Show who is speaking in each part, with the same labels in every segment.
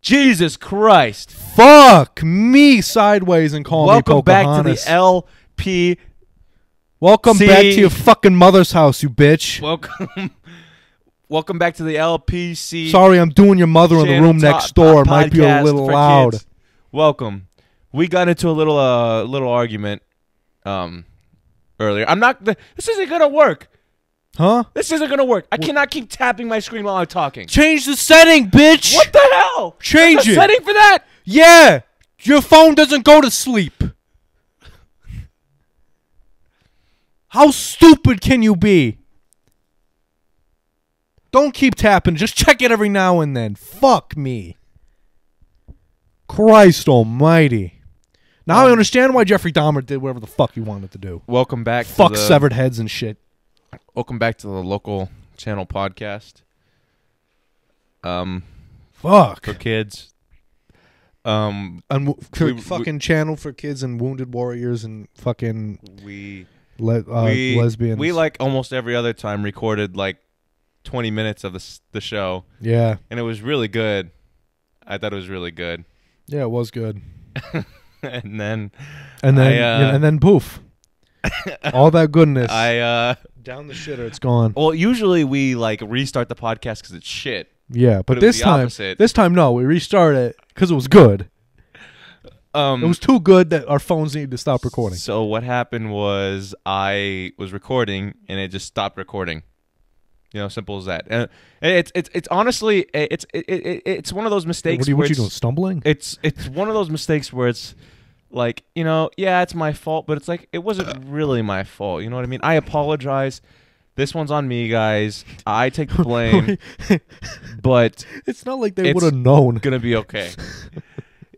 Speaker 1: Jesus Christ.
Speaker 2: Fuck me sideways and call
Speaker 1: Welcome
Speaker 2: me
Speaker 1: back to the
Speaker 2: Pocahontas.
Speaker 1: LP.
Speaker 2: Welcome back to
Speaker 1: See?
Speaker 2: your fucking mother's house, you bitch.
Speaker 1: Welcome. Welcome back to the LPC.
Speaker 2: Sorry, I'm doing your mother in the
Speaker 1: channel
Speaker 2: room
Speaker 1: top-
Speaker 2: next door. It
Speaker 1: po-
Speaker 2: might be a
Speaker 1: podcast
Speaker 2: little
Speaker 1: for
Speaker 2: loud.
Speaker 1: kids. Welcome. We got into a little uh little argument um earlier. I'm not th- this isn't going to work.
Speaker 2: Huh?
Speaker 1: This isn't going to work. I cannot keep tapping my screen while I'm talking.
Speaker 2: Change the setting, bitch.
Speaker 1: What the hell?
Speaker 2: Change
Speaker 1: There's a
Speaker 2: it.
Speaker 1: setting for that?
Speaker 2: Yeah. Your phone doesn't go to sleep. How stupid can you be? Don't keep tapping. Just check it every now and then. Fuck me. Christ almighty. Now
Speaker 1: Um,
Speaker 2: I understand why Jeffrey Dahmer did whatever the fuck he wanted to do.
Speaker 1: Welcome back
Speaker 2: Fuck
Speaker 1: to the,
Speaker 2: severed heads and shit.
Speaker 1: Welcome back to the local channel podcast. Um
Speaker 2: Fuck.
Speaker 1: for kids. Um
Speaker 2: And w-
Speaker 1: We- we-
Speaker 2: fucking channel for kids and wounded warriors and fucking
Speaker 1: we
Speaker 2: le- uh,
Speaker 1: we
Speaker 2: lesbians.
Speaker 1: we like almost every other time recorded like 20 minutes of the s- the show
Speaker 2: yeah.
Speaker 1: and it was really good. I thought it was really good.
Speaker 2: Yeah, it was good.
Speaker 1: and then
Speaker 2: and then
Speaker 1: I,
Speaker 2: yeah,
Speaker 1: uh,
Speaker 2: and then poof, all that goodness
Speaker 1: I uh
Speaker 2: down the shitter. It's gone.
Speaker 1: well usually we like restart the podcast cuz it's shit.
Speaker 2: Yeah, but,
Speaker 1: it was
Speaker 2: this
Speaker 1: the
Speaker 2: time,
Speaker 1: opposite.
Speaker 2: this time no, we restart it because it was good.
Speaker 1: Um
Speaker 2: It was too good that our phones needed to stop recording.
Speaker 1: so what happened was I was recording and it just stopped recording. You know, simple as that. And and it's it's it's honestly eh, it's it, it, it- it's one of those mistakes
Speaker 2: What are you,
Speaker 1: where
Speaker 2: what you
Speaker 1: it's-
Speaker 2: doing? Stumbling?
Speaker 1: it's it's one of those mistakes where it's like you know yeah it's my fault but it's like it wasn't really my fault you know what i mean i apologize this one's on me guys i take the blame but
Speaker 2: it's not like they
Speaker 1: it's
Speaker 2: would have known.
Speaker 1: gonna be okay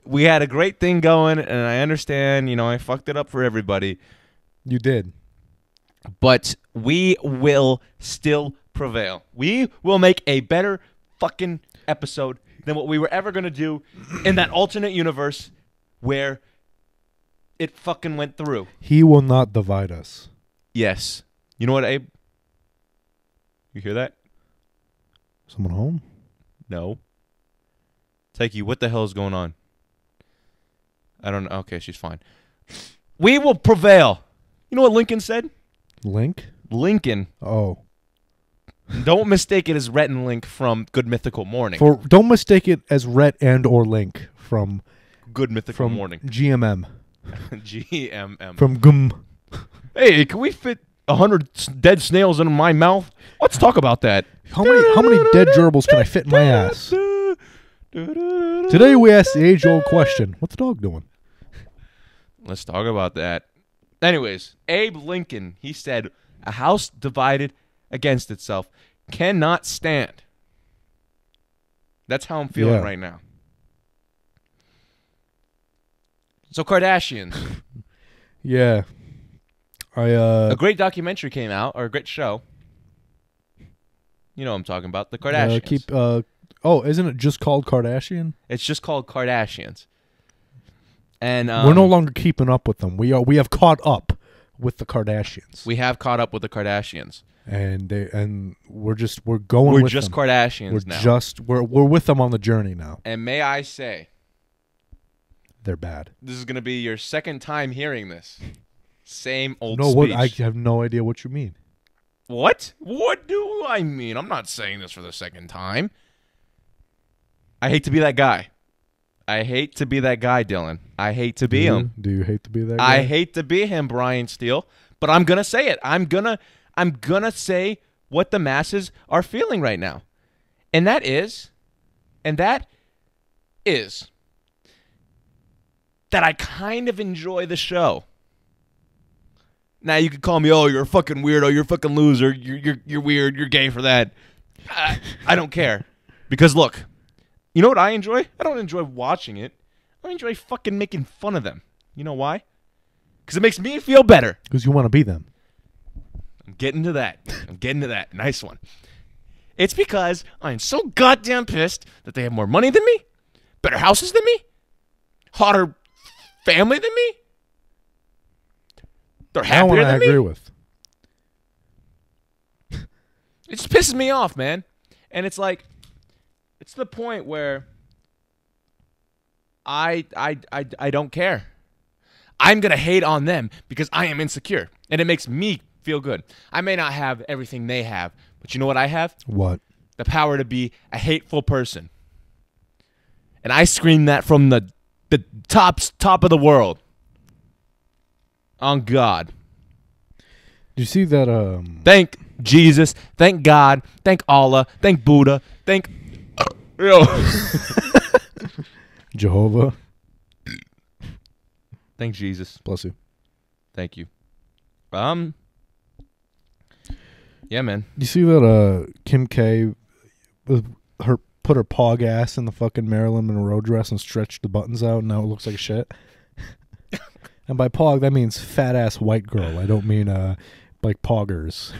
Speaker 1: we had a great thing going and i understand you know i fucked it up for everybody
Speaker 2: You did.
Speaker 1: but we will still prevail we will make a better fucking episode than what we were ever gonna do in that alternate universe where it fucking went through
Speaker 2: He will not divide us.
Speaker 1: Yes. You know what, Abe? You hear that?
Speaker 2: Someone home?
Speaker 1: No. Takey, what the hell is going on? I don't know. Okay, she's fine. We will prevail. You know what Lincoln said?
Speaker 2: Link?
Speaker 1: Lincoln.
Speaker 2: Oh,
Speaker 1: Don't mistake it as Rhett and Link from Good Mythical Morning.
Speaker 2: for don't mistake it as Rhett and or Link from
Speaker 1: Good Mythical
Speaker 2: from
Speaker 1: Morning.
Speaker 2: GMM
Speaker 1: GMM.
Speaker 2: from Gum.
Speaker 1: Hey, can we fit a 100 s- dead snails in my mouth? Let's talk about that.
Speaker 2: How many how many dead gerbils can I fit in my ass? Today we asked the age old question: What's the dog doing?
Speaker 1: Let's talk about that. Anyways, Abe Lincoln, he said, a house divided against itself cannot stand. That's how I'm feeling
Speaker 2: Yeah.
Speaker 1: right now. So Kardashians,
Speaker 2: Yeah. I
Speaker 1: a
Speaker 2: uh
Speaker 1: great documentary came out or a great show. You know what I'm talking about, the Kardashians.
Speaker 2: uh, keep uh oh, isn't it just called Kardashian?
Speaker 1: it's just called Kardashians. And um,
Speaker 2: We're no longer keeping up with them. We are we have caught up with the Kardashians.
Speaker 1: we have caught up with the Kardashians.
Speaker 2: and they and we're just we're going
Speaker 1: We're
Speaker 2: with
Speaker 1: just
Speaker 2: them.
Speaker 1: Kardashians
Speaker 2: we're
Speaker 1: now.
Speaker 2: just we're we're with them on the journey now.
Speaker 1: and may I say,
Speaker 2: They're bad.
Speaker 1: this is going to be your second time hearing this. Same old
Speaker 2: No, what
Speaker 1: speech.
Speaker 2: I have no idea what you mean.
Speaker 1: what? What do I mean? I'm not saying this for the second time. I hate to be that guy. I hate to be that guy, Dylan. I hate to be
Speaker 2: do
Speaker 1: him.
Speaker 2: You, do you hate to be that
Speaker 1: I
Speaker 2: guy?
Speaker 1: hate to be him, Brian Steele, but I'm going to say it. I'm going to I'm going to say what the masses are feeling right now. And that is and that is that I kind of enjoy the show. Now you could call me, oh, you're a fucking weirdo, you're a fucking loser, you're you're, you're weird, you're gay for that. I, I don't care, because look, you know what I enjoy? I don't enjoy watching it. I enjoy fucking making fun of them. You know why? Because it makes me feel better.
Speaker 2: because you want to be them.
Speaker 1: I'm getting to that. I'm getting to that. Nice one. It's because I'm so goddamn pissed that they have more money than me, better houses than me, hotter family than me. They're
Speaker 2: That one
Speaker 1: happier
Speaker 2: I
Speaker 1: than
Speaker 2: agree
Speaker 1: me.
Speaker 2: with.
Speaker 1: It just pisses me off, man. And it's like, it's the point where I I I, I don't care. I'm going to hate on them because I am insecure and it makes me feel good. I may not have everything they have, but you know what I have?
Speaker 2: What?
Speaker 1: The power to be a hateful person. And I scream that from the the tops top of the world. On God.
Speaker 2: Do you see that? Um,
Speaker 1: Thank Jesus. Thank God. Thank Allah. Thank Buddha. Thank Yo.
Speaker 2: Jehovah,
Speaker 1: thank Jesus.
Speaker 2: bless you.
Speaker 1: Thank you. Um Yeah, man.
Speaker 2: Do you see that? Uh, Kim K, with her put her pog ass in the fucking Marilyn Monroe dress and stretched the buttons out, and now it looks like shit. and by pog, that means fat ass white girl. I don't mean uh, like poggers.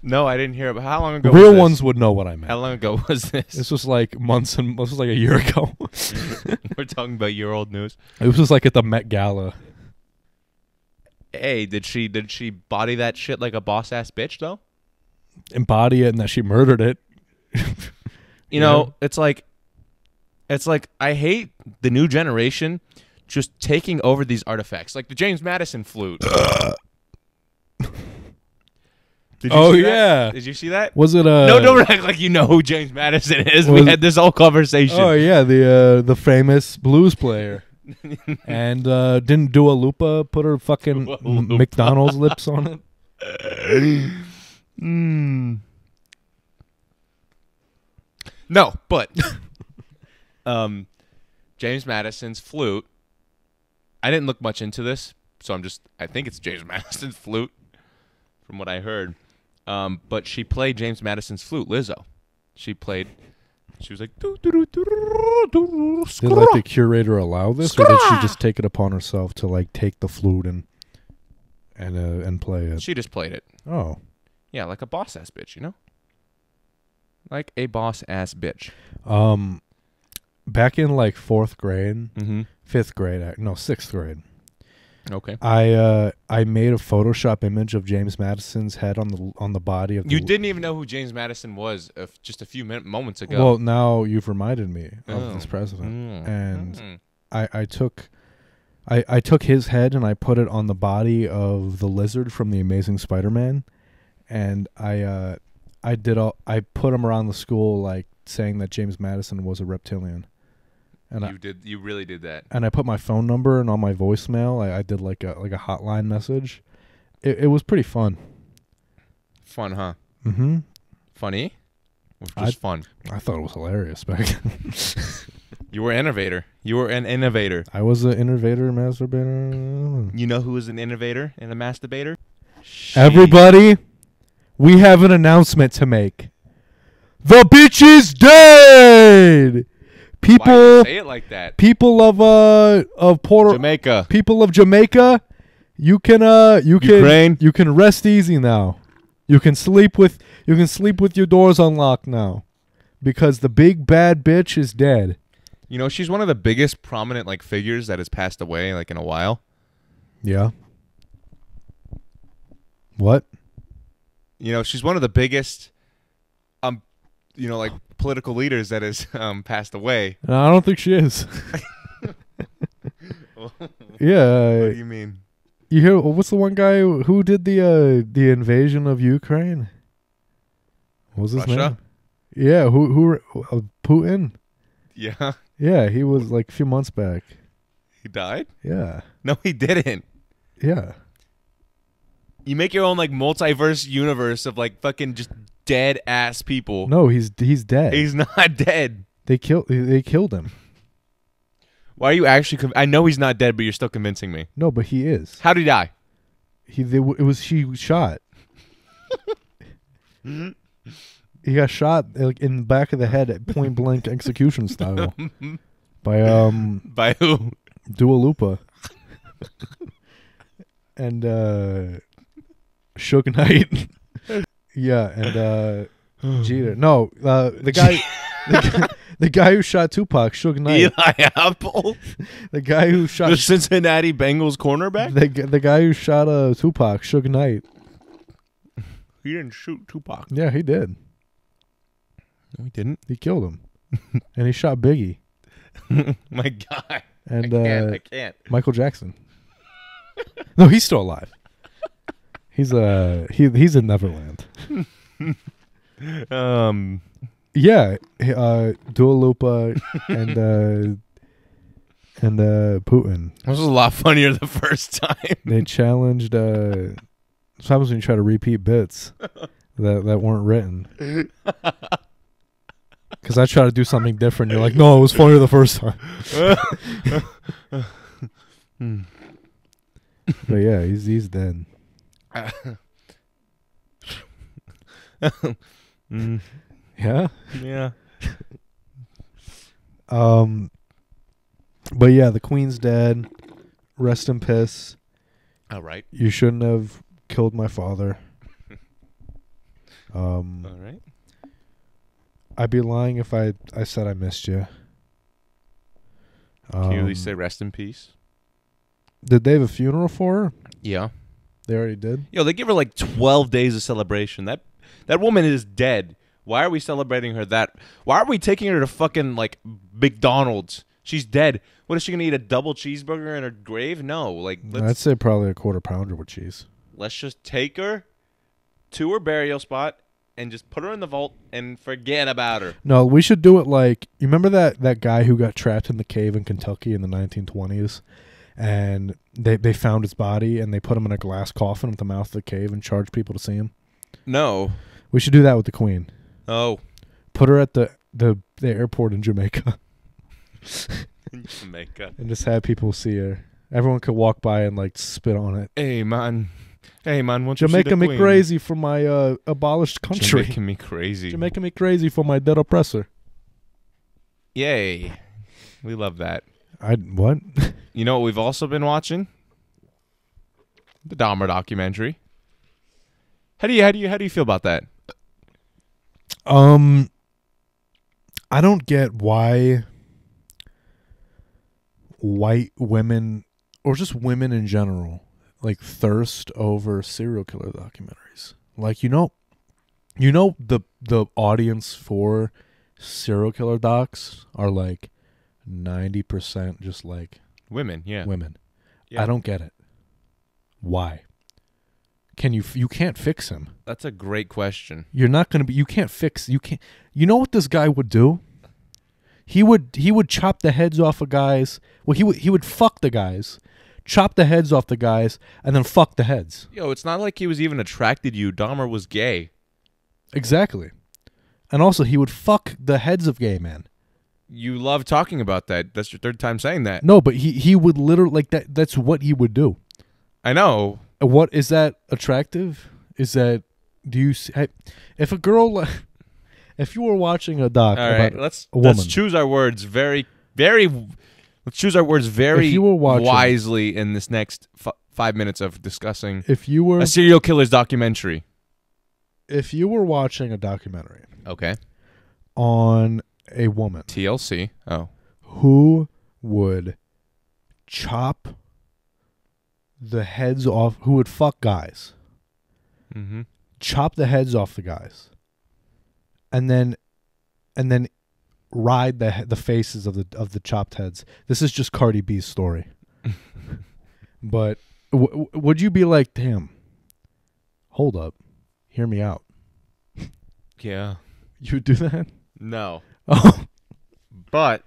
Speaker 1: No, I didn't hear it. But how long ago? was
Speaker 2: Real
Speaker 1: this?
Speaker 2: ones would know what I meant.
Speaker 1: How long ago was this?
Speaker 2: This was like months and this was like a year ago.
Speaker 1: We're talking about year old news.
Speaker 2: it was just like at the Met Gala.
Speaker 1: Hey, did she did she body that shit like a boss ass bitch though?
Speaker 2: Embody it and that she murdered it.
Speaker 1: You know, it's like it's like I hate the new generation just taking over these artifacts. Like the James Madison flute. Did
Speaker 2: Oh,
Speaker 1: see that?
Speaker 2: yeah.
Speaker 1: Did you see that?
Speaker 2: Was it uh
Speaker 1: no, don't act like you know who James Madison is. We
Speaker 2: was-
Speaker 1: had this whole conversation.
Speaker 2: Oh yeah, the uh, the famous blues player. and uh didn't Dua Lupa put her fucking
Speaker 1: Dua
Speaker 2: M-
Speaker 1: Lipa.
Speaker 2: McDonald's lips on it?
Speaker 1: Hmm. No, but um, James Madison's flute. I didn't look much into this, so I'm just. I think it's James Madison's flute, from what I heard. Um, but she played James Madison's flute, Lizzo. She played. She was like.
Speaker 2: Did like the curator allow this or did she just take it upon herself to like take the flute and and uh, and play it?
Speaker 1: She just played it.
Speaker 2: Oh.
Speaker 1: Yeah, like a boss ass bitch, you know? Like a boss ass bitch.
Speaker 2: Um back in like 4th grade,
Speaker 1: Mm-hmm.
Speaker 2: 5th grade, ac- no, 6th grade.
Speaker 1: Okay.
Speaker 2: I uh I made a Photoshop image of James Madison's head on the on the body of the
Speaker 1: You didn't even know who James Madison was a f- just a few min- moments ago.
Speaker 2: Well, now you've reminded me of
Speaker 1: Oh.
Speaker 2: this president,
Speaker 1: Mm.
Speaker 2: and
Speaker 1: Mm.
Speaker 2: I I took. I, I took his head and I put it on the body of the lizard from the Amazing Spider-Man, and I uh, I did all I put him around the school like saying that James Madison was a reptilian, and I
Speaker 1: you did. You really did that.
Speaker 2: and I put my phone number and on my voicemail I, I did like a like a hotline message, it, it was pretty fun.
Speaker 1: Fun, huh?
Speaker 2: hmm
Speaker 1: Funny. Was
Speaker 2: I-
Speaker 1: just fun.
Speaker 2: I thought it was hilarious back. Then.
Speaker 1: You were an innovator. You were an innovator.
Speaker 2: I was an innovator, masturbator.
Speaker 1: You know who was an innovator and a masturbator?
Speaker 2: Everybody, we have an announcement to make. The bitch is dead.
Speaker 1: Why did you
Speaker 2: People,
Speaker 1: say it like that?
Speaker 2: people of uh of Puerto,
Speaker 1: Jamaica.
Speaker 2: people of Jamaica, you can uh you can
Speaker 1: Ukraine.
Speaker 2: you can rest easy now. You can sleep with you can sleep with your doors unlocked now, because the big bad bitch is dead.
Speaker 1: You know she's one of the biggest prominent like figures that has passed away like in a while.
Speaker 2: Yeah. What?
Speaker 1: you know she's one of the biggest um you know like political leaders that has um passed away
Speaker 2: No, I don't think she is. yeah.
Speaker 1: what do you mean
Speaker 2: You hear oh, what's the one guy who did the uh, the invasion of Ukraine? What was his
Speaker 1: Russia?
Speaker 2: name? Yeah, who who uh, Putin?
Speaker 1: yeah
Speaker 2: Yeah, he was like a few months back.
Speaker 1: he died
Speaker 2: Yeah,
Speaker 1: no he didn't
Speaker 2: yeah.
Speaker 1: you make your own like multiverse universe of like fucking just dead ass people
Speaker 2: No, he's he's dead.
Speaker 1: he's not dead
Speaker 2: they killed they killed him.
Speaker 1: why are you actually con- i know he's not dead but you're still convincing me
Speaker 2: No, but he is.
Speaker 1: how did he die
Speaker 2: He they, w- it was she was shot.
Speaker 1: Mm-hmm.
Speaker 2: he got shot like in the back of the head at point blank execution style by um
Speaker 1: by who
Speaker 2: Dua Lupa. and uh Suge Knight. yeah, and uh Jeter. No, uh the guy the, guy- the guy who shot Tupac, Suge Knight.
Speaker 1: eli apple
Speaker 2: The guy who
Speaker 1: the
Speaker 2: shot
Speaker 1: cincinnati bengals cornerback
Speaker 2: the, g- the guy who shot uh Tupac, Suge Knight.
Speaker 1: he didn't shoot tupac
Speaker 2: Yeah, he did.
Speaker 1: no he didn't
Speaker 2: He killed him. and he shot Biggie.
Speaker 1: My God,
Speaker 2: and
Speaker 1: I can't.
Speaker 2: uh,
Speaker 1: I can't.
Speaker 2: Michael Jackson. no, he's still alive. He's uh he he's in Neverland.
Speaker 1: Um,
Speaker 2: Yeah, he- uh, Dua Lipa and uh, and uh, Putin.
Speaker 1: this was a lot funnier the first time.
Speaker 2: They challenged. Uh, sometimes when you try to repeat bits that that weren't written, because I try to do something different. You're like, no, it was funnier the first time. But yeah, he's he's dead.
Speaker 1: Mm,
Speaker 2: Yeah.
Speaker 1: yeah.
Speaker 2: Um. But yeah, the queen's dead. Rest in piss.
Speaker 1: All right.
Speaker 2: You shouldn't have killed my father. Um.
Speaker 1: All right.
Speaker 2: I'd be lying if I I said I missed you.
Speaker 1: Can you at least
Speaker 2: Um,
Speaker 1: say rest in peace?
Speaker 2: Did they have a funeral for her?
Speaker 1: Yeah.
Speaker 2: They already did.
Speaker 1: Yo, they give her like twelve days of celebration. That that woman is dead. Why are we celebrating her that? Why are we taking her to fucking like McDonald's? She's dead. What is she gonna eat? A double cheeseburger in her grave? No. Like
Speaker 2: I'd
Speaker 1: let's
Speaker 2: say probably a quarter pounder with cheese.
Speaker 1: let's just take her to her burial spot and just put her in the vault and forget about her.
Speaker 2: No, we should do it like you remember that that guy who got trapped in the cave in Kentucky in the 1920s, and they they found his body and they put him in a glass coffin at the mouth of the cave and charged people to see him.
Speaker 1: No.
Speaker 2: We should do that with the queen.
Speaker 1: Oh.
Speaker 2: Put her at the the, the airport in Jamaica
Speaker 1: Jamaica.
Speaker 2: and just have people see her. Everyone could walk by and like spit on it.
Speaker 1: Hey man. Hey man. Won't
Speaker 2: Jamaica me crazy for my uh, abolished country. Jamaica.
Speaker 1: Jamaica me crazy.
Speaker 2: me crazy for my dead oppressor.
Speaker 1: Yay. We love that.
Speaker 2: I what?
Speaker 1: You know what we've also been watching? The Dahmer documentary. How do you how do you how do you feel about that?
Speaker 2: Um, I don't get why white women or just women in general like thirst over serial killer documentaries. Like you know, you know the the audience for serial killer docs are like ninety percent just like
Speaker 1: Women, yeah.
Speaker 2: women.
Speaker 1: Yeah.
Speaker 2: I don't get it. Why? Can you f- you can't fix him?
Speaker 1: That's a great question.
Speaker 2: You're not going to be you can't fix you can't You know what this guy would do? He would he would chop the heads off of guys. Well, he would he would fuck the guys, chop the heads off the guys and then fuck the heads.
Speaker 1: Yo, it's not like he was even attracted to you. Dahmer was gay.
Speaker 2: Exactly. And also he would fuck the heads of gay men.
Speaker 1: You love talking about that. That's your third time saying that.
Speaker 2: No, but he he would literally like that that's what he would do.
Speaker 1: I know.
Speaker 2: what is that attractive? Is that do you see, I- if a girl li- if you were watching a doc
Speaker 1: All
Speaker 2: about
Speaker 1: right, let's
Speaker 2: a woman
Speaker 1: let's choose our words very very let's choose our words very
Speaker 2: If you were watching-
Speaker 1: wisely in this next f- 5 minutes of discussing
Speaker 2: if you were
Speaker 1: a serial killer's documentary.
Speaker 2: if you were watching a documentary
Speaker 1: Okay.
Speaker 2: on a woman
Speaker 1: TLC. Oh.
Speaker 2: who would chop the heads off who would fuck guys Mm-hmm.
Speaker 1: Mhm.
Speaker 2: chop the heads off the guys and then and then ride the he- the faces of the of the chopped heads this is just Cardi B's story but w- w- would you be like damn hold up hear me out
Speaker 1: Yeah.
Speaker 2: you would do that
Speaker 1: No.
Speaker 2: oh
Speaker 1: But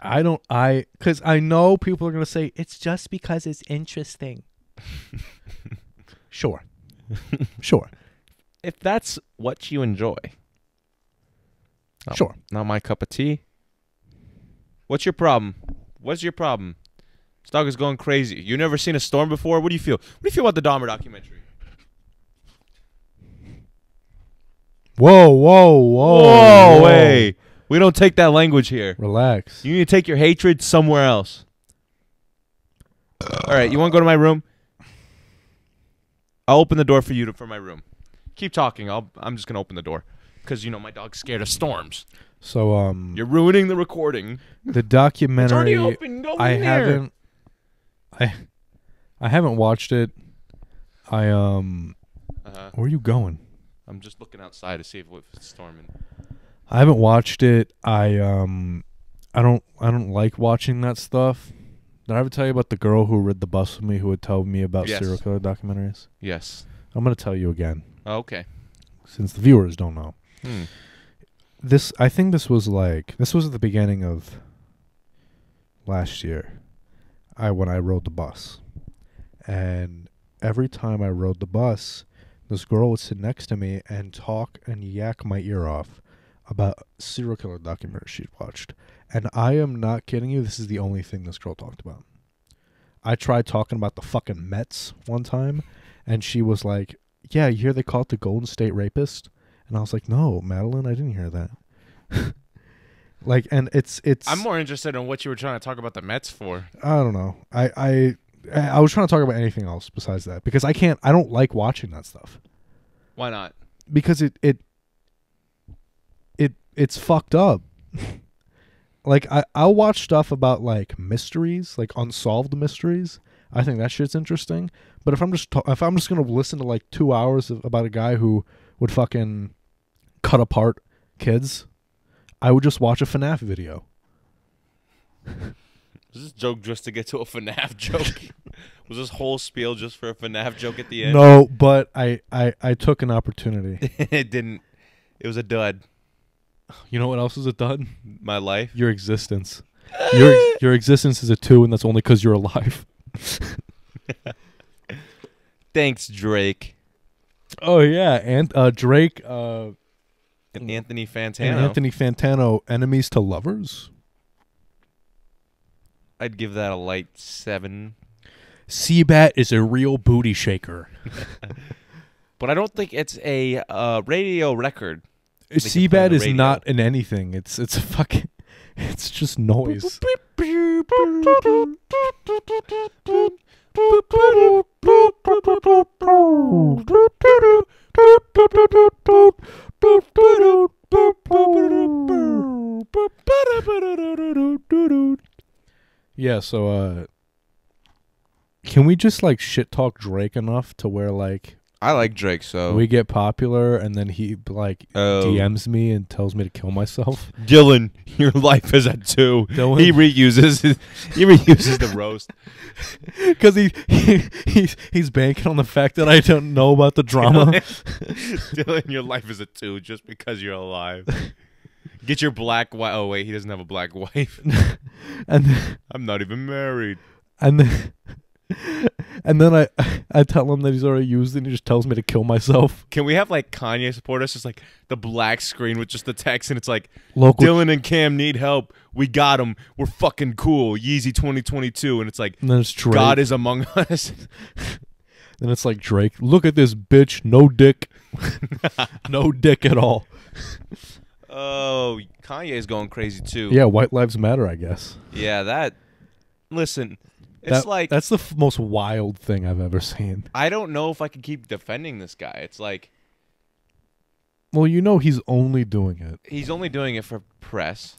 Speaker 2: I don't I cuz I know people are going to say it's just because it's interesting sure sure
Speaker 1: if that's what you enjoy, Oh.
Speaker 2: sure
Speaker 1: not my cup of tea. What's your problem? What's your problem? This dog is going crazy. You never seen a storm before. What do you feel? What do you feel about the Dahmer documentary?
Speaker 2: whoa whoa whoa
Speaker 1: hey. we don't take that language here.
Speaker 2: relax
Speaker 1: You need to take your hatred somewhere else. All right, you want to go to my room? I'll open the door for you to, for my room. Keep talking. I'll, I'm just gonna open the door because you know my dog's scared of storms.
Speaker 2: So um
Speaker 1: You're ruining the recording.
Speaker 2: the
Speaker 1: It's already
Speaker 2: documentary
Speaker 1: open. Go
Speaker 2: I
Speaker 1: in there.
Speaker 2: haven't I I haven't watched it. I um
Speaker 1: Uh-huh.
Speaker 2: where are you going?
Speaker 1: I'm just looking outside to see if it's storming.
Speaker 2: I haven't watched it. I um I don't I don't like watching that stuff. Did I ever tell you about the girl who read the bus with me who would tell me about
Speaker 1: Yes.
Speaker 2: serial killer documentaries?
Speaker 1: Yes.
Speaker 2: I'm gonna tell you again
Speaker 1: Oh, Okay.
Speaker 2: since the viewers don't know.
Speaker 1: Hmm.
Speaker 2: This I think this was like this was at the beginning of last year. I when I rode the bus. And every time I rode the bus, this girl would sit next to me and talk and yak my ear off about serial killer documentaries she'd watched. And I am not kidding you, this is the only thing this girl talked about. I tried talking about the fucking Mets one time and she was like, Yeah, you hear they call it the Golden State Rapist? And I was like, No, Madeline, I didn't hear that. like and it's it's
Speaker 3: I'm more interested in what you were trying to talk about the Mets for.
Speaker 2: I don't know. I I I was trying to talk about anything else besides that because I can't. I don't like watching that stuff
Speaker 1: Why not?
Speaker 2: because it it it it's fucked up. like I I'll watch stuff about like mysteries, like unsolved mysteries. I think that shit's interesting. But if I'm just ta- if I'm just gonna listen to like two hours of, about a guy who would fucking cut apart kids, I would just watch a FNAF video.
Speaker 1: Was this joke just to get to a FNAF joke? Was this whole spiel just for a FNAF joke at the end?
Speaker 2: No, but I, I I took an opportunity.
Speaker 1: it didn't. It was a dud.
Speaker 2: You know what else is a dud?
Speaker 1: My life.
Speaker 2: Your existence. Your your existence is a two, and that's only because you're alive.
Speaker 1: Thanks, Drake.
Speaker 2: Oh yeah, and uh, Drake uh,
Speaker 1: And Anthony Fantano.
Speaker 2: Mm. and Anthony Fantano, enemies to lovers.
Speaker 1: I'd give that a light seven.
Speaker 2: Seabat is a real booty shaker.
Speaker 1: But I don't think it's a uh, radio record. can play on
Speaker 2: Seabat
Speaker 1: the
Speaker 2: is
Speaker 1: radio.
Speaker 2: not in anything. It's it's a fucking. It's just noise. Yeah, so uh can we just like shit talk Drake enough to where like
Speaker 1: I like Drake, so
Speaker 2: we get popular and then he like
Speaker 1: Oh.
Speaker 2: DMs me and tells me to kill myself?
Speaker 1: Dylan, your life is a two.
Speaker 2: Dylan.
Speaker 1: He reuses his, he reuses the roast.
Speaker 2: Cuz he, he he's he's banking on the fact that I don't know about the drama.
Speaker 1: Dylan, your life is a two just because you're alive. Get your black wife. Oh wait, he doesn't have a black wife.
Speaker 2: and then,
Speaker 1: I'm not even married.
Speaker 2: and then and then I I tell him that he's already used it and he just tells me to kill myself.
Speaker 1: Can we have like Kanye support us? Just like the black screen with just the text, and it's like
Speaker 2: Local
Speaker 1: Dylan and Cam need help. We got them. We're fucking cool. Yeezy 2022, and it's like
Speaker 2: and then it's Drake.
Speaker 1: God is among us.
Speaker 2: And it's like Drake, look at this bitch, no dick, no dick at all.
Speaker 1: Oh, Kanye's going crazy too.
Speaker 2: Yeah, white lives matter, I guess.
Speaker 1: Yeah, that. Listen, it's
Speaker 2: That-
Speaker 1: like
Speaker 2: that's the f- most wild thing I've ever seen.
Speaker 1: I don't know if I can keep defending this guy. It's like
Speaker 2: Well, you know he's only doing it
Speaker 1: he's only doing it for press.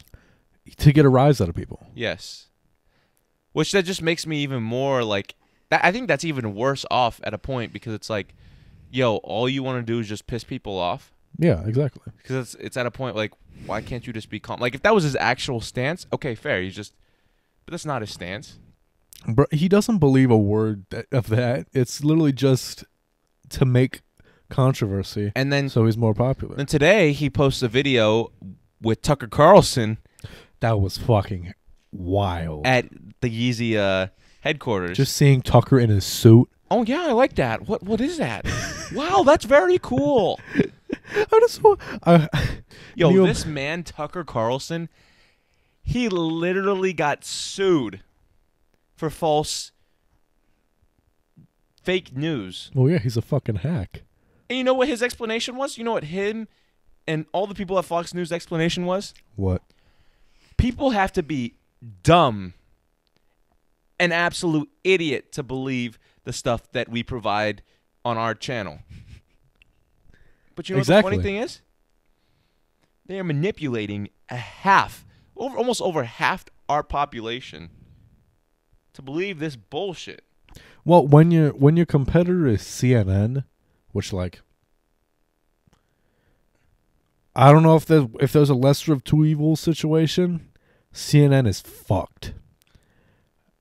Speaker 2: to get a rise out of people.
Speaker 1: Yes. Which that just makes me even more like that I think that's even worse off at a point because it's like yo, all you want to do is just piss people off
Speaker 2: Yeah, exactly.
Speaker 1: because it's it's at a point like why can't you just be calm? Like if that was his actual stance, okay, fair. He's just but that's not his stance.
Speaker 2: But he doesn't believe a word tha- of that. It's literally just to make controversy,
Speaker 1: And then
Speaker 2: so he's more popular.
Speaker 1: then today he posts a video with Tucker Carlson
Speaker 2: That was fucking wild.
Speaker 1: at the Yeezy uh, headquarters.
Speaker 2: Just seeing Tucker in his suit.
Speaker 1: oh yeah, I like that. What what is that? wow, that's very cool.
Speaker 2: I just wa- I,
Speaker 1: Yo,
Speaker 2: Neil-
Speaker 1: this man Tucker Carlson, he literally got sued for false fake news.
Speaker 2: Well, yeah, he's a fucking hack.
Speaker 1: And you know what his explanation was? You know what him and all the people at Fox News explanation was?
Speaker 2: What?
Speaker 1: People have to be dumb an absolute idiot to believe the stuff that we provide on our channel. But you know what
Speaker 2: Exactly.
Speaker 1: the funny thing is? They are manipulating a half, over, almost over half our population to believe this bullshit.
Speaker 2: Well, when your when your competitor is CNN, which like I don't know if there's if there's a lesser of two evils situation, CNN is fucked.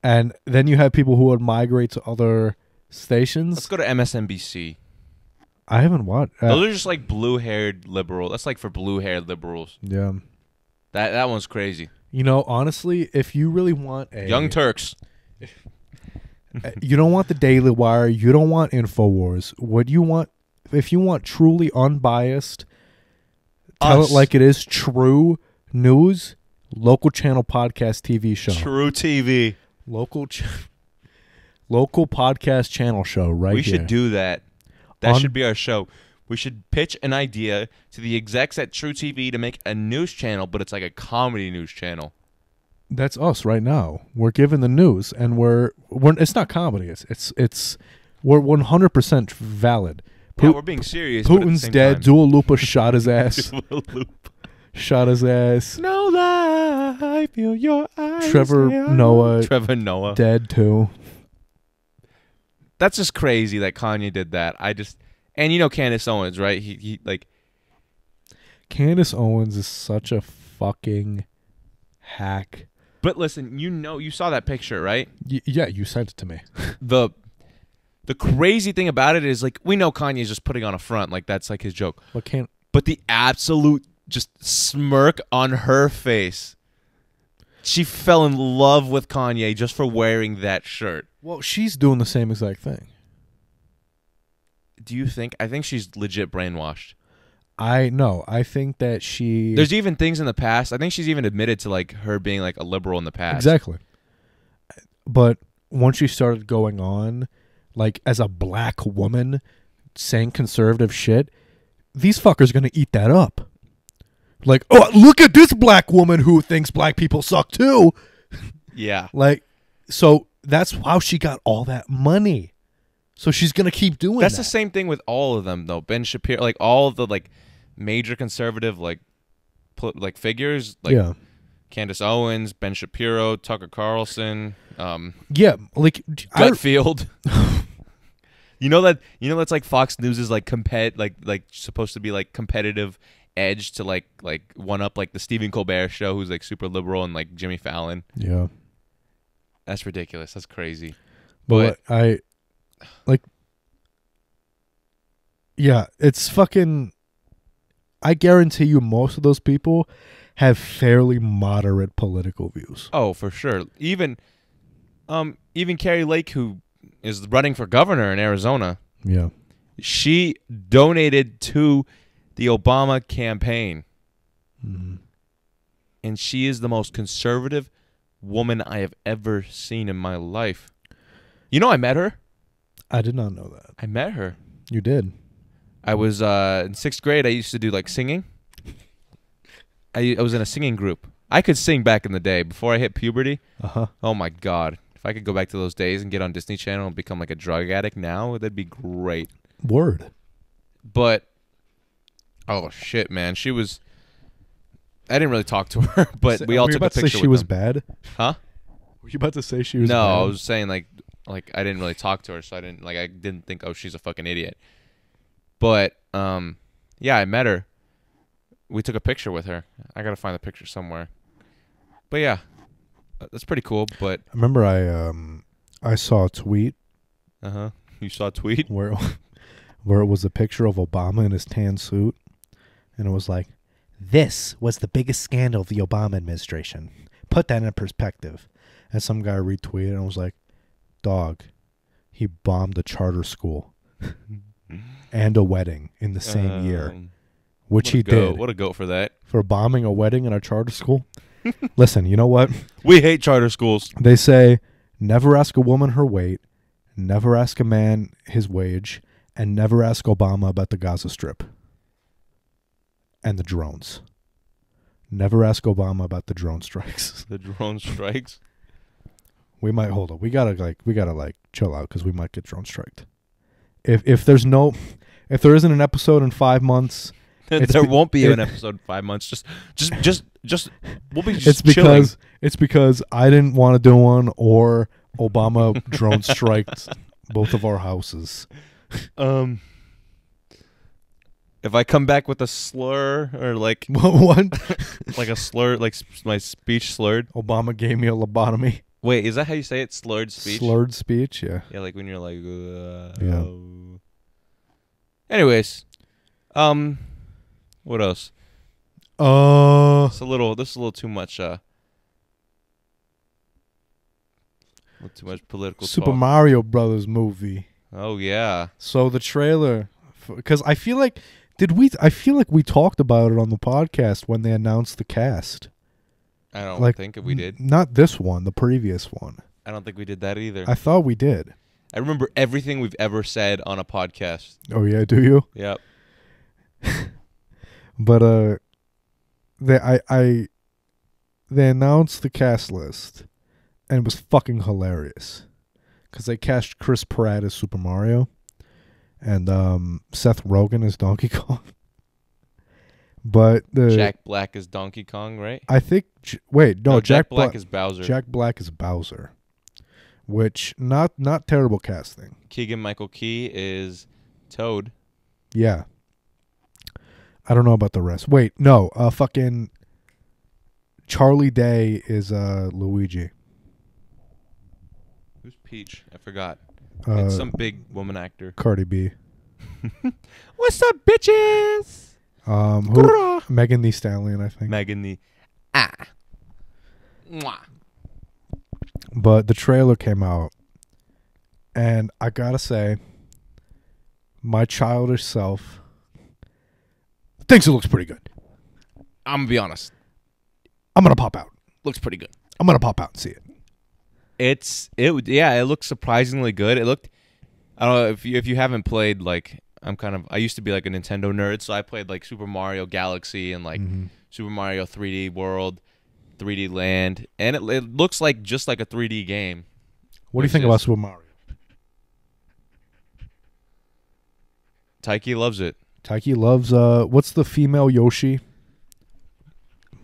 Speaker 2: And then you have people who would migrate to other
Speaker 1: Let's
Speaker 2: stations.
Speaker 1: go to MSNBC.
Speaker 2: I haven't watched. Uh,
Speaker 1: Those are just like blue-haired liberal. That's like for blue-haired liberals.
Speaker 2: yeah.
Speaker 1: That that one's crazy.
Speaker 2: You know, honestly, if you really want a
Speaker 1: Young Turks.
Speaker 2: you don't want the Daily Wire, you don't want Infowars. What you want, if you want truly unbiased, tell
Speaker 1: Us.
Speaker 2: it like it is, true news, local channel podcast TV show,
Speaker 1: True TV.
Speaker 2: local, ch- local podcast channel show, right?
Speaker 1: we should
Speaker 2: here.
Speaker 1: do that. That
Speaker 2: On-
Speaker 1: should be our show. We should pitch an idea to the execs at True TV to make a news channel, but it's like a comedy news channel.
Speaker 2: That's us right now. We're given the news, and we're we're. It's not comedy. It's it's it's. We're one hundred percent valid.
Speaker 1: yeah,
Speaker 2: Pu-
Speaker 1: we're being serious. but at the
Speaker 2: Putin's
Speaker 1: same
Speaker 2: dead.
Speaker 1: time-
Speaker 2: Dua Lipa shot his ass.
Speaker 1: Dua Lipa.
Speaker 2: shot his ass.
Speaker 1: No lie, feel your eyes.
Speaker 2: Trevor
Speaker 1: yeah.
Speaker 2: Noah
Speaker 1: Trevor Noah.
Speaker 2: dead too.
Speaker 1: That's just crazy that Kanye did that. I just and you know Candace Owens, right? He he like
Speaker 2: Candace Owens is such a fucking hack.
Speaker 1: but listen, you know you saw that picture, right?
Speaker 2: Y- yeah, you sent it to me.
Speaker 1: the the crazy thing about it is like we know Kanye's just putting on a front, like that's like his joke.
Speaker 2: But can
Speaker 1: But the absolute just smirk on her face. She fell in love with Kanye just for wearing that shirt.
Speaker 2: well, she's doing the same exact thing.
Speaker 1: Do you think I think she's legit brainwashed.
Speaker 2: I know. I think that she
Speaker 1: There's even things in the past. I think she's even admitted to like her being like a liberal in the past.
Speaker 2: exactly. But once she started going on, like as a black woman saying conservative shit, these fuckers gonna eat that up. Like, oh, look at this black woman who thinks black people suck too.
Speaker 1: Yeah.
Speaker 2: Like, so that's how she got all that money. So she's gonna keep doing
Speaker 1: That's
Speaker 2: that.
Speaker 1: the same thing with all of them though. Ben Shapiro, like all of the like major conservative like pol- like figures like
Speaker 2: yeah,
Speaker 1: Candace Owens, Ben Shapiro, Tucker Carlson, um,
Speaker 2: yeah. Like, I,
Speaker 1: Gutfield. you know that you know that's like Fox News is like compet like like supposed to be like competitive edge to like like one up like the Stephen Colbert show who's like super liberal and like Jimmy Fallon.
Speaker 2: yeah.
Speaker 1: That's ridiculous. That's crazy.
Speaker 2: But I, like, yeah. It's fucking. I guarantee you, most of those people have fairly moderate political views.
Speaker 1: Oh, for sure. Even um even Carrie Lake who is running for governor in Arizona,
Speaker 2: Yeah,
Speaker 1: she donated to the Obama campaign.
Speaker 2: Mhm.
Speaker 1: and she is the most conservative woman I have ever seen in my life. You know, I met her.
Speaker 2: I did not know that.
Speaker 1: I met her.
Speaker 2: You did.
Speaker 1: I was uh, in sixth grade. I used to do like singing. I, I was in a singing group. I could sing back in the day before I hit puberty.
Speaker 2: Uh huh.
Speaker 1: Oh my god! If I could go back to those days and get on Disney Channel and become like a drug addict now, that'd be great.
Speaker 2: Word.
Speaker 1: But oh shit, man, she was. I didn't really talk to her, but
Speaker 2: Say-
Speaker 1: we all
Speaker 2: were you
Speaker 1: took
Speaker 2: about
Speaker 1: a
Speaker 2: to say
Speaker 1: picture.
Speaker 2: she
Speaker 1: with
Speaker 2: was
Speaker 1: them.
Speaker 2: bad.
Speaker 1: huh?
Speaker 2: Were you about to say she was?
Speaker 1: no
Speaker 2: bad?
Speaker 1: i was saying like like i didn't really talk to her so i didn't like i didn't think oh she's a fucking idiot but um yeah i met her we took a picture with her i gotta find the picture somewhere but yeah uh, that's pretty cool but
Speaker 2: I remember I um I saw a tweet
Speaker 1: uh-huh you saw a tweet
Speaker 2: where where it was a picture of Obama in his tan suit and it was like this was the biggest scandal of the Obama administration. Put that in perspective. And some guy retweeted and was like, "Dog, he bombed a charter school and a wedding in the same year,
Speaker 1: Um,
Speaker 2: which
Speaker 1: what a
Speaker 2: he
Speaker 1: goat.
Speaker 2: did
Speaker 1: what a goat for that
Speaker 2: for bombing a wedding and a charter school." Listen, you know what?
Speaker 1: we hate charter schools
Speaker 2: They say never ask a woman her weight, never ask a man his wage, and never ask Obama about the Gaza Strip and the drones. Never ask Obama about the drone strikes.
Speaker 1: the drone strikes
Speaker 2: We might hold up. We gotta like we gotta like chill out because we might get drone striked. If if there's no if there isn't an episode in five months, It's
Speaker 1: there
Speaker 2: be-
Speaker 1: won't be
Speaker 2: it-
Speaker 1: an episode in five months just just just just we'll be just
Speaker 2: it's
Speaker 1: chilling.
Speaker 2: because it's because I didn't want to do one or Obama drone Um, striked both of our houses.
Speaker 1: Um, If I come back with a slur or like
Speaker 2: What? what?
Speaker 1: like a slur, like s- my speech slurred.
Speaker 2: Obama gave me a lobotomy.
Speaker 1: Wait, is that how you say it? Slurred speech.
Speaker 2: Slurred speech. Yeah.
Speaker 1: Yeah, like when you're like. Uh,
Speaker 2: Yeah.
Speaker 1: uh. Anyways, um, what else?
Speaker 2: Uh.
Speaker 1: It's a little. This is a little too much. Uh, a little too much political.
Speaker 2: Super
Speaker 1: talk.
Speaker 2: Mario Brothers movie.
Speaker 1: Oh yeah.
Speaker 2: So the trailer, because I feel like did we? I feel like we talked about it on the podcast when they announced the cast.
Speaker 1: I don't
Speaker 2: Like,
Speaker 1: think we did.
Speaker 2: N- Not this one, the previous one.
Speaker 1: I don't think we did that either.
Speaker 2: I thought we did.
Speaker 1: I remember everything we've ever said on a podcast.
Speaker 2: Oh yeah, do you?
Speaker 1: Yep.
Speaker 2: But uh, they I I they announced the cast list, and it was fucking hilarious, because they cast Chris Pratt as Super Mario, and um Seth Rogen as Donkey Kong. But the
Speaker 1: Jack Black is Donkey Kong, right?
Speaker 2: I think J- wait no,
Speaker 1: Jack, Black,
Speaker 2: Bla-
Speaker 1: is Bowser.
Speaker 2: Jack Black is Bowser, which not not terrible casting.
Speaker 1: Keegan Michael Key is Toad.
Speaker 2: Yeah. I don't know about the rest. Wait, no. Uh, fucking Charlie Day is uh Luigi.
Speaker 1: Who's Peach? I forgot.
Speaker 2: Uh,
Speaker 1: it's some big woman actor.
Speaker 2: Cardi B.
Speaker 1: What's up, bitches?
Speaker 2: Um, who? Megan Thee Stallion, I think.
Speaker 1: Megan the ah. Mwah.
Speaker 2: but the trailer came out, and I gotta say, my childish self thinks it looks pretty good.
Speaker 1: I'm gonna be honest.
Speaker 2: I'm gonna pop out.
Speaker 1: Looks pretty good.
Speaker 2: I'm gonna pop out and see it.
Speaker 1: It's it would- yeah. It looks surprisingly good. It looked. I don't know if you if you haven't played like I'm kind of I used to be like a Nintendo nerd, so I played like Super Mario Galaxy and like
Speaker 2: Mhm.
Speaker 1: Super Mario 3D World, 3D Land, and it, it looks like just like a 3D game.
Speaker 2: What do you
Speaker 1: Which
Speaker 2: think
Speaker 1: is-
Speaker 2: about Super Mario?
Speaker 1: Taiki loves it.
Speaker 2: Taiki loves uh, what's the female Yoshi?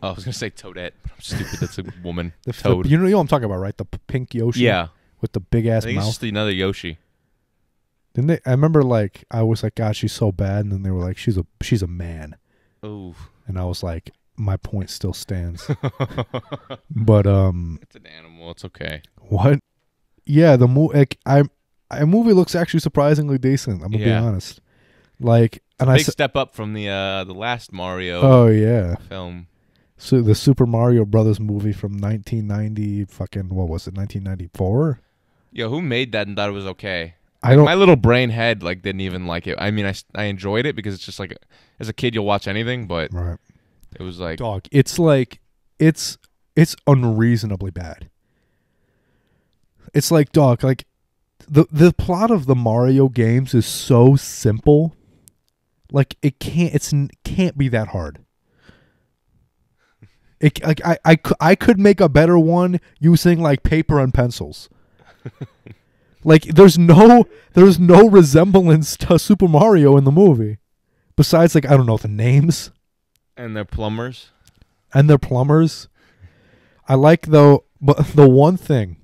Speaker 1: Oh, I was gonna say Toadette. but I'm stupid. That's a woman.
Speaker 2: The, the-
Speaker 1: Toad.
Speaker 2: you know, you know what I'm talking about, right? The p- pink Yoshi.
Speaker 1: yeah,
Speaker 2: With the big
Speaker 1: I
Speaker 2: ass
Speaker 1: think it's
Speaker 2: mouth.
Speaker 1: just another Yoshi.
Speaker 2: Didn't they? I remember like I was like, God, she's so bad, and then they were like, she's a she's a man,
Speaker 1: Ooh,
Speaker 2: and I was like, my point still stands. but um,
Speaker 1: it's an animal. It's okay.
Speaker 2: what? Yeah, the movie. Like, I, I movie looks actually surprisingly decent. I'm gonna
Speaker 1: Yeah.
Speaker 2: be honest. Like, and I
Speaker 1: Big
Speaker 2: said,
Speaker 1: step up from the uh the last Mario
Speaker 2: oh yeah,
Speaker 1: film.
Speaker 2: so the Super Mario Brothers movie from 1990, fucking what was it, 1994?
Speaker 1: Yo, who made that and thought it was okay?
Speaker 2: I don't.
Speaker 1: My little brain head like didn't even like it. I mean, I, s- I enjoyed it because it's just like as a kid you'll watch anything, but
Speaker 2: right.
Speaker 1: it was like
Speaker 2: dog it's like it's it's unreasonably bad it's like dog like the the plot of the mario games is so simple like it can't it's n- can't be that hard it c- like I, I cou- I could make a better one using like paper and pencils like there's no there's no resemblance to super mario in the movie besides like i don't know the names
Speaker 1: and they're plumbers.
Speaker 2: and they're plumbers. I like though, but the one thing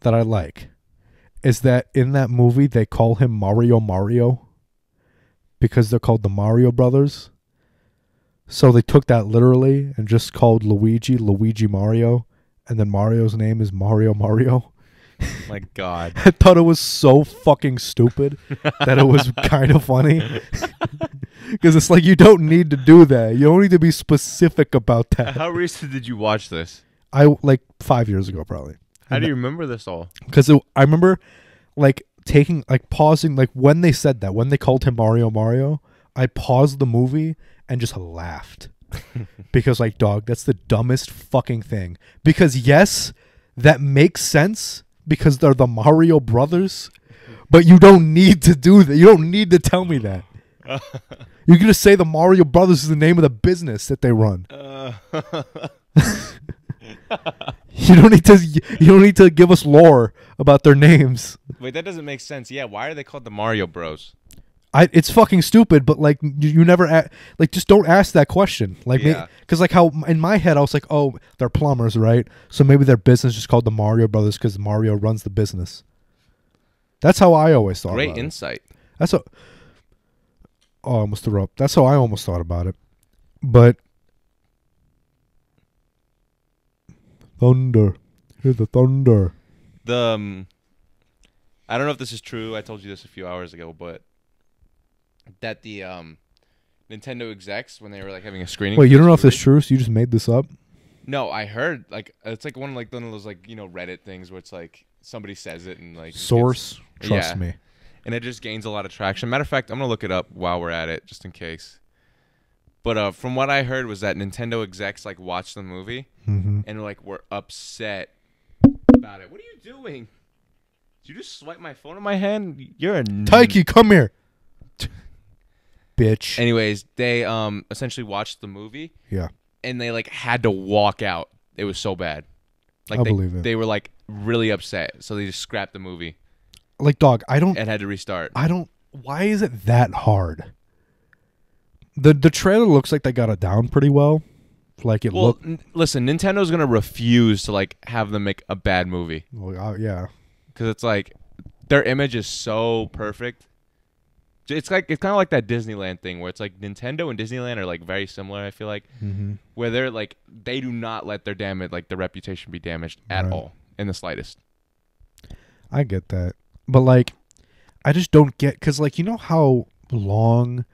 Speaker 2: that I like is that in that movie they call him Mario Mario because they're called the Mario Brothers. So they took that literally and just called Luigi Luigi Mario, and then Mario's name is Mario Mario.
Speaker 1: My God.
Speaker 2: I thought it was so fucking stupid that it was kind of funny. Because it's like, you don't need to do that. You don't need to be specific about that.
Speaker 1: How recent did you watch this?
Speaker 2: I like five years ago probably
Speaker 1: How do you remember this all?
Speaker 2: because I remember like taking like pausing like when they said that when they called him Mario Mario I paused the movie and just laughed because like dog that's the dumbest fucking thing because yes that makes sense because they're the Mario brothers but you don't need to do that you don't need to tell me that you can just say the Mario brothers is the name of the business that they run you don't need to you don't need to give us lore about their names
Speaker 1: Wait, that doesn't make sense. Yeah, why are they called the Mario Bros?
Speaker 2: I it's fucking stupid, but like you, you never a, like just don't ask that question. Like
Speaker 1: Yeah.
Speaker 2: because like how in my head I was like, oh, they're plumbers, right? So maybe their business is called the Mario Brothers because Mario runs the business. That's how I always thought.
Speaker 1: Great
Speaker 2: about it.
Speaker 1: insight.
Speaker 2: That's a oh, I almost threw up. That's how I almost thought about it. But thunder, hear the thunder.
Speaker 1: The um, I don't know if this is true. I told you this a few hours ago, but that the um, Nintendo execs when they were like having a screening.
Speaker 2: Wait,
Speaker 1: for
Speaker 2: you don't know if
Speaker 1: movie-
Speaker 2: this is true? So you just made this up?
Speaker 1: No, I heard like it's like one like one of those like you know Reddit things where it's like somebody says it and like it gets-
Speaker 2: Source, trust
Speaker 1: Yeah.
Speaker 2: me.
Speaker 1: and it just gains a lot of traction. Matter of fact, I'm gonna look it up while we're at it, just in case. But uh, from what I heard was that Nintendo execs like watched the movie
Speaker 2: Mm-hmm.
Speaker 1: and like were upset about it. What are you doing? Did you just swipe my phone in my hand? You're a n-
Speaker 2: Tyke, come here, bitch.
Speaker 1: Anyways, they um essentially watched the movie
Speaker 2: yeah,
Speaker 1: and they like had to walk out. It was so bad. Like
Speaker 2: I
Speaker 1: they,
Speaker 2: believe it.
Speaker 1: they were like really upset, so they just scrapped the movie
Speaker 2: like dog. I don't
Speaker 1: and had to restart.
Speaker 2: I don't. Why is it that hard? the The trailer looks like they got it down pretty well. Like it
Speaker 1: Well,
Speaker 2: looked.
Speaker 1: n- listen, Nintendo's gonna refuse to like have them make a bad movie
Speaker 2: Well, uh, yeah,
Speaker 1: because it's like their image is so perfect. J- It's like it's kind of like that Disneyland thing where it's like Nintendo and Disneyland are like very similar. I feel like
Speaker 2: Mhm.
Speaker 1: where they're like they do not let their damage like their reputation be damaged at
Speaker 2: Right.
Speaker 1: all in the slightest.
Speaker 2: I get that. But like, I just don't get because like you know how long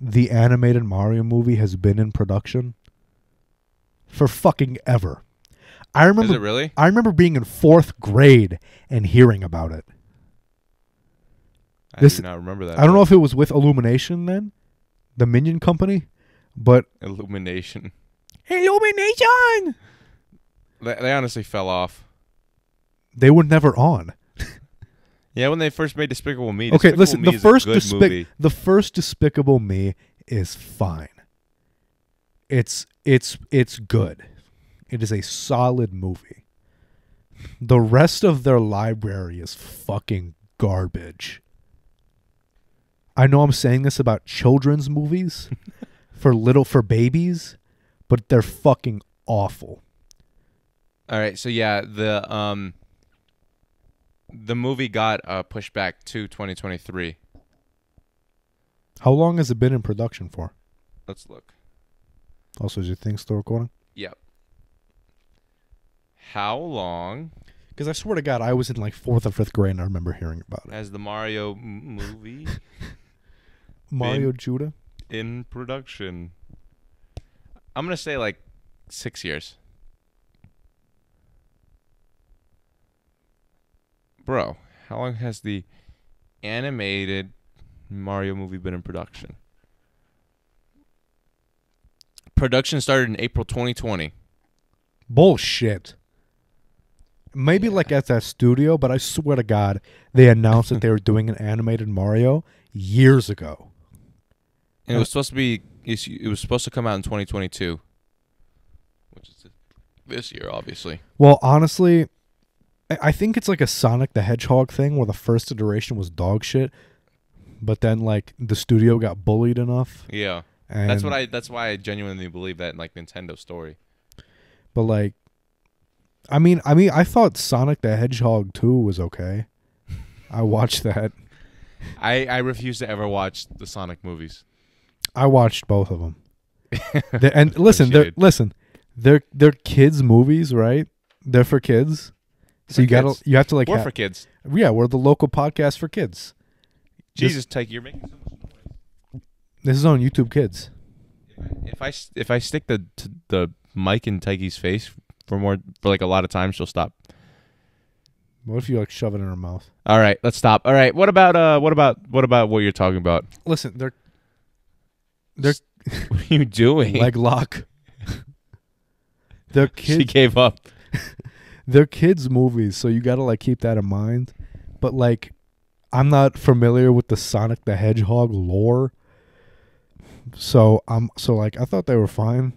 Speaker 2: the animated Mario movie has been in production for fucking ever. I
Speaker 1: Is it
Speaker 2: remember.
Speaker 1: really?
Speaker 2: I remember being in fourth grade and hearing about it.
Speaker 1: I
Speaker 2: This-
Speaker 1: do not remember that.
Speaker 2: I don't know if it was with Illumination then, the Minion Company, but
Speaker 1: Illumination.
Speaker 2: Illumination.
Speaker 1: They, they honestly fell off.
Speaker 2: they were never on.
Speaker 1: Yeah, when they first made Despicable Me.
Speaker 2: okay,
Speaker 1: Despicable
Speaker 2: listen.
Speaker 1: Me
Speaker 2: The
Speaker 1: is a
Speaker 2: first
Speaker 1: good
Speaker 2: despic
Speaker 1: movie.
Speaker 2: the first Despicable Me is fine. It's it's it's good. It is a solid movie. The rest of their library is fucking garbage. I know I'm saying this about children's movies for little for babies, but they're fucking awful.
Speaker 1: All right, so yeah, the um the movie got uh pushed back to 2023.
Speaker 2: How long has it been in production for?
Speaker 1: Let's look.
Speaker 2: Also, is your thing still recording?
Speaker 1: Yep. How long
Speaker 2: Because I swear to God, I was in like fourth or fifth grade and I remember hearing about it.
Speaker 1: has the Mario m- movie
Speaker 2: Mario Judah?
Speaker 1: in production? I'm going to say like 6 years. Bro, how long has the animated Mario movie been in production? Production started in April 2020.
Speaker 2: Bullshit. Maybe like at that studio, but I swear to God, they announced that they were doing an animated Mario years ago.
Speaker 1: And it was supposed to be. it's- It was supposed to come out in 2022, which is this year, obviously.
Speaker 2: Well, honestly, I- I think it's like a Sonic the Hedgehog thing where the first iteration was dog shit, but then like the studio got bullied enough.
Speaker 1: Yeah,
Speaker 2: And
Speaker 1: that's what I. That's why I genuinely believe that like Nintendo story.
Speaker 2: But like, I mean, I mean, I thought Sonic the Hedgehog two was okay. I watched that.
Speaker 1: I I refuse to ever watch the Sonic movies.
Speaker 2: I watched both of them. and listen, they're,
Speaker 1: Appreciated.
Speaker 2: listen, they're they're kids movies, right? They're for kids. So
Speaker 1: For
Speaker 2: you gotta
Speaker 1: kids.
Speaker 2: you have to like
Speaker 1: We're
Speaker 2: ha-
Speaker 1: for kids.
Speaker 2: yeah, we're the local podcast for kids. Just-
Speaker 1: Jesus, take you're making so much noise.
Speaker 2: This is on YouTube Kids.
Speaker 1: If I s- if I stick the t- the mic in Tyke's face for more for like a lot of time, she'll stop.
Speaker 2: What if you like shove it in her mouth?
Speaker 1: All right, let's stop. All right, what about uh what about what about what you're talking about?
Speaker 2: Listen, they're they're
Speaker 1: What are you doing?
Speaker 2: leg lock. they're
Speaker 1: she
Speaker 2: kids.
Speaker 1: gave up.
Speaker 2: they're kids movies so you gotta like keep that in mind but like i'm not familiar with the sonic the hedgehog lore so i'm so like i thought they were fine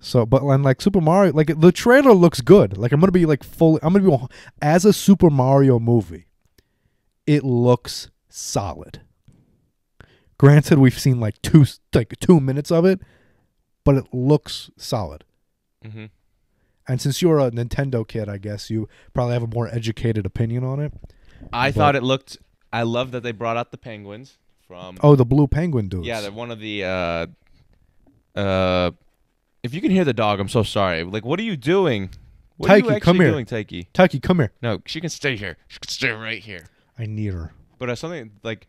Speaker 2: so but and like super mario like the trailer looks good like i'm gonna be like fully i'm gonna be as a super mario movie it looks solid granted we've seen like two s- like two minutes of it but it looks solid
Speaker 1: Mm-hmm.
Speaker 2: and since you're a Nintendo kid, I guess you probably have a more educated opinion on it.
Speaker 1: I
Speaker 2: But-
Speaker 1: thought it looked. I love that they brought out the penguins fro- from.
Speaker 2: Oh, the blue penguin dudes.
Speaker 1: Yeah, they're one of the. Uh, uh, if you can hear the dog, I'm so sorry. Like, what are you doing? What are you
Speaker 2: Taiki,
Speaker 1: actually
Speaker 2: come here.
Speaker 1: doing, Taiki?
Speaker 2: Tucky, come here.
Speaker 1: No, she can stay here.
Speaker 3: She could stay right here.
Speaker 2: I need her.
Speaker 1: But uh, something like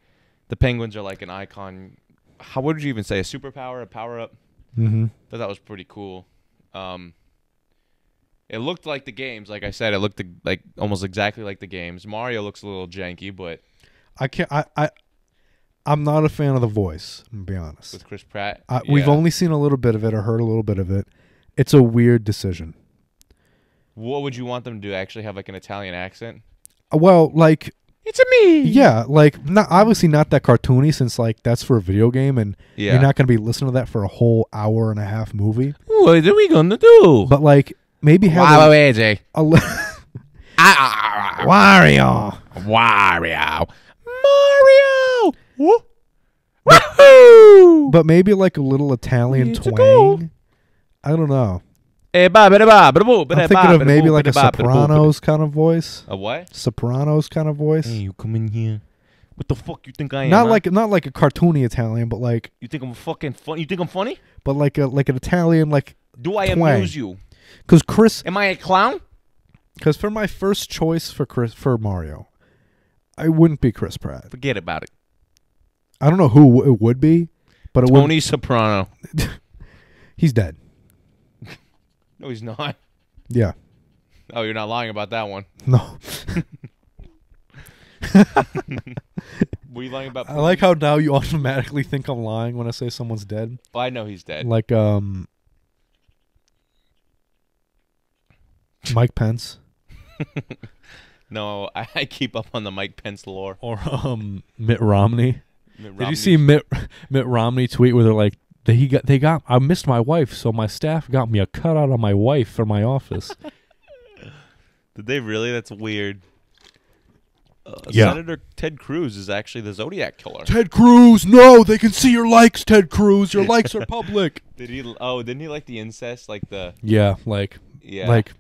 Speaker 1: the penguins are like an icon. How would you even say a superpower, a power up?
Speaker 2: Mm-hmm.
Speaker 1: Thought that was pretty cool. Um, it looked like the games, like I said, it looked like almost exactly like the games. Mario looks a little janky, but
Speaker 2: I can't. I. I I'm not a fan of the voice. I'm gonna be honest.
Speaker 1: with Chris Pratt,
Speaker 2: I, Uh, We've
Speaker 1: yeah.
Speaker 2: only seen a little bit of it or heard a little bit of it. It's a weird decision.
Speaker 1: What would you want them to do? Actually, have like an Italian accent?
Speaker 2: Uh, Well, like
Speaker 1: It's a me.
Speaker 2: yeah, like not obviously not that cartoony since like that's for a video game and
Speaker 1: Yeah.
Speaker 2: you're not gonna be listening to that for a whole hour and a half movie.
Speaker 1: What are we gonna do?
Speaker 2: But like maybe have a-
Speaker 3: AJ.
Speaker 2: a li- Wario.
Speaker 3: Wario. Mario.
Speaker 2: But maybe like a little Italian
Speaker 1: It's a goal.
Speaker 2: twang. I don't know.
Speaker 1: eh,
Speaker 2: I'm thinking
Speaker 1: thinking
Speaker 2: of maybe like a Sopranos kind of voice.
Speaker 1: A what?
Speaker 2: Sopranos kind of voice.
Speaker 1: you come in here. What the fuck you think I am?
Speaker 2: Not
Speaker 1: huh?
Speaker 2: like not like a cartoony Italian, but like
Speaker 1: you think I'm fucking funny. You think I'm funny?
Speaker 2: but like a like an Italian like
Speaker 1: Do I
Speaker 2: Twang.
Speaker 1: amuse you?
Speaker 2: because Chris
Speaker 1: Am I a clown?
Speaker 2: because for my first choice for Chris for Mario, I wouldn't be Chris Pratt.
Speaker 1: Forget about it.
Speaker 2: I don't know who it would be, but it wouldn't.
Speaker 1: Tony Soprano.
Speaker 2: He's dead.
Speaker 1: No, he's not.
Speaker 2: Yeah.
Speaker 1: Oh, you're not lying about that one.
Speaker 2: No.
Speaker 1: Were you lying about?
Speaker 2: I like how now you automatically think I'm lying when I say someone's dead.
Speaker 1: Well, I know he's dead.
Speaker 2: Like um Mike Pence
Speaker 1: No, I, I keep up on the Mike Pence lore.
Speaker 2: or um Mitt Romney.
Speaker 1: Mitt
Speaker 2: Did
Speaker 1: Romney-
Speaker 2: you see Mitt Mitt Romney tweet where they're like they he got they got I missed my wife, so my staff got me a cutout of my wife for my office.
Speaker 1: Did they really? That's weird. Uh,
Speaker 2: Yeah.
Speaker 1: Senator Ted Cruz is actually the Zodiac killer.
Speaker 2: Ted Cruz, no, they can see your likes, Ted Cruz. Your likes are public.
Speaker 1: Did he? Oh, didn't he like the incest? Like the
Speaker 2: Yeah, like
Speaker 1: yeah.
Speaker 2: like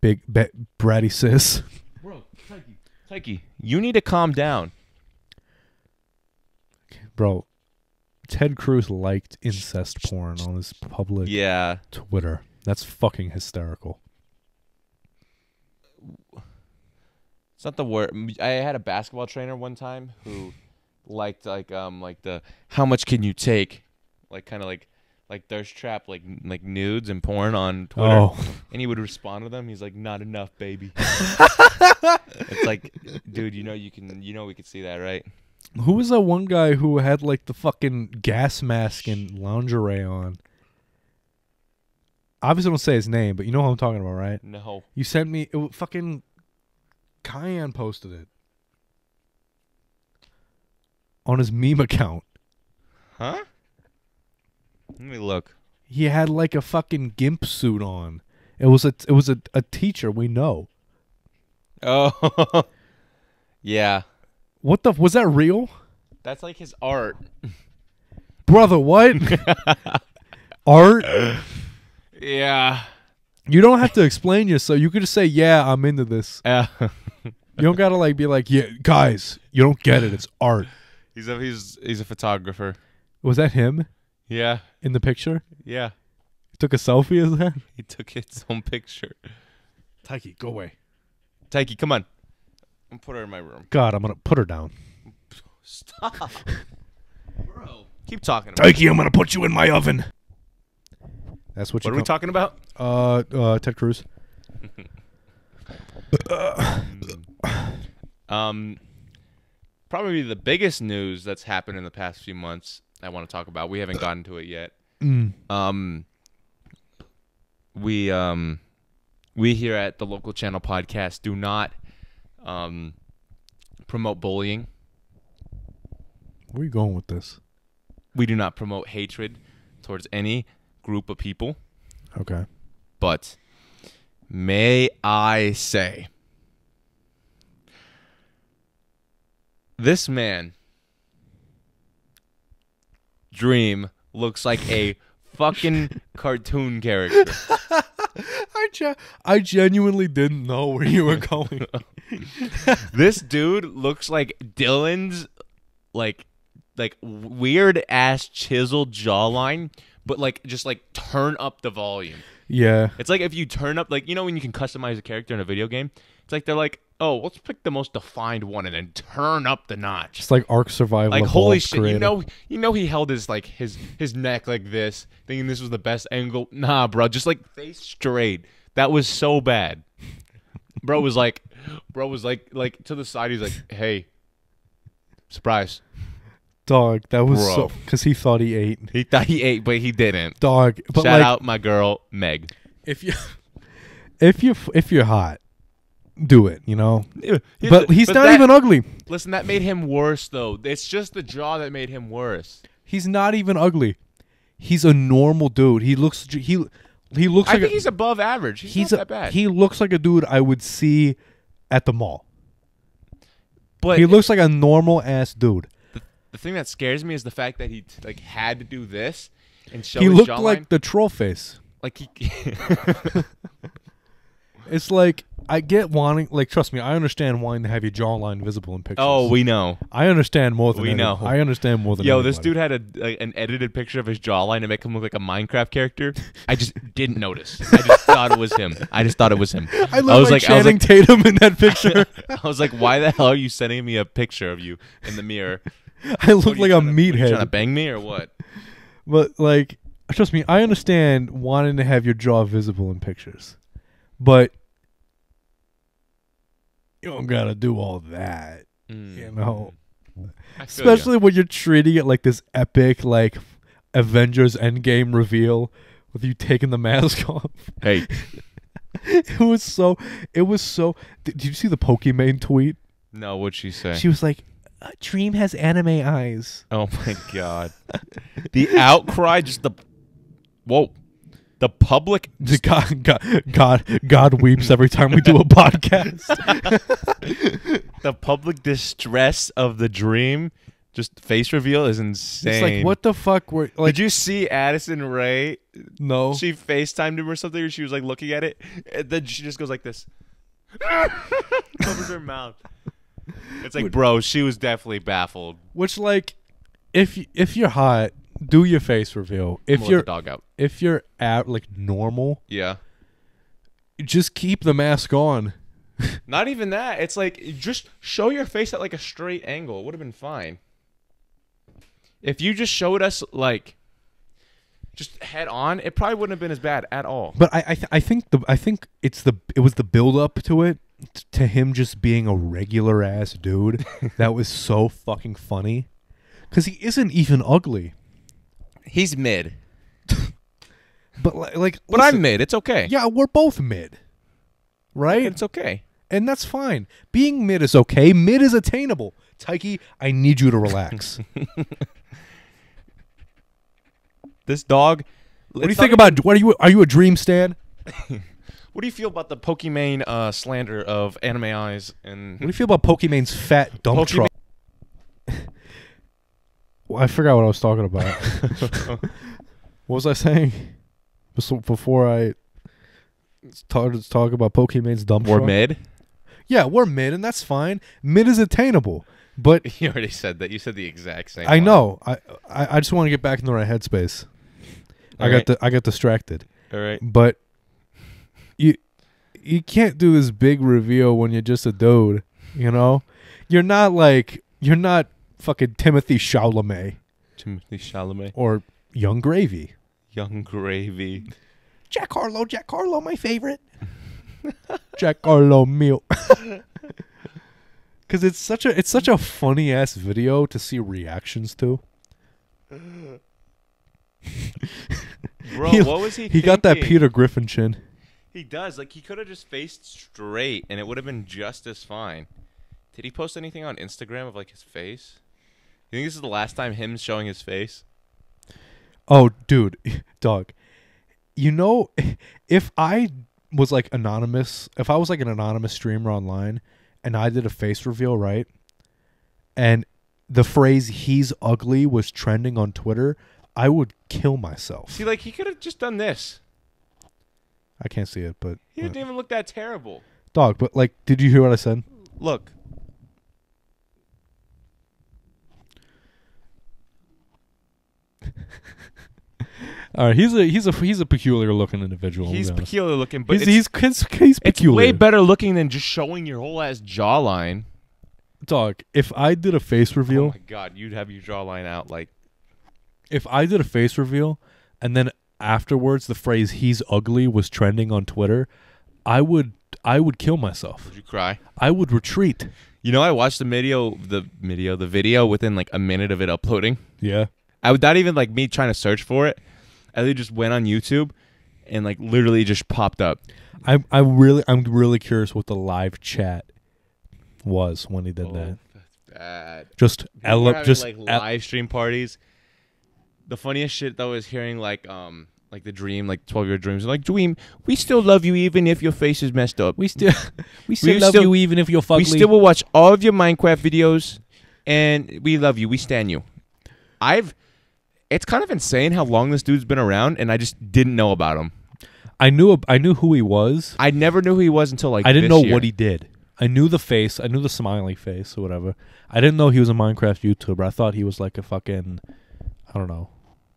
Speaker 2: big ba- bratty sis.
Speaker 1: bro, Tyke, Tyke, you need to calm down.
Speaker 2: Bro, Ted Cruz liked incest porn on his public
Speaker 1: Yeah.
Speaker 2: Twitter. That's fucking hysterical.
Speaker 1: It's not the word. I had a basketball trainer one time who liked like um like the how much can you take, like kind of like like thirst trap like like nudes and porn on Twitter,
Speaker 2: Oh,
Speaker 1: and he would respond to them. He's like, "Not enough, baby." it's like, dude, you know you can you know we could see that, right?
Speaker 2: who was that one guy who had like the fucking gas mask and lingerie on? Obviously, I don't say his name, but you know who I'm talking about, right?
Speaker 1: No,
Speaker 2: You sent me it. wa- Fucking Cayenne posted it on his meme account.
Speaker 1: huh? Let me look.
Speaker 2: He had like a fucking gimp suit on. It was a it was a, a teacher we know.
Speaker 1: Oh, yeah,
Speaker 2: What the was that real,
Speaker 1: that's like his art.
Speaker 2: brother? What art?
Speaker 1: Yeah.
Speaker 2: You don't have to explain yourself. You could just say, "Yeah, I'm into this."
Speaker 1: Uh,
Speaker 2: You don't gotta like be like, "Yeah, guys, you don't get it. It's art."
Speaker 1: he's a he's he's a photographer.
Speaker 2: Was that him
Speaker 1: Yeah,
Speaker 2: in the picture?
Speaker 1: yeah.
Speaker 2: Took a selfie, is that?
Speaker 1: He took his own picture.
Speaker 2: Taiki, go away.
Speaker 1: Taiki, come on. I'm put her in my room.
Speaker 2: God, I'm gonna put her down.
Speaker 1: Stop, bro. Keep talking. About
Speaker 2: Taiki, I'm gonna put you in my oven. That's what,
Speaker 3: What are
Speaker 2: you
Speaker 3: we talking about?
Speaker 2: Uh, uh, Ted Cruz.
Speaker 1: Um, probably the biggest news that's happened in the past few months I want to talk about. We haven't gotten to it yet. Um, we um, we here at the local channel podcast do not um promote bullying.
Speaker 2: Where are you going with this?
Speaker 1: We do not promote hatred towards any group of people.
Speaker 2: Okay.
Speaker 1: But may I say, this man, Dream, looks like a fucking cartoon character.
Speaker 2: I ge- I genuinely didn't know where you were going.
Speaker 1: This dude looks like Dylan's, like, like weird ass chiseled jawline, but like just like turn up the volume.
Speaker 2: Yeah.
Speaker 1: It's like if you turn up, like you know when you can customize a character in a video game. It's like they're like, oh, let's pick the most defined one and then turn up the notch.
Speaker 2: It's like Ark Survival.
Speaker 1: Like
Speaker 2: evolved
Speaker 1: holy shit, you
Speaker 2: creative.
Speaker 1: know, you know he held his like his his neck like this, thinking this was the best angle. Nah, bro, just like face straight. That was so bad. Bro was like, bro was like like to the side. He's like, hey, surprise.
Speaker 2: dog. That was so
Speaker 1: Bro.
Speaker 2: because he thought he ate
Speaker 1: He thought he ate, but he didn't.
Speaker 2: dog. But
Speaker 1: Shout
Speaker 2: like,
Speaker 1: out my girl Meg.
Speaker 2: if you if you if you're hot, do it. You know.
Speaker 1: Here's
Speaker 2: But
Speaker 1: the-
Speaker 2: he's not
Speaker 1: that-
Speaker 2: even ugly.
Speaker 1: Listen, that made him worse though. It's just the jaw that made him worse.
Speaker 2: He's not even ugly. He's a normal dude. He looks he he looks
Speaker 1: I
Speaker 2: like
Speaker 1: think
Speaker 2: a,
Speaker 1: he's above average. He's,
Speaker 2: he's
Speaker 1: not
Speaker 2: a,
Speaker 1: that bad.
Speaker 2: he looks like a dude I would see at the mall.
Speaker 1: but
Speaker 2: He looks like a normal ass dude.
Speaker 1: the thing that scares me is the fact that he like had to do this and show
Speaker 2: He
Speaker 1: his
Speaker 2: looked
Speaker 1: jawline.
Speaker 2: like the troll face.
Speaker 1: like he.
Speaker 2: It's like I get wanting like trust me, I understand wanting to have your jawline visible in pictures.
Speaker 1: oh, we know.
Speaker 2: I understand more than
Speaker 1: We
Speaker 2: any-
Speaker 1: know.
Speaker 2: I understand more than
Speaker 1: Yo, this
Speaker 2: anybody.
Speaker 1: dude had a like, an edited picture of his jawline to make him look like a Minecraft character. I just didn't notice. I just thought it was him. I just thought it was him.
Speaker 2: I look
Speaker 1: was
Speaker 2: like
Speaker 1: like, I was
Speaker 2: Channing
Speaker 1: like,
Speaker 2: Tatum in that picture.
Speaker 1: I was like, why the hell are you sending me a picture of you in the mirror?
Speaker 2: I look
Speaker 1: What are
Speaker 2: like
Speaker 1: you
Speaker 2: a
Speaker 1: tryna- what are you Trying to
Speaker 2: meathead.
Speaker 1: bang me or what?
Speaker 2: But like, trust me, I understand wanting to have your jaw visible in pictures, but you don't gotta do all that,
Speaker 1: Mm.
Speaker 2: you know.
Speaker 1: I feel ya.
Speaker 2: Especially when you're treating it like this epic, like Avengers Endgame reveal with you taking the mask off.
Speaker 1: Hey,
Speaker 2: it was so. It was so. Did, did you see the Pokimane tweet?
Speaker 1: no, what'd she say?
Speaker 2: She was like, "Uh, "Dream has anime eyes."
Speaker 1: oh my god, the outcry, just the whoa, the public.
Speaker 2: God, God, God, God weeps every time we do a podcast.
Speaker 1: The public distress of the dream, just face reveal is insane.
Speaker 2: It's like, what the fuck were like? Oh.
Speaker 1: Did you see Addison Ray?
Speaker 2: no,
Speaker 1: She FaceTimed him or something, or she was like looking at it, and then she just goes like this, covers her mouth. It's like, bro, she was definitely baffled.
Speaker 2: which like, if y- if you're hot, do your face reveal.
Speaker 1: I'm
Speaker 2: If
Speaker 1: gonna let
Speaker 2: you're
Speaker 1: the dog out,
Speaker 2: if you're at like normal,
Speaker 1: yeah.
Speaker 2: just keep the mask on.
Speaker 1: Not even that. It's like just show your face at like a straight angle. It would have been fine. If you just showed us like just head on, it probably wouldn't have been as bad at all.
Speaker 2: But I I, th- I think the I think it's the it was the build up to it t- to him just being a regular ass dude that was so fucking funny because he isn't even ugly.
Speaker 1: He's mid.
Speaker 2: But li- like,
Speaker 1: But
Speaker 2: listen,
Speaker 1: I'm mid. It's okay.
Speaker 2: yeah, we're both mid, right?
Speaker 1: It's okay.
Speaker 2: and that's fine. Being mid is okay. Mid is attainable. Tyke, I need you to relax.
Speaker 1: This dog
Speaker 2: what do you think about? What are you? Are you a dream stan?
Speaker 1: What do you feel about the Pokimane uh, slander of anime eyes
Speaker 2: What do
Speaker 1: and
Speaker 2: you feel about Pokimane's fat dump
Speaker 1: Pokimane-
Speaker 2: truck? well, I forgot what I was talking about. what was I saying? Bes- Before I started to talk about Pokimane's dump
Speaker 1: We're
Speaker 2: truck.
Speaker 1: mid?
Speaker 2: Yeah, we're mid, and that's fine. Mid is attainable, but
Speaker 1: You already said that. You said the exact same.
Speaker 2: I
Speaker 1: line.
Speaker 2: know. I I, I just want to get back in the right headspace. I
Speaker 1: All
Speaker 2: got
Speaker 1: right.
Speaker 2: the, I got distracted.
Speaker 1: All right.
Speaker 2: but you you can't do this big reveal when you're just a dude, you know? You're not like you're not fucking Timothy Chalamet
Speaker 1: Timothy Chalamet,
Speaker 2: or Young Gravy.
Speaker 1: Young Gravy.
Speaker 2: Jack Harlow, Jack Harlow, my favorite. Jack Harlow meal. Cause it's such a it's such a funny ass video to see reactions to.
Speaker 1: Bro,
Speaker 2: He-
Speaker 1: what was he?
Speaker 2: He got that
Speaker 1: thinking?
Speaker 2: Peter Griffin chin.
Speaker 1: He does. Like he could have just faced straight, and it would have been just as fine. Did he post anything on Instagram of like his face? You think this is the last time him showing his face?
Speaker 2: Oh, dude, dog. You know, if I was like anonymous, if I was like an anonymous streamer online and I did a face reveal, right? And the phrase he's ugly was trending on Twitter, I would kill myself.
Speaker 1: See, like he could have just done this.
Speaker 2: I can't see it, but
Speaker 1: He didn't even look that terrible.
Speaker 2: dog, but like did you hear what I said?
Speaker 1: Look,
Speaker 2: All right, he's a he's a he's a peculiar looking individual.
Speaker 1: He's
Speaker 2: I'm gonna-
Speaker 1: peculiar looking, but
Speaker 2: he's,
Speaker 1: it's,
Speaker 2: he's, he's, he's
Speaker 1: it's
Speaker 2: peculiar.
Speaker 1: way better looking than just showing your whole ass jawline.
Speaker 2: Dog, if I did a face
Speaker 1: Oh
Speaker 2: reveal,
Speaker 1: my god, you'd have your jawline out like
Speaker 2: if I did a face reveal, and then afterwards the phrase "he's ugly" was trending on Twitter, I would I would kill myself.
Speaker 1: you cry.
Speaker 2: I would retreat.
Speaker 1: You know, I watched the video, the video, the video within like a minute of it uploading.
Speaker 2: Yeah.
Speaker 1: I would not even like me trying to search for it. I literally just went on YouTube and like literally just popped up.
Speaker 2: I I really I'm really curious what the live chat was when he did that.
Speaker 1: that's bad.
Speaker 2: Just ele-
Speaker 1: having,
Speaker 2: just
Speaker 1: like
Speaker 2: e-
Speaker 1: live stream parties. The funniest shit though is hearing like um like the dream like twelve year dreams like dream we still love you even if your face is messed up.
Speaker 2: we still we still
Speaker 1: we
Speaker 2: love
Speaker 1: still-
Speaker 2: you even if you're fugly.
Speaker 1: We still will watch all of your Minecraft videos, and we love you. We stand you. I've. It's kind of insane how long this dude's been around, and I just didn't know about him.
Speaker 2: I knew ab- I knew who he was.
Speaker 1: I never knew who he was until like
Speaker 2: I didn't
Speaker 1: this
Speaker 2: know
Speaker 1: year.
Speaker 2: what he did. I knew the face. I knew the smiley face or whatever. I didn't know he was a Minecraft YouTuber. I thought he was like a fucking I don't know,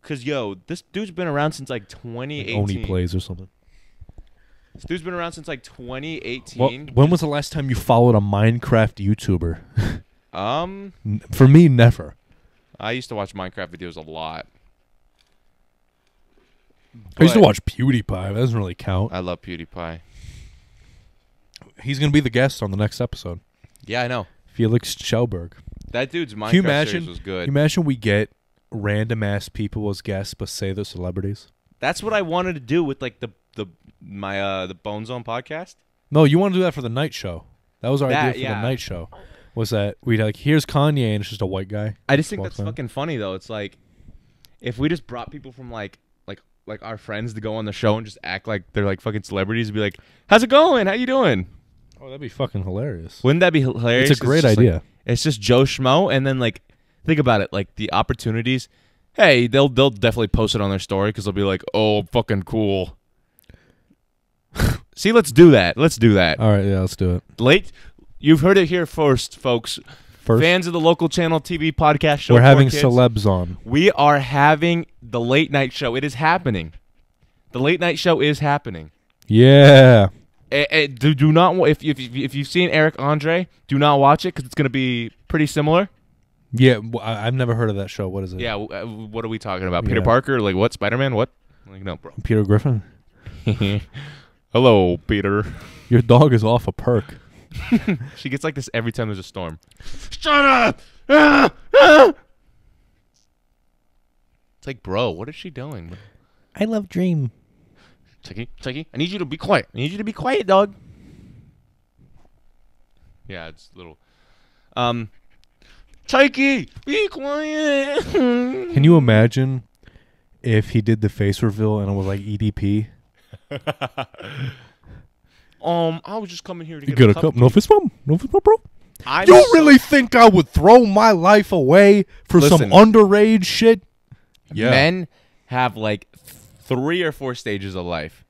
Speaker 1: Cause yo, this dude's been around since like 2018.
Speaker 2: Oni plays or something.
Speaker 1: This dude's been around since like 2018.
Speaker 2: Well, when was the last time you followed a Minecraft YouTuber?
Speaker 1: Um,
Speaker 2: N- For me, never.
Speaker 1: I used to watch Minecraft videos a lot.
Speaker 2: I used to
Speaker 1: But-
Speaker 2: watch PewDiePie. That doesn't really count.
Speaker 1: I love PewDiePie.
Speaker 2: He's gonna be the guest on the next episode.
Speaker 1: Yeah, I know.
Speaker 2: Felix Schauberg.
Speaker 1: That dude's Minecraft
Speaker 2: Can you imagine?
Speaker 1: series was good.
Speaker 2: Can you imagine we get random ass people as guests, but say they're celebrities.
Speaker 1: That's what I wanted to do with like the the my uh the Bone Zone podcast.
Speaker 2: No, you want to do that for the night show. That was our
Speaker 1: That-
Speaker 2: idea for
Speaker 1: yeah.
Speaker 2: the night show. Was that we'd like here's Kanye and it's just a white guy.
Speaker 1: I just think
Speaker 2: Well
Speaker 1: that's
Speaker 2: done.
Speaker 1: fucking funny though. It's like if we just brought people from like like like our friends to go on the show and just act like they're like fucking celebrities, be like, "How's it going? How you doing?"
Speaker 2: Oh, that'd be fucking hilarious.
Speaker 1: Wouldn't that be hilarious?
Speaker 2: It's a great
Speaker 1: just, like,
Speaker 2: idea.
Speaker 1: it's just Joe Schmo, and then like think about it, like the opportunities. Hey, they'll they'll definitely post it on their story because they'll be like, "Oh, fucking cool." See, let's do that. Let's do that.
Speaker 2: All right, yeah, let's do it.
Speaker 1: Late, you've heard it here first, folks.
Speaker 2: First,
Speaker 1: Fans of the local channel TV podcast show.
Speaker 2: we're
Speaker 1: for
Speaker 2: having
Speaker 1: kids.
Speaker 2: celebs on.
Speaker 1: We are having the late night show. It is happening. The late night show is happening.
Speaker 2: Yeah,
Speaker 1: Eh, eh, do, do not wa- if if if you've seen Eric Andre, do not watch it because it's going to be pretty similar.
Speaker 2: yeah. w- I, have never heard of that show. What is it?
Speaker 1: Yeah, w- uh, what are we talking about? Peter
Speaker 2: Yeah.
Speaker 1: Parker? Like what? Spider Man? What? Like no, bro.
Speaker 2: Peter Griffin.
Speaker 1: Hello, Peter.
Speaker 2: Your dog is off a perk.
Speaker 1: She gets like this every time there's a storm. Shut up! Ah! Ah! It's like, bro, what is she doing?
Speaker 2: I love Dream.
Speaker 1: Tucky, Tucky, I need you to be quiet. I need you to be quiet, dog. Yeah, it's little. Um, Tucky, be quiet.
Speaker 2: Can you imagine if he did the face reveal and it was like E EDP?
Speaker 1: um, I was just coming here to
Speaker 2: You
Speaker 1: get,
Speaker 2: got a cup? No fist bump? No fist bump, bro?
Speaker 1: I
Speaker 2: You really think I would throw my life away for
Speaker 1: Listen.
Speaker 2: some underage shit? Yeah.
Speaker 1: Men have like th- three or four stages of life.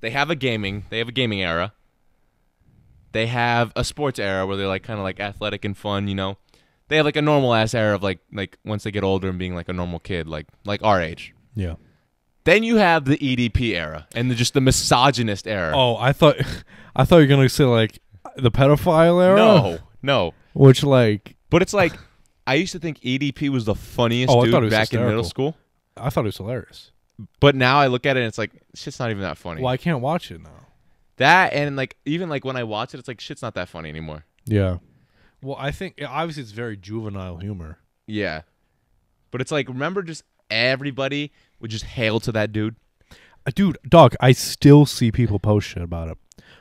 Speaker 1: They have a gaming, they have a gaming era. They have a sports era where they're like kind of like athletic and fun, you know. They have like a normal ass era of like like once they get older and being like a normal kid, like like our age.
Speaker 2: Yeah.
Speaker 1: Then you have the EDP era and the, just the misogynist era.
Speaker 2: Oh, I thought I thought you were gonna say like the pedophile era.
Speaker 1: no, no.
Speaker 2: Which like
Speaker 1: But it's like I used to think EDP was the funniest
Speaker 2: Oh, I
Speaker 1: dude
Speaker 2: thought it was
Speaker 1: back in middle
Speaker 2: hysterical.
Speaker 1: school,
Speaker 2: I thought it was hilarious.
Speaker 1: but now I look at it and it's like shit's not even that funny.
Speaker 2: Well, I can't watch it now.
Speaker 1: That and like even like when I watch it, it's like shit's not that funny anymore.
Speaker 2: Yeah. Well, I think yeah, obviously it's very juvenile humor.
Speaker 1: Yeah, but it's like remember just everybody would just hail to that dude.
Speaker 2: Uh, Dude, dog, I still see people post shit about it.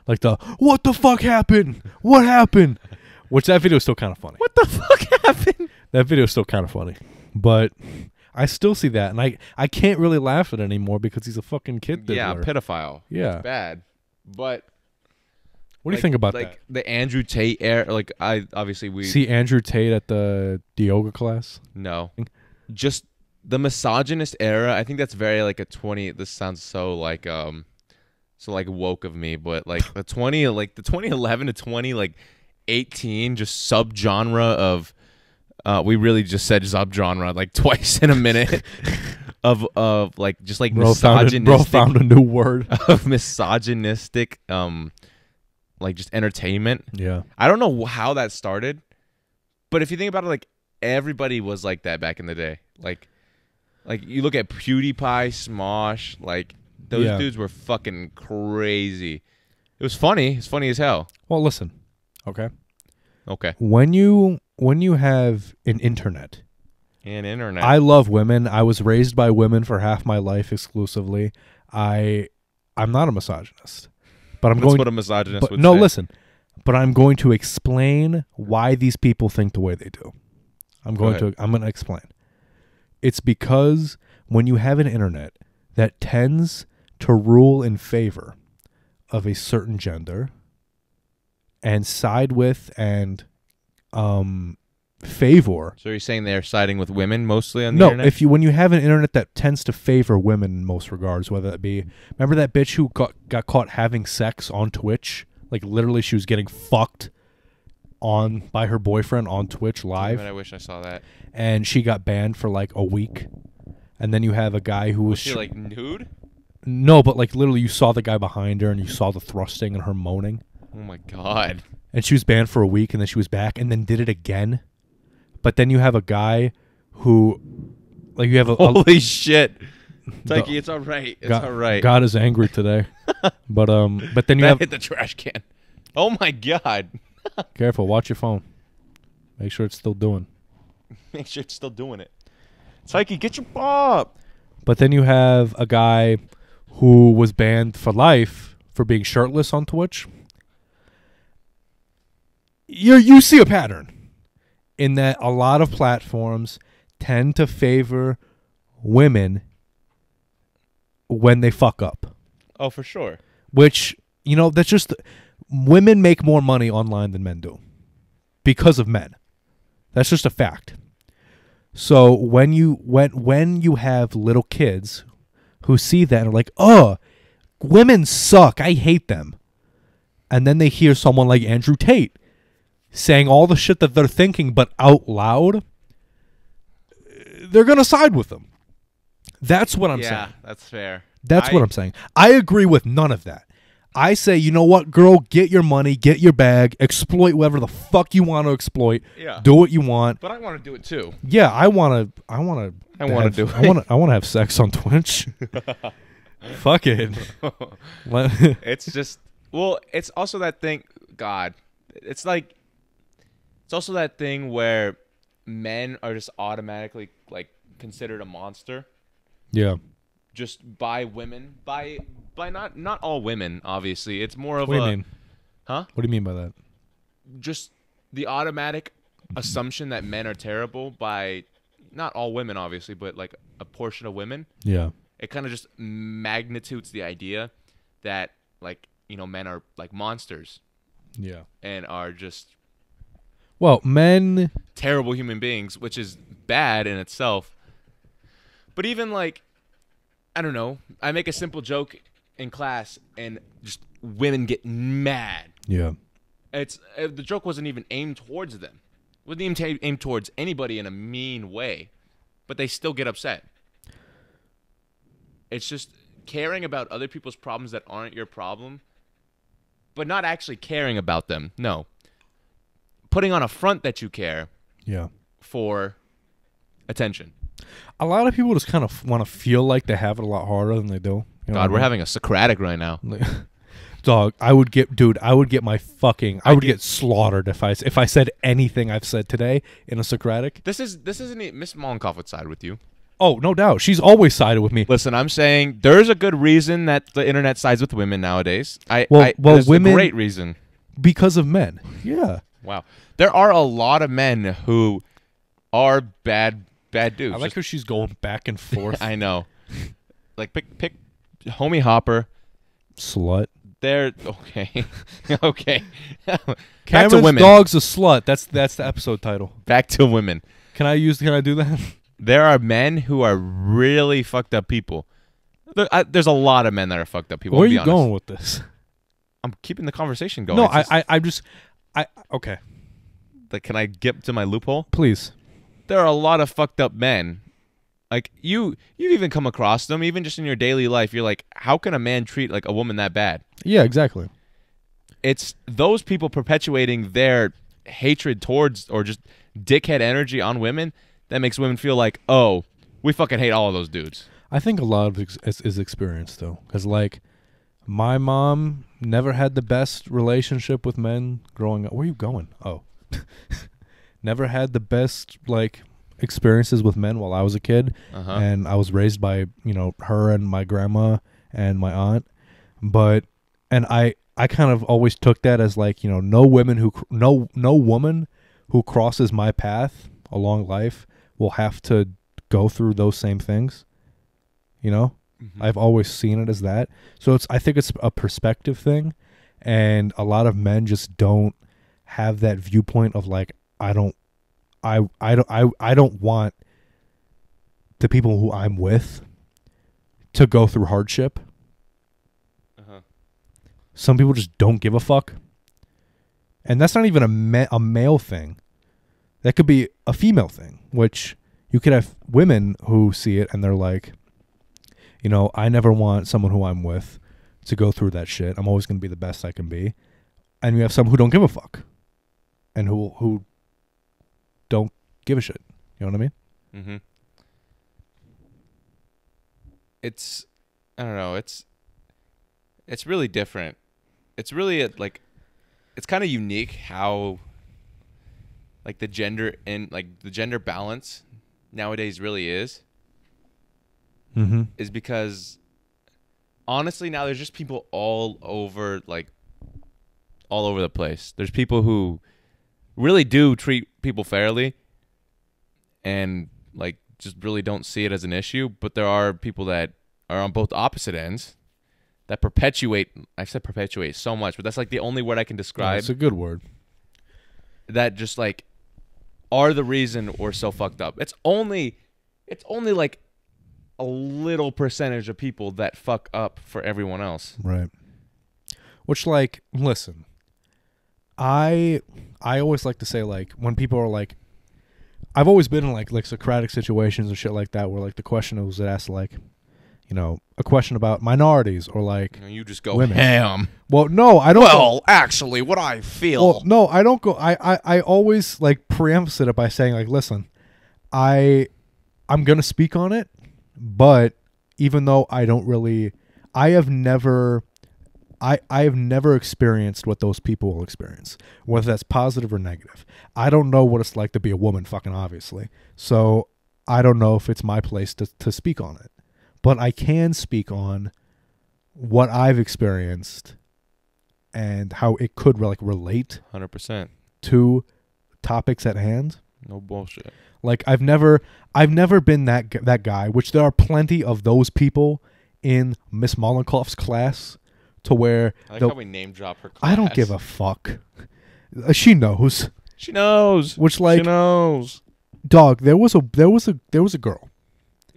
Speaker 2: Like the what the fuck happened? What happened? Which that video is still kind of funny.
Speaker 1: What the fuck happened?
Speaker 2: That video is still kind of funny, but I still see that, and I I can't really laugh at it anymore because he's a fucking kid.
Speaker 1: Yeah,
Speaker 2: diddler.
Speaker 1: pedophile.
Speaker 2: yeah.
Speaker 1: Bad. But
Speaker 2: What do you think about
Speaker 1: like the Andrew Tate era? Like I obviously we
Speaker 2: that? See Andrew Tate at the, the yoga class.
Speaker 1: no, just the misogynist era. I think that's very like a twenty. This sounds so like um, so like woke of me, but like the twenty, like the twenty eleven to twenty like eighteen, just subgenre of. Uh, we really just said subgenre like twice in a minute. of of like just like
Speaker 2: Bro found, a,
Speaker 1: misogynistic
Speaker 2: bro found a new word.
Speaker 1: of misogynistic um like just entertainment.
Speaker 2: yeah.
Speaker 1: I don't know wh- how that started, but if you think about it, like everybody was like that back in the day. Like, like you look at PewDiePie, Smosh, like those
Speaker 2: Yeah.
Speaker 1: dudes were fucking crazy. It was funny. It's funny as hell.
Speaker 2: Well, listen. Okay.
Speaker 1: Okay,
Speaker 2: When you when you have an internet,
Speaker 1: and internet.
Speaker 2: I love women. I was raised by women for half my life exclusively. I I'm not a misogynist. But I'm
Speaker 1: That's
Speaker 2: going
Speaker 1: what a misogynist
Speaker 2: but
Speaker 1: would
Speaker 2: no,
Speaker 1: say.
Speaker 2: listen. But I'm going to explain why these people think the way they do. I'm
Speaker 1: Go
Speaker 2: going to I'm going to explain. It's because when you have an internet that tends to rule in favor of a certain gender and side with and um favor
Speaker 1: So you're saying they're siding with women mostly on the
Speaker 2: no,
Speaker 1: internet?
Speaker 2: if you when you have an internet that tends to favor women in most regards, whether that be remember that bitch who got got caught having sex on Twitch, like literally she was getting fucked on by her boyfriend on Twitch
Speaker 1: Damn
Speaker 2: live,
Speaker 1: it, I wish I saw that.
Speaker 2: and she got banned for like a week. And then you have a guy who was,
Speaker 1: She
Speaker 2: tr-
Speaker 1: like nude?
Speaker 2: no, but like literally you saw the guy behind her and you saw the thrusting and her moaning,
Speaker 1: Oh my god.
Speaker 2: and she was banned for a week, and then she was back, and then did it again. But then you have a guy who, like you have a, a
Speaker 1: Holy shit. Tyke, it's all right. It's
Speaker 2: God,
Speaker 1: all right.
Speaker 2: God is angry today. but um, but then you
Speaker 1: That
Speaker 2: have
Speaker 1: hit the trash can. Oh my god.
Speaker 2: careful. Watch your phone. Make sure it's still doing.
Speaker 1: Make sure it's still doing it. Psyche, get your paw up.
Speaker 2: But then you have a guy who was banned for life for being shirtless on Twitch. You you see a pattern in that a lot of platforms tend to favor women when they fuck up.
Speaker 1: Oh, for sure.
Speaker 2: which you know that's just women make more money online than men do because of men that's just a fact so when you when when you have little kids who see that and are like oh women suck i hate them and then they hear someone like andrew tate saying all the shit that they're thinking but out loud they're gonna side with them that's what i'm
Speaker 1: yeah,
Speaker 2: saying
Speaker 1: that's fair.
Speaker 2: that's
Speaker 1: I-
Speaker 2: what I'm saying. I agree with none of that. I say, you know what, girl, get your money, get your bag, exploit whatever the fuck you want to exploit.
Speaker 1: Yeah.
Speaker 2: Do what you want.
Speaker 1: But I want to do it too.
Speaker 2: Yeah, I want to. I want to.
Speaker 1: I wanna
Speaker 2: have-
Speaker 1: do
Speaker 2: I want to. I want to have sex on Twitch. fuck it. Let-
Speaker 1: It's just well, it's also that thing. God, it's like it's also that thing where men are just automatically like considered a monster
Speaker 2: yeah.
Speaker 1: just by women by by not not all women obviously it's more of
Speaker 2: What do you
Speaker 1: a
Speaker 2: mean?
Speaker 1: Huh?
Speaker 2: What do you mean by that?
Speaker 1: just the automatic assumption that men are terrible by not all women obviously but like a portion of women
Speaker 2: Yeah.
Speaker 1: it kind of just magnitudes the idea that like you know men are like monsters
Speaker 2: Yeah.
Speaker 1: and are just
Speaker 2: Well, men.
Speaker 1: terrible human beings which is bad in itself but even like i don't know i make a simple joke in class and just women get mad
Speaker 2: Yeah.
Speaker 1: it's uh, the joke wasn't even aimed towards them. It wasn't even ta- aimed towards anybody in a mean way, but they still get upset. It's just caring about other people's problems that aren't your problem, but not actually caring about them. No. Putting on a front that you care
Speaker 2: Yeah.
Speaker 1: for attention.
Speaker 2: A lot of people just kind of want to feel like they have it a lot harder than they do. You know what I
Speaker 1: God, we're
Speaker 2: mean?
Speaker 1: having a Socratic right now.
Speaker 2: Like, Dog, I would get, dude, I would get my fucking, I would get slaughtered if I if I said anything I've said today in a Socratic.
Speaker 1: This is this isn't it. Miss Monkoff would side with you.
Speaker 2: Oh, no doubt, she's always sided with me.
Speaker 1: Listen, I'm saying there's a good reason that the internet sides with women nowadays. I
Speaker 2: Well-
Speaker 1: I,
Speaker 2: well,
Speaker 1: there's a
Speaker 2: women-
Speaker 1: great reason.
Speaker 2: because of men. Yeah,
Speaker 1: Wow. There are a lot of men who are bad bad dudes.
Speaker 2: I like how she's going back and forth.
Speaker 1: Just- I know. like pick pick homie hopper.
Speaker 2: slut.
Speaker 1: They're okay. okay. Back
Speaker 2: Cameron's
Speaker 1: to women.
Speaker 2: dog's a slut. That's that's the episode title.
Speaker 1: Back to women.
Speaker 2: Can I use? Can I do that?
Speaker 1: There are men who are really fucked up people. There, I, there's a lot of men that are fucked up people.
Speaker 2: Where are
Speaker 1: I'll be
Speaker 2: you
Speaker 1: honest.
Speaker 2: going with this?
Speaker 1: I'm keeping the conversation going.
Speaker 2: No,
Speaker 1: It's
Speaker 2: I,
Speaker 1: just-
Speaker 2: I I just, I okay.
Speaker 1: like, can I get to my loophole?
Speaker 2: Please,
Speaker 1: There are a lot of fucked up men Like you, you've even come across them, even just in your daily life. You're like, how can a man treat like a woman that bad?
Speaker 2: Yeah, exactly.
Speaker 1: It's those people perpetuating their hatred towards or just dickhead energy on women that makes women feel like, oh, we fucking hate all of those dudes.
Speaker 2: I think a lot of ex- is, is experience though, because like my mom never had the best relationship with men growing up. Where are you going? Oh, never had the best like experiences with men while I was a kid,
Speaker 1: Uh-huh.
Speaker 2: and I was raised by you know her and my grandma and my aunt, but and I I kind of always took that as like you know no women who cr- no no woman who crosses my path along life will have to go through those same things, you know.
Speaker 1: Mm-hmm.
Speaker 2: Mm-hmm. I've always seen it as that. So it's I think it's a perspective thing and a lot of men just don't have that viewpoint of like I don't I I don't I, I don't want the people who I'm with to go through hardship.
Speaker 1: Uh-huh.
Speaker 2: Some people just don't give a fuck. And that's not even a ma- a male thing. That could be a female thing, which you could have women who see it and they're like you know, I never want someone who I'm with to go through that shit. I'm always going to be the best I can be. And you have some who don't give a fuck and who who don't give a shit. You know what I mean?
Speaker 1: Mm-hmm. It's, I don't know. It's, it's really different. It's really a, like, it's kind of unique how, like the gender and like the gender balance nowadays really is,
Speaker 2: Mm-hmm.
Speaker 1: is because, honestly, now there's just people all over like, all over the place. There's people who, really do treat people fairly, and like just really don't see it as an issue. But there are people that are on both opposite ends that perpetuate. I said perpetuate so much, but that's like the only word I can describe.
Speaker 2: It's a good word.
Speaker 1: that just like are the reason we're so fucked up. It's only, it's only like a little percentage of people that fuck up for everyone else.
Speaker 2: Right. Which like, listen. I I always like to say like when people are like I've always been in like like Socratic situations and shit like that where like the question was asked like you know, a question about minorities or like
Speaker 1: You, know, you just go
Speaker 2: Women.
Speaker 1: ham. Oh.
Speaker 2: well no, I don't
Speaker 3: Well, actually, what I feel.
Speaker 2: Well, no, I don't go. I, I, I always like preempt it by saying like, listen, I, I'm gonna speak on it, but even though I don't really, I have never, I, I have never experienced what those people will experience, whether that's positive or negative. I don't know what it's like to be a woman, fucking obviously. So I don't know if it's my place to to speak on it, but I can speak on what I've experienced and how it could like relate
Speaker 1: Hundred percent.
Speaker 2: to topics at hand.
Speaker 1: No bullshit.
Speaker 2: Like I've never I've never been that gu- that guy, which there are plenty of those people in Miss Mollenkoff's class to where
Speaker 1: I like
Speaker 2: the-
Speaker 1: how we name drop her. Class.
Speaker 2: I don't give a fuck. Uh, She knows.
Speaker 1: She knows.
Speaker 2: Which like
Speaker 1: she knows.
Speaker 2: dog, there was a there was a there was a girl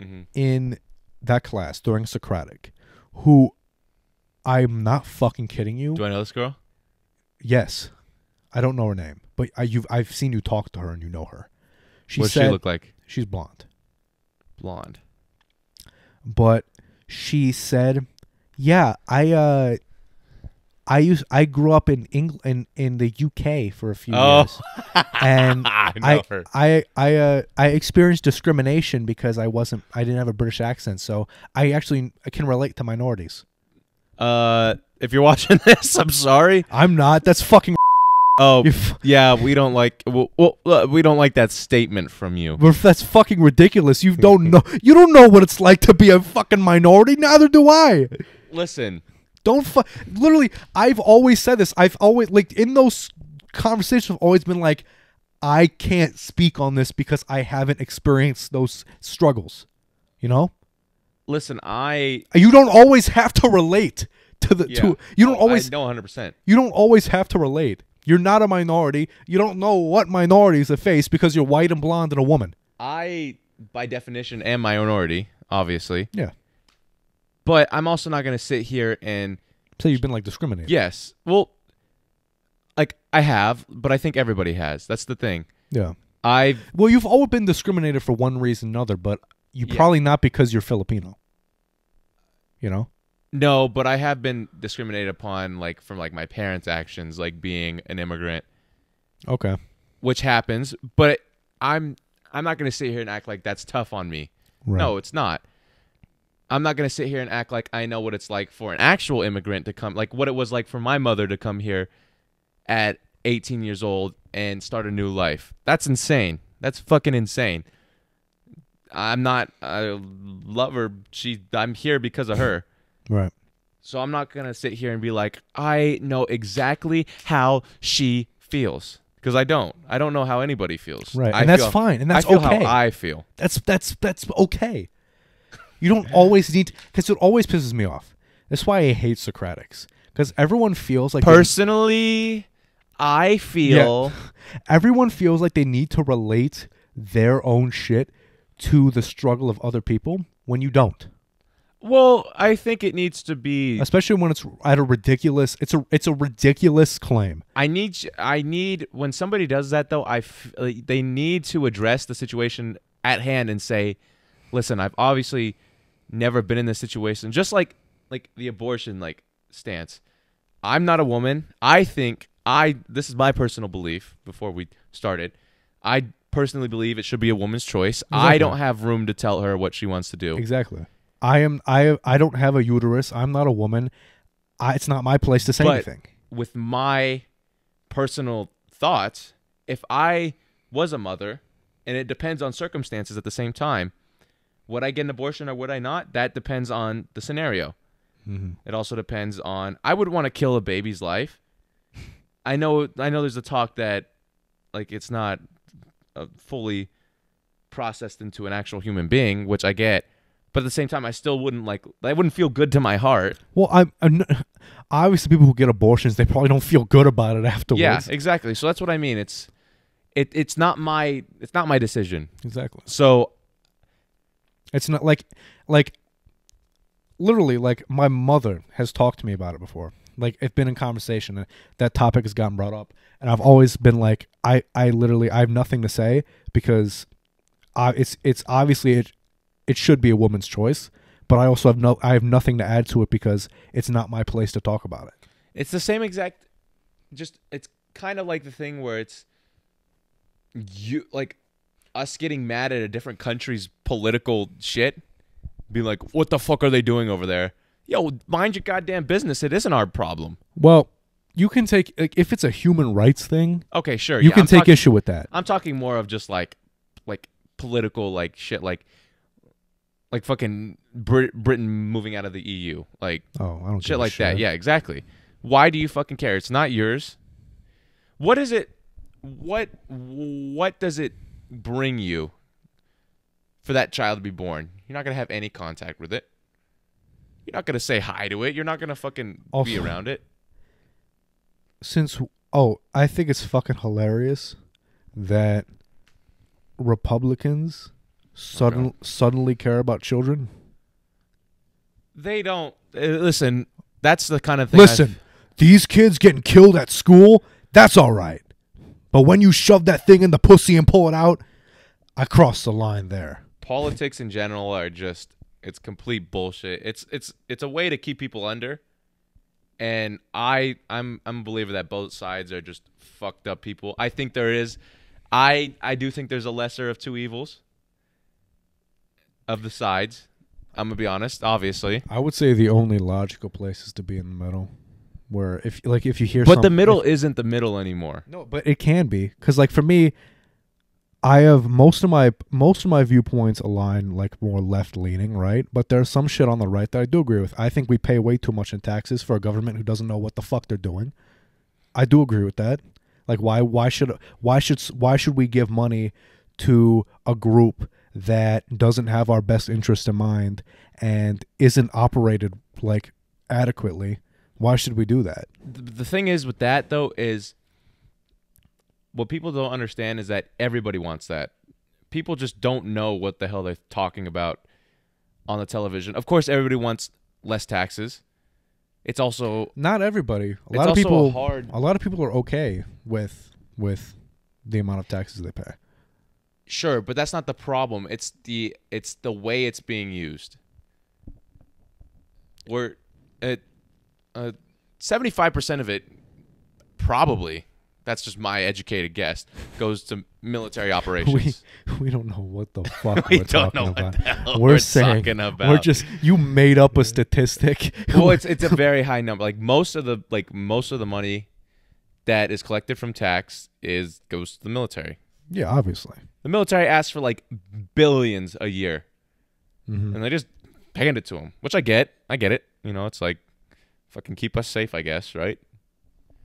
Speaker 1: Mm-hmm.
Speaker 2: in that class during Socratic who I'm not fucking kidding you.
Speaker 1: Do I know this girl?
Speaker 2: Yes. I don't know her name, but I you've I've seen you talk to her and you know her. She
Speaker 1: what does
Speaker 2: said
Speaker 1: she look like?
Speaker 2: she's blonde.
Speaker 1: Blonde.
Speaker 2: but she said, "Yeah, I uh, I used I grew up in England in, in the UK for a few
Speaker 1: Oh.
Speaker 2: years, and
Speaker 1: I know
Speaker 2: I
Speaker 1: her.
Speaker 2: I I uh, I experienced discrimination because I wasn't I didn't have a British accent, so I actually I can relate to minorities.
Speaker 1: Uh, if you're watching this, I'm sorry.
Speaker 2: I'm not. That's fucking.
Speaker 1: Oh,
Speaker 2: you f-
Speaker 1: yeah, we don't like. Well, well, uh, we don't like that statement from you.
Speaker 2: well, that's fucking ridiculous. You don't know. You don't know what it's like to be a fucking minority. Neither do I.
Speaker 1: Listen,
Speaker 2: Don't fu- literally. I've always said this. I've always like in those conversations. I've always been like, I can't speak on this because I haven't experienced those struggles. You know,
Speaker 1: listen. I
Speaker 2: you don't always have to relate to the
Speaker 1: yeah.
Speaker 2: to. You don't
Speaker 1: Oh,
Speaker 2: always
Speaker 1: I know 100. percent
Speaker 2: you don't always have to relate. You're not a minority. You don't know what minorities to face because you're white and blonde and a woman.
Speaker 1: I, by definition, am minority, obviously,
Speaker 2: Yeah.
Speaker 1: but I'm also not gonna sit here and
Speaker 2: So you've been like discriminated.
Speaker 1: yes, well, like I have, but I think everybody has. That's the thing.
Speaker 2: Yeah.
Speaker 1: I've
Speaker 2: Well, you've always been discriminated for one reason or another, but you
Speaker 1: Yeah.
Speaker 2: probably not because you're Filipino. You know?
Speaker 1: No, but I have been discriminated upon like from like my parents' actions, like being an immigrant,
Speaker 2: Okay.
Speaker 1: which happens. But I'm I'm not gonna sit here and act like that's tough on me.
Speaker 2: Right.
Speaker 1: No, it's not. I'm not gonna sit here and act like I know what it's like for an actual immigrant to come, like what it was like for my mother to come here at 18 years old and start a new life. That's insane. That's fucking insane. I'm not. I love her. She. I'm here because of her.
Speaker 2: Right.
Speaker 1: So I'm not going to sit here and be like, I know exactly how she feels. Because I don't. I don't know how anybody feels.
Speaker 2: Right.
Speaker 1: I
Speaker 2: And that's
Speaker 1: feel-
Speaker 2: fine, and that's
Speaker 1: I feel
Speaker 2: okay.
Speaker 1: how I feel.
Speaker 2: That's that's that's okay. You don't always need because it always pisses me off. That's why I hate Socratics because everyone feels like they-
Speaker 1: Personally, I feel.
Speaker 2: everyone feels like they need to relate their own shit to the struggle of other people when you don't.
Speaker 1: Well, I think it needs to be.
Speaker 2: Especially when it's at a ridiculous it's a it's a ridiculous claim.
Speaker 1: I need. I need. When somebody does that, though, I f- like, they need to address the situation at hand and say, "Listen, I've obviously never been in this situation." Just like like the abortion like stance. I'm not a woman. I think I this is my personal belief before we started. I personally believe it should be a woman's choice. I
Speaker 2: Exactly.
Speaker 1: don't have room to tell her what she wants to do.
Speaker 2: Exactly. I am I I don't have a uterus. I'm not a woman. I, it's not my place to say
Speaker 1: But-
Speaker 2: anything.
Speaker 1: with my personal thoughts, if I was a mother, and it depends on circumstances at the same time, would I get an abortion or would I not? That depends on the scenario. It also depends on I would want to kill a baby's life. I know I know there's a talk that like it's not uh, fully processed into an actual human being, which I get, but at the same time I still wouldn't like I wouldn't feel good to my heart.
Speaker 2: Well, I, I'm n- obviously people who get abortions they probably don't feel good about it afterwards.
Speaker 1: Yeah, exactly. So that's what I mean. It's it it's not my it's not my decision.
Speaker 2: exactly.
Speaker 1: So
Speaker 2: It's not like like literally like my mother has talked to me about it before. Like it's been in conversation and that topic has gotten brought up and I've always been like I I literally I have nothing to say because I it's it's obviously it it should be a woman's choice, but I also have no I have nothing to add to it because it's not my place to talk about it.
Speaker 1: it's the same exact just it's kind of like the thing where it's you like us getting mad at a different country's political shit. Be like, what the fuck are they doing over there? Yo, mind your goddamn business. It isn't our problem.
Speaker 2: Well, you can take like if it's a human rights thing,
Speaker 1: Okay, sure.
Speaker 2: you
Speaker 1: yeah,
Speaker 2: can
Speaker 1: I'm
Speaker 2: take
Speaker 1: talking-
Speaker 2: issue with that.
Speaker 1: I'm talking more of just like like political like shit like like fucking Brit- Britain moving out of the EU. Like
Speaker 2: Oh, I don't give
Speaker 1: shit
Speaker 2: a
Speaker 1: like that. Yeah, exactly. Why do you fucking care? It's not yours. What is it? What what does it bring you for that child to be born? You're not gonna have any contact with it. You're not gonna say hi to it. You're not gonna fucking be
Speaker 2: Also-
Speaker 1: around it.
Speaker 2: since oh, I think it's fucking hilarious that Republicans sudden suddenly care about children.
Speaker 1: They don't uh, listen. That's the kind of thing. I've-
Speaker 2: Listen, these kids getting killed at school, that's all right. But when you shove that thing in the pussy and pull it out, I crossed the line there.
Speaker 1: politics in general are just it's complete bullshit. It's it's it's a way to keep people under. And I I'm I'm a believer that both sides are just fucked up people. I think there is I I do think there's a lesser of two evils of the sides. I'm going to be honest, obviously.
Speaker 2: I would say the only logical place is to be in the middle, where if like if you hear
Speaker 1: But the middle isn't the middle anymore.
Speaker 2: No, but it can be because, like, for me, I have most of my most of my viewpoints align like more left leaning, right? But there's some shit on the right that I do agree with. I think we pay way too much in taxes for a government who doesn't know what the fuck they're doing. I do agree with that. Like, why why should why should why should we give money to a group that doesn't have our best interest in mind and isn't operated like adequately? Why should we do that?
Speaker 1: Th- The thing is with that though is what people don't understand is that everybody wants that. People just don't know what the hell they're talking about on the television. Of course, everybody wants less taxes. It's also
Speaker 2: not everybody. A
Speaker 1: It's
Speaker 2: lot of
Speaker 1: also a
Speaker 2: people.
Speaker 1: hard-
Speaker 2: A lot of people are okay with with the amount of taxes they pay.
Speaker 1: Sure, but that's not the problem. It's the it's the way it's being used. Where it seventy five percent of it probably that's just my educated guess goes to military operations.
Speaker 2: We we don't know what the fuck
Speaker 1: We
Speaker 2: are
Speaker 1: don't
Speaker 2: talking
Speaker 1: know what
Speaker 2: about.
Speaker 1: the hell
Speaker 2: we're,
Speaker 1: we're
Speaker 2: saying
Speaker 1: talking
Speaker 2: we're
Speaker 1: about.
Speaker 2: just you made up a statistic.
Speaker 1: well, it's it's a very high number. Like most of the like most of the money that is collected from tax is goes to the military.
Speaker 2: yeah, obviously.
Speaker 1: The military asks for like billions a year, and they just hand it to them, which I get. I get it. You know, it's like fucking keep us safe, I guess, right?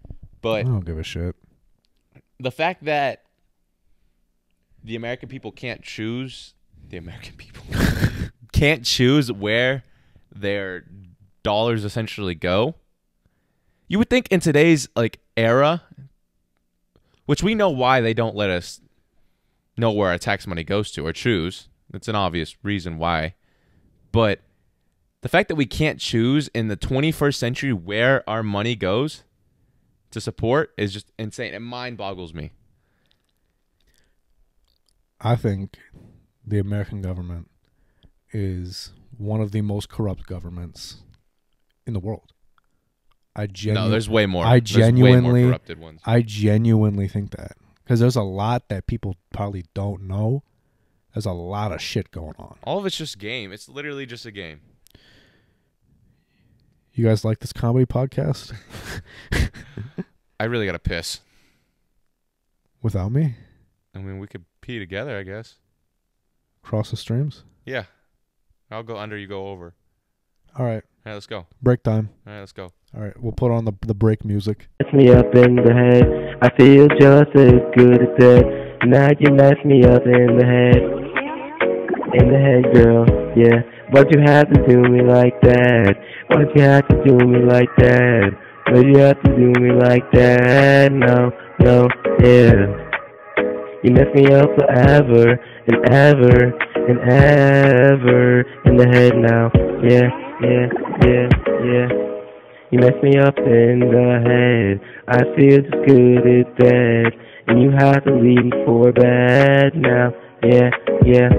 Speaker 2: I
Speaker 1: But
Speaker 2: don't give a shit.
Speaker 1: the fact that the American people can't choose the American people can't choose where their dollars essentially go. You would think in today's like era, which we know why they don't let us know where our tax money goes to or choose. That's an obvious reason why. But the fact that we can't choose in the 21st century where our money goes to support is just insane. It mind boggles me.
Speaker 2: I think the American government is one of the most corrupt governments in the world. I
Speaker 1: No,
Speaker 2: genuinely
Speaker 1: there's way more.
Speaker 2: I
Speaker 1: there's way more
Speaker 2: genuinely-
Speaker 1: corrupted ones.
Speaker 2: I genuinely think that because there's a lot that people probably don't know. There's a lot of shit going on.
Speaker 1: All of it's just game. It's literally just a game.
Speaker 2: You guys like this comedy podcast
Speaker 1: I really gotta piss.
Speaker 2: without me?
Speaker 1: I mean, we could pee together, I guess.
Speaker 2: Cross the streams.
Speaker 1: Yeah, I'll go under. You go over.
Speaker 2: All right,
Speaker 1: All right, let's go. All
Speaker 2: break time.
Speaker 1: right, let's go.
Speaker 2: All right, we'll put on the the break music.
Speaker 4: messed me up in the head. I feel just as good as that. Now you messed me up in the head. In the head, girl, yeah. But you had to do me like that. But you had to do me like that. But you had to do me like that. No, no, yeah. You messed me up forever and ever and ever in the head now. Yeah, yeah, yeah, yeah. You messed me up in the head. I feel as good as dead. And you had to leave me for bed now. Yeah, yeah.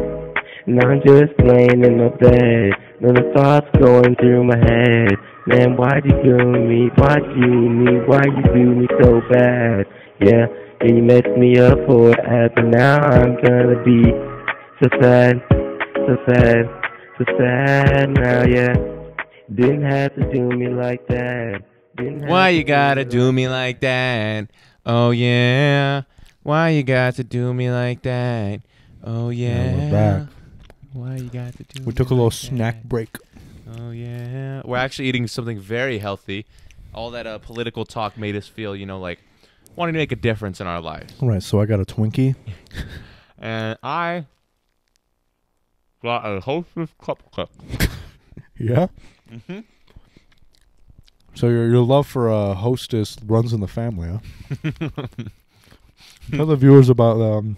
Speaker 4: And I'm just laying in my bed. Now the thoughts going through my head. Man, why'd you do me? Why'd you do me? Why'd you do me so bad? Yeah, and you messed me up forever. Now I'm gonna be so sad, so sad, so sad now, yeah. Didn't have to do me like that. Didn't have
Speaker 1: Why
Speaker 4: to
Speaker 1: you gotta
Speaker 4: me
Speaker 1: do me like that? Oh yeah. Why you got to do me like that? Oh yeah.
Speaker 2: Yeah, we're back.
Speaker 1: Why you got to do?
Speaker 2: We
Speaker 1: me
Speaker 2: took a little
Speaker 1: like
Speaker 2: snack
Speaker 1: that?
Speaker 2: break.
Speaker 1: Oh yeah, we're actually eating something very healthy. All that uh, political talk made us feel, you know, like wanting to make a difference in our lives.
Speaker 2: All right, so I got a Twinkie.
Speaker 1: And I got a Hostess cupcake.
Speaker 2: Yeah. Mm-hmm. So your your love for uh, hostess runs in the family, huh? Tell the viewers about um,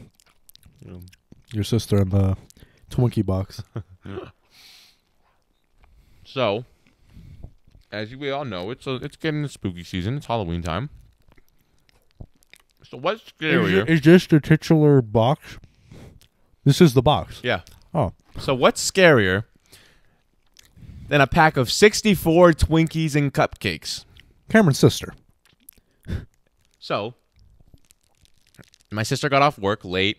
Speaker 2: your sister and the Twinkie box.
Speaker 1: So, as you- we all know, it's a, it's getting the spooky season. It's Halloween time. So what's
Speaker 2: Is,
Speaker 1: scarier?
Speaker 2: this the titular box? This is the box.
Speaker 1: Yeah.
Speaker 2: Oh,
Speaker 1: So what's scarier than a pack of sixty-four Twinkies and cupcakes?
Speaker 2: Cameron's sister.
Speaker 1: So my sister got off work late.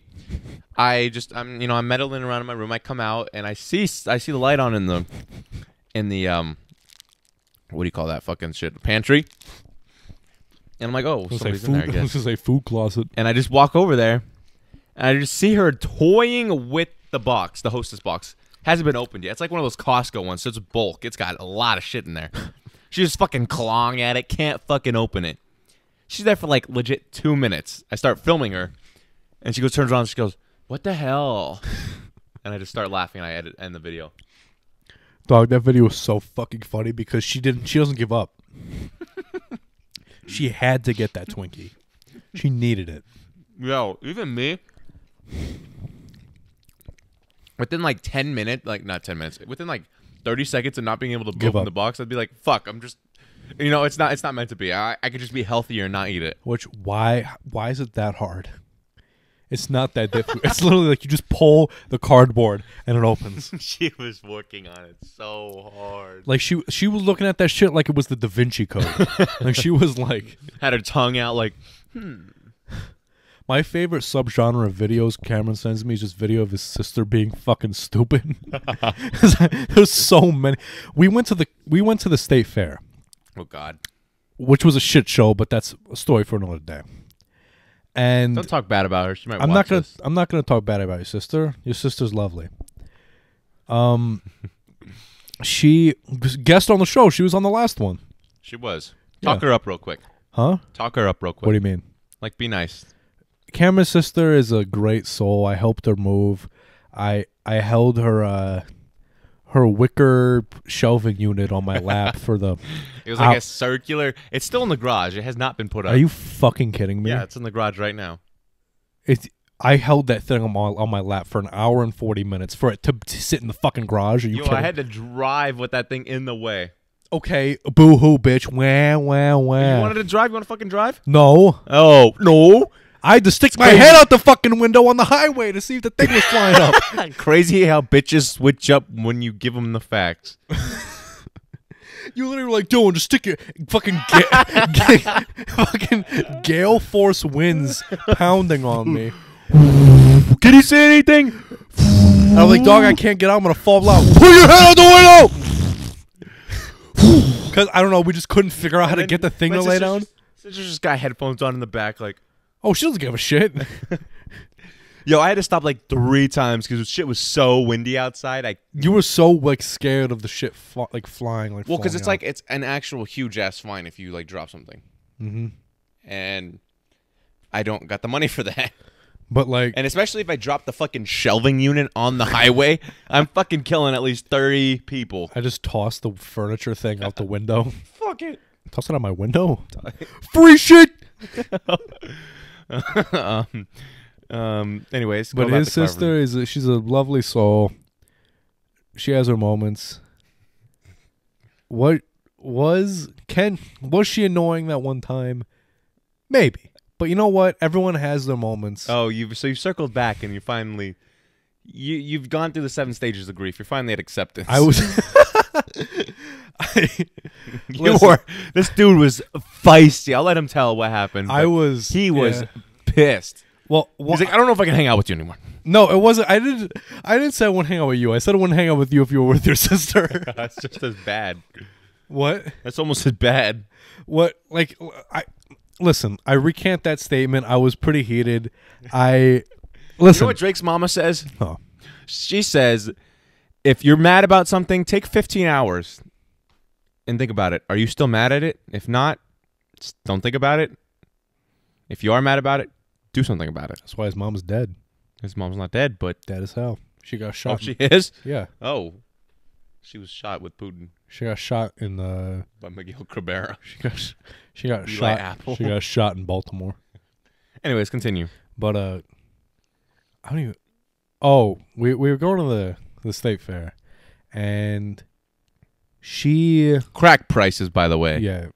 Speaker 1: I just I'm you know I'm meddling around in my room. I come out and I see I see the light on in the in the um what do you call that fucking shit pantry? And I'm like, oh, somebody's in there. I guess
Speaker 2: This is a food closet.
Speaker 1: and I just walk over there, and I just see her toying with the box, the hostess box. Hasn't been opened yet. It's like one of those Costco ones, so it's bulk. It's got a lot of shit in there. She's just fucking clawing at it, can't fucking open it. She's there for like legit two minutes. I start filming her, and she goes, turns around, and she goes, "What the hell?" and I just start laughing, and I edit end the video.
Speaker 2: Dog, that video was so fucking funny because she didn't. She doesn't give up. she had to get that Twinkie. She needed it.
Speaker 1: Yo, even me. Within like ten minutes, like not ten minutes, within like thirty seconds of not being able to
Speaker 2: Give
Speaker 1: open
Speaker 2: up.
Speaker 1: the box, I'd be like, "Fuck, I'm just," you know, it's not, it's not meant to be. I, I could just be healthier and not eat it.
Speaker 2: Which why why is it that hard? It's not that difficult. it's literally like you just pull the cardboard and it opens.
Speaker 1: she was working on it so hard.
Speaker 2: Like she she was looking at that shit like it was the Da Vinci Code. like she was like
Speaker 1: Had her tongue out like
Speaker 2: my favorite subgenre of videos Cameron sends me is just video of his sister being fucking stupid. There's so many. We went to the we went to the state fair.
Speaker 1: Oh God.
Speaker 2: which was a shit show, but that's a story for another day. And
Speaker 1: Don't talk bad about her. She might
Speaker 2: I'm
Speaker 1: watch
Speaker 2: not gonna
Speaker 1: this.
Speaker 2: I'm not gonna talk bad about your sister. Your sister's lovely. Um, she was guest on the show. She was on the last one,
Speaker 1: She was. Talk her up real quick.
Speaker 2: huh?
Speaker 1: Talk her up real quick.
Speaker 2: What do you mean?
Speaker 1: like be nice.
Speaker 2: Cameron's sister is a great soul. I helped her move. I I held her uh her wicker shelving unit on my lap for the.
Speaker 1: It was like
Speaker 2: Ow.
Speaker 1: a circular. It's still in the garage. It has not been put up.
Speaker 2: Are you fucking kidding me?
Speaker 1: yeah, it's in the garage right now.
Speaker 2: It. I held that thing on my, on my lap for an hour and forty minutes for it to, to sit in the fucking garage. Are you
Speaker 1: Yo,
Speaker 2: kidding?
Speaker 1: I had to drive with that thing in the way.
Speaker 2: okay, boo hoo, bitch. Wah wah
Speaker 1: You
Speaker 2: wah.
Speaker 1: wanted to drive? You want to fucking drive?
Speaker 2: no,
Speaker 1: Oh no!
Speaker 2: I had to stick my head out the fucking window on the highway to see if the thing was flying up.
Speaker 1: Crazy how bitches switch up when you give them the facts.
Speaker 2: You literally were like, "Dylan, just stick your fucking ga- ga- fucking gale force winds pounding on me."
Speaker 1: Can you say anything?
Speaker 2: And I'm like, "Dog, I can't get out. I'm gonna fall out. Put your head out the window." Because I don't know, we just couldn't figure out how to get the thing to lay down.
Speaker 1: Sister's just got headphones on in the back, like.
Speaker 2: Oh, she doesn't give a shit.
Speaker 1: Yo, I had to stop like three times because shit was so windy outside. I
Speaker 2: you were so like scared of the shit fl- like flying like.
Speaker 1: well, because it's
Speaker 2: flying
Speaker 1: like it's an actual huge ass fine if you like drop something, mm-hmm. and I don't got the money for that.
Speaker 2: out. but like
Speaker 1: And especially if I drop the fucking shelving unit on the highway, I'm fucking killing at least 30 people.
Speaker 2: I just tossed the furniture thing out the window.
Speaker 1: Fuck it.
Speaker 2: Toss it out my window. Free shit.
Speaker 1: um, um, anyways, go
Speaker 2: But
Speaker 1: about
Speaker 2: his
Speaker 1: the carver.
Speaker 2: sister is a, she's a lovely soul. She has her moments. What was Ken? Was she annoying that one time? Maybe, but you know what? Everyone has their moments.
Speaker 1: Oh, you so you circled back and you finally you you've gone through the seven stages of grief. You're finally at acceptance.
Speaker 2: I was. I,
Speaker 1: you
Speaker 2: listen.
Speaker 1: were this dude was feisty. I'll let him tell what happened.
Speaker 2: I
Speaker 1: but
Speaker 2: was.
Speaker 1: he was
Speaker 2: yeah.
Speaker 1: pissed.
Speaker 2: Well, wha-
Speaker 1: He's like, I don't know if I can hang out with you anymore.
Speaker 2: no, it wasn't. I didn't. I didn't say I wouldn't hang out with you. I said I wouldn't hang out with you if you were with your sister.
Speaker 1: That's just as bad.
Speaker 2: what?
Speaker 1: That's almost as bad.
Speaker 2: what like I listen, I recant that statement. I was pretty heated. I listen.
Speaker 1: You know what Drake's mama says?
Speaker 2: Oh.
Speaker 1: She says, if you're mad about something, take 15 hours and think about it. Are you still mad at it? If not, s- don't think about it. If you are mad about it, do something about it.
Speaker 2: That's why his mom's dead.
Speaker 1: His mom's not dead, but
Speaker 2: Dead as hell. She got shot.
Speaker 1: oh, she is.
Speaker 2: yeah,
Speaker 1: Oh, she was shot with Putin
Speaker 2: she got shot in the.
Speaker 1: by Miguel Cabrera.
Speaker 2: She got. sh- She got
Speaker 1: Eli
Speaker 2: shot.
Speaker 1: Apple.
Speaker 2: She got shot in Baltimore.
Speaker 1: Anyways, continue.
Speaker 2: But uh, I don't even. Oh, we we were going to the the state fair, and she
Speaker 1: Crack prices, by the way.
Speaker 2: yeah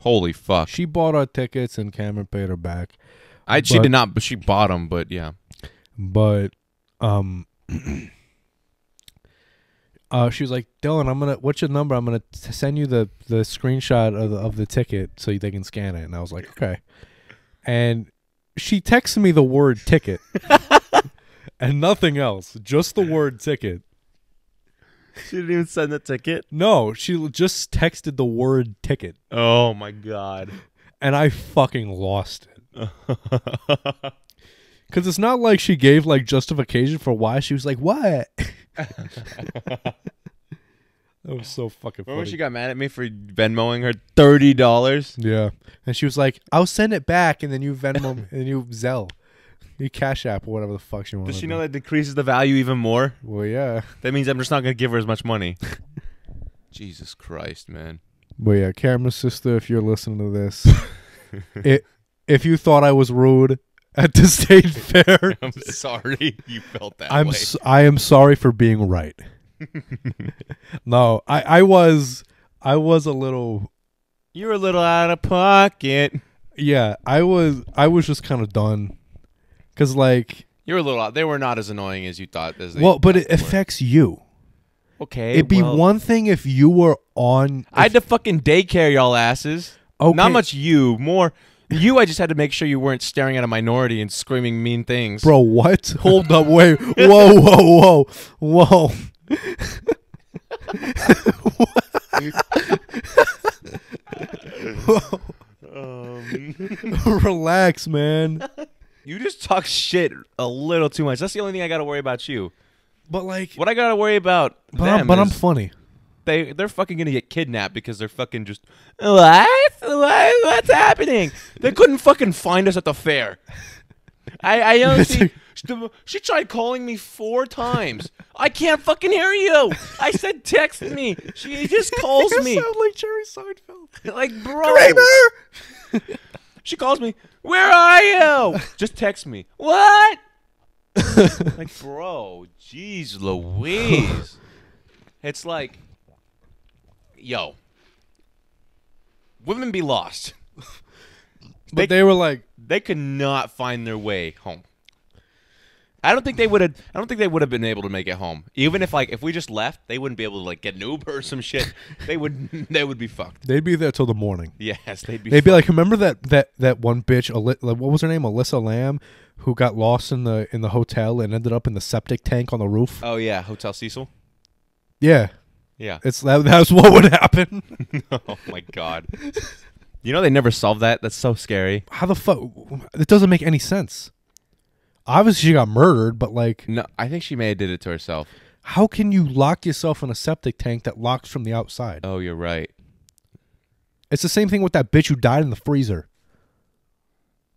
Speaker 1: Holy fuck!
Speaker 2: she bought our tickets and Cameron paid her back.
Speaker 1: I she
Speaker 2: but-
Speaker 1: did not, but she bought them. But yeah,
Speaker 2: but um uh she was like dylan i'm gonna what's your number i'm gonna t- send you the the screenshot of the, of the ticket so they can scan it and i was like okay and she texted me the word ticket and nothing else just the word ticket
Speaker 1: she didn't even send the ticket.
Speaker 2: no she l- just texted the word ticket
Speaker 1: Oh my god!
Speaker 2: and i fucking lost it because it's not like she gave like justification for why she was like what that was so fucking funny
Speaker 1: Remember, she got mad at me for Venmoing her thirty dollars.
Speaker 2: Yeah. And she was like, I'll send it back and then you Venmo and then you Zelle. You Cash App or whatever the fuck she wanted.
Speaker 1: Does she know that decreases the value even more?
Speaker 2: Well, yeah.
Speaker 1: That means I'm just not gonna give her as much money. Jesus Christ, man!
Speaker 2: But yeah, camera sister, if you're listening to this, it, if you thought I was rude at the state fair,
Speaker 1: I'm sorry you felt that
Speaker 2: I'm
Speaker 1: way.
Speaker 2: s- I am sorry for being right. no, I, I was I was a little
Speaker 1: You're a little out of pocket.
Speaker 2: yeah I was I was just kind of done. Because like,
Speaker 5: You were a little. out- They were not as annoying as you thought. As they
Speaker 2: well, but it
Speaker 5: possibly were.
Speaker 2: affects you.
Speaker 1: Okay.
Speaker 2: It'd be
Speaker 1: well,
Speaker 2: one thing if you were on.
Speaker 1: I had to fucking daycare y'all asses.
Speaker 2: Okay.
Speaker 1: Not much you, more you. I just had to make sure you weren't staring at a minority and screaming mean things.
Speaker 2: bro. What? Hold up, wait. Whoa, whoa, whoa, whoa. Whoa. Relax, man.
Speaker 1: you just talk shit a little too much. That's the only thing I got to worry about you.
Speaker 2: But like,
Speaker 1: What I got to worry about
Speaker 2: but,
Speaker 1: them
Speaker 2: I'm, but I'm
Speaker 1: is
Speaker 2: funny.
Speaker 1: they they're fucking gonna get kidnapped because they're fucking just what what what's happening? They couldn't fucking find us at the fair. I I don't see. She tried calling me four times. I can't fucking hear you. I said text me. She just calls me.
Speaker 2: like Jerry Seinfeld.
Speaker 1: Like bro. She calls me. Where are you? Just text me. What? like bro, jeez Louise. it's like yo. Women be lost.
Speaker 2: But they were like,
Speaker 1: They could not find their way home. I don't think they would have. I don't think they would have been able to make it home. Even if like if we just left, they wouldn't be able to like get an Uber or some shit. they would. They would be fucked.
Speaker 2: they'd be there till the morning.
Speaker 1: Yes, they'd be.
Speaker 2: They'd be like, remember that that that one bitch, Ali- like, what was her name, Alyssa Lamb, who got lost in the in the hotel and ended up in the septic tank on the roof.
Speaker 1: oh yeah, Hotel Cecil.
Speaker 2: yeah,
Speaker 1: Yeah.
Speaker 2: it's that, that's what would happen.
Speaker 1: oh my god. You know they never solved that. That's so scary.
Speaker 2: How the fuck? It doesn't make any sense. Obviously, she got murdered, but like,
Speaker 1: No, I think she may have did it to herself.
Speaker 2: how can you lock yourself in a septic tank that locks from the outside?
Speaker 1: Oh, you're right.
Speaker 2: It's the same thing with that bitch who died in the freezer.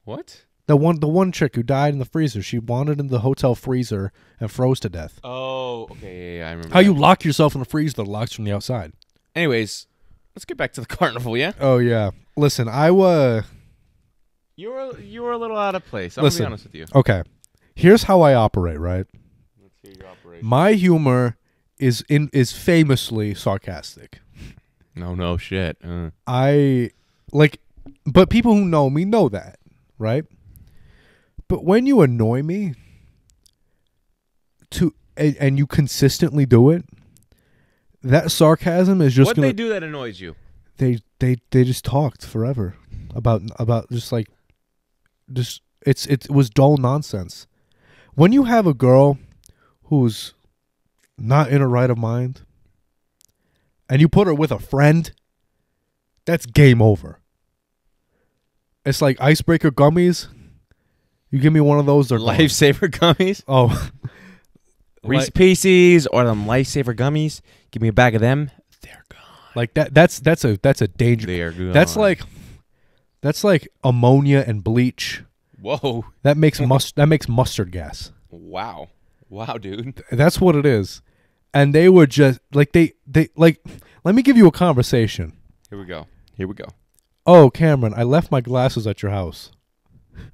Speaker 1: What?
Speaker 2: The one, the one chick who died in the freezer. She wandered into the hotel freezer and froze to death.
Speaker 1: Oh, okay. Yeah, yeah I remember.
Speaker 2: How you lock yourself in a freezer that locks from the outside?
Speaker 1: Anyways, let's get back to the carnival. Yeah.
Speaker 2: Oh yeah. Listen, I was
Speaker 1: You were you were a little out of place. I'm
Speaker 2: Listen.
Speaker 1: gonna be honest with you.
Speaker 2: okay. Here's how I operate, right? My humor is in is famously sarcastic.
Speaker 1: No, no shit. Uh.
Speaker 2: I like but people who know me know that, right? But when you annoy me to and, and you consistently do it, that sarcasm is just
Speaker 1: What
Speaker 2: gonna
Speaker 1: they do that annoys you?
Speaker 2: they they they just talked forever about about just like just it's it was dull nonsense. When you have a girl who's not in her right of mind and you put her with a friend, that's game over. It's like icebreaker gummies. You give me one of those, they're gone.
Speaker 1: Lifesaver gummies,
Speaker 2: Oh,
Speaker 1: Reese
Speaker 2: Reese
Speaker 1: Pieces, or them Lifesaver gummies. Give me a bag of them. They're gone.
Speaker 2: like that. That's that's a that's a danger.
Speaker 1: They're gone.
Speaker 2: That's like that's like ammonia and bleach.
Speaker 1: whoa,
Speaker 2: That makes must that makes mustard gas.
Speaker 1: wow, wow, dude.
Speaker 2: That's what it is. And they were just like they they like let me give you a conversation.
Speaker 1: Here we go. Here we go.
Speaker 2: Oh, Cameron, I left my glasses at your house.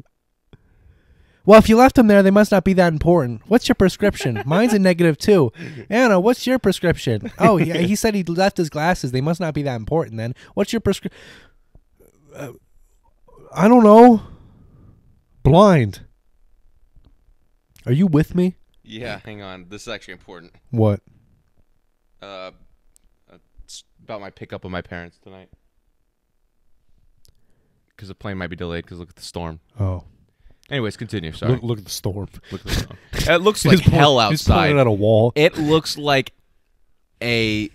Speaker 2: Well, if you left them there, they must not be that important. What's your prescription? Mine's a negative two. Anna, what's your prescription? Oh, yeah, he said he left his glasses. They must not be that important then. What's your prescription? I don't know. Blind. Are you with me?
Speaker 5: Yeah, hang on. This is actually important.
Speaker 2: What?
Speaker 5: Uh, it's about my pickup with my parents tonight.
Speaker 1: Because the plane might be delayed. Because look at the storm.
Speaker 2: Oh,
Speaker 1: Anyways, continue. Sorry.
Speaker 2: look, look at the storm.
Speaker 1: it looks
Speaker 2: He's
Speaker 1: like
Speaker 2: point-
Speaker 1: hell
Speaker 2: he's pointing
Speaker 1: outside.
Speaker 2: at a wall.
Speaker 1: It looks like a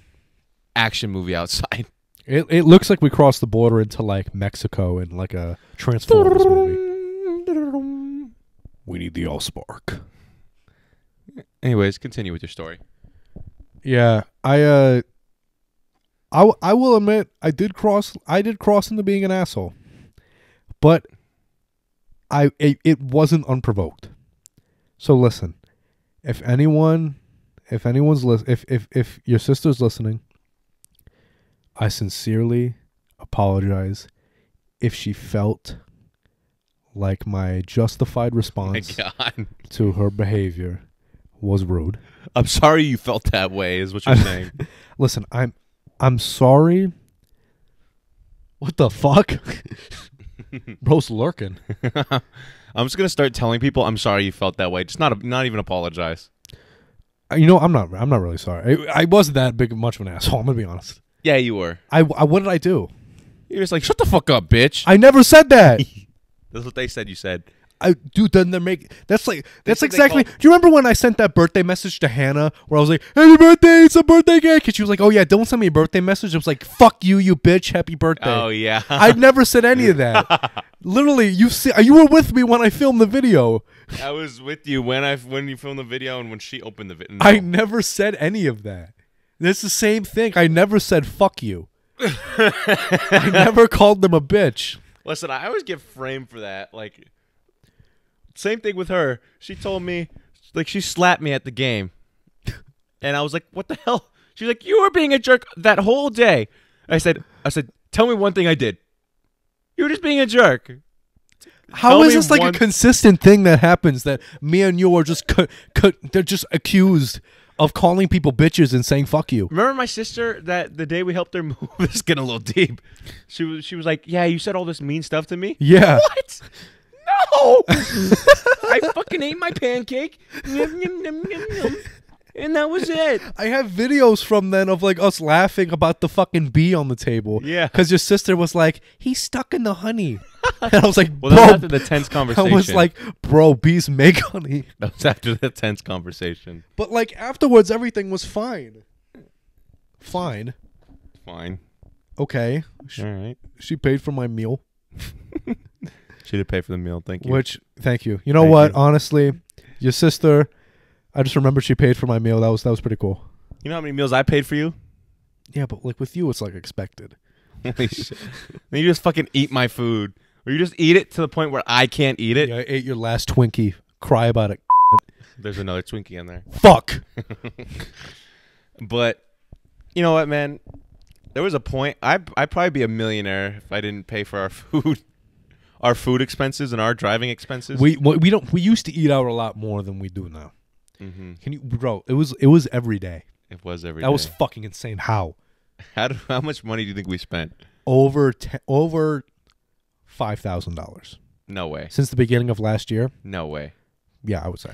Speaker 1: action movie outside.
Speaker 2: It, it looks like we crossed the border into like Mexico and like a Transformers movie. We need the all spark.
Speaker 1: Anyways, continue with your story.
Speaker 2: Yeah, I uh, I, w- I will admit I did cross I did cross into being an asshole, but I it, it wasn't unprovoked. So listen, if anyone, if anyone's lis- if if if your sister's listening, I sincerely apologize if she felt like my justified response
Speaker 1: God,
Speaker 2: to her behavior was rude.
Speaker 1: I'm sorry you felt that way. Is what you're saying.
Speaker 2: Listen, I'm I'm sorry. What the fuck? Bro's lurking.
Speaker 1: I'm just gonna start telling people I'm sorry you felt that way. Just not not even apologize.
Speaker 2: Uh, You know, I'm not. I'm not really sorry. I, I wasn't that big much of an asshole. I'm gonna be honest.
Speaker 1: Yeah, you were.
Speaker 2: I, I what did I do?
Speaker 1: You're just like shut the fuck up, bitch.
Speaker 2: I never said that.
Speaker 1: That's what they said. You said.
Speaker 2: I dude, then they're make that's like that's
Speaker 1: said they
Speaker 2: exactly. Do
Speaker 1: called-
Speaker 2: you remember when I sent that birthday message to Hannah where I was like, "Happy birthday! It's a birthday cake," and she was like, "Oh yeah, don't send me a birthday message." I was like, "Fuck you, you bitch! Happy birthday!"
Speaker 1: Oh yeah.
Speaker 2: I never said any of that. Literally, you see, you were with me when I filmed the video.
Speaker 1: I was with you when I when you filmed the video and when she opened the video.
Speaker 2: I never said any of that. It's the same thing. I never said "fuck you." I never called them a bitch.
Speaker 1: Listen, I always get framed for that. Like, same thing with her. She told me, like, she slapped me at the game, and I was like, "What the hell?" She's like, "You were being a jerk that whole day." I said, "I said, tell me one thing I did. You were just being a jerk."
Speaker 2: How
Speaker 1: Tell me
Speaker 2: is this like
Speaker 1: one-
Speaker 2: a consistent thing that happens that me and you are just cu- cu- they're just accused of calling people bitches and saying fuck you?
Speaker 1: Remember my sister that the day we helped her move? this is getting a little deep. She was she was like, "Yeah, you said all this mean stuff to me."
Speaker 2: Yeah.
Speaker 1: What? No! I fucking ate my pancake. Yum, yum, yum, yum, yum. And that was it.
Speaker 2: I have videos from then of like us laughing about the fucking bee on the table.
Speaker 1: Yeah.
Speaker 2: Cuz your sister was like, "He's stuck in the honey." and I was like,
Speaker 1: Well, that was
Speaker 2: "Bro."
Speaker 1: after the tense
Speaker 2: I
Speaker 1: conversation.
Speaker 2: was like, "Bro, bees make honey."
Speaker 1: that was after the tense conversation.
Speaker 2: But like afterwards everything was fine. Fine.
Speaker 1: Fine.
Speaker 2: Okay.
Speaker 1: All right.
Speaker 2: She paid for my meal.
Speaker 1: She did pay for the meal. Thank you.
Speaker 2: Which thank you. You know
Speaker 1: Thank
Speaker 2: what?
Speaker 1: you.
Speaker 2: Honestly, your sister, I just remember she paid for my meal. That was that was pretty cool.
Speaker 1: You know how many meals I paid for you?
Speaker 2: Yeah, but like with you, it's like expected.
Speaker 1: Holy shit. Then you just fucking eat my food. Or you just eat it to the point where I can't eat it.
Speaker 2: Yeah, I ate your last Twinkie. Cry about it.
Speaker 1: There's another Twinkie in there.
Speaker 2: Fuck.
Speaker 1: But you know what, man? There was a point. I I'd probably be a millionaire if I didn't pay for our food, our food expenses, and our driving expenses.
Speaker 2: We we we don't. We used to eat out a lot more than we do now. Can you, bro? It was it was every day.
Speaker 1: it was every
Speaker 2: That was fucking insane. How
Speaker 1: how, do- how much money do you think we spent?
Speaker 2: over te- over five thousand dollars
Speaker 1: No way.
Speaker 2: since the beginning of last year?
Speaker 1: No way.
Speaker 2: Yeah, I would say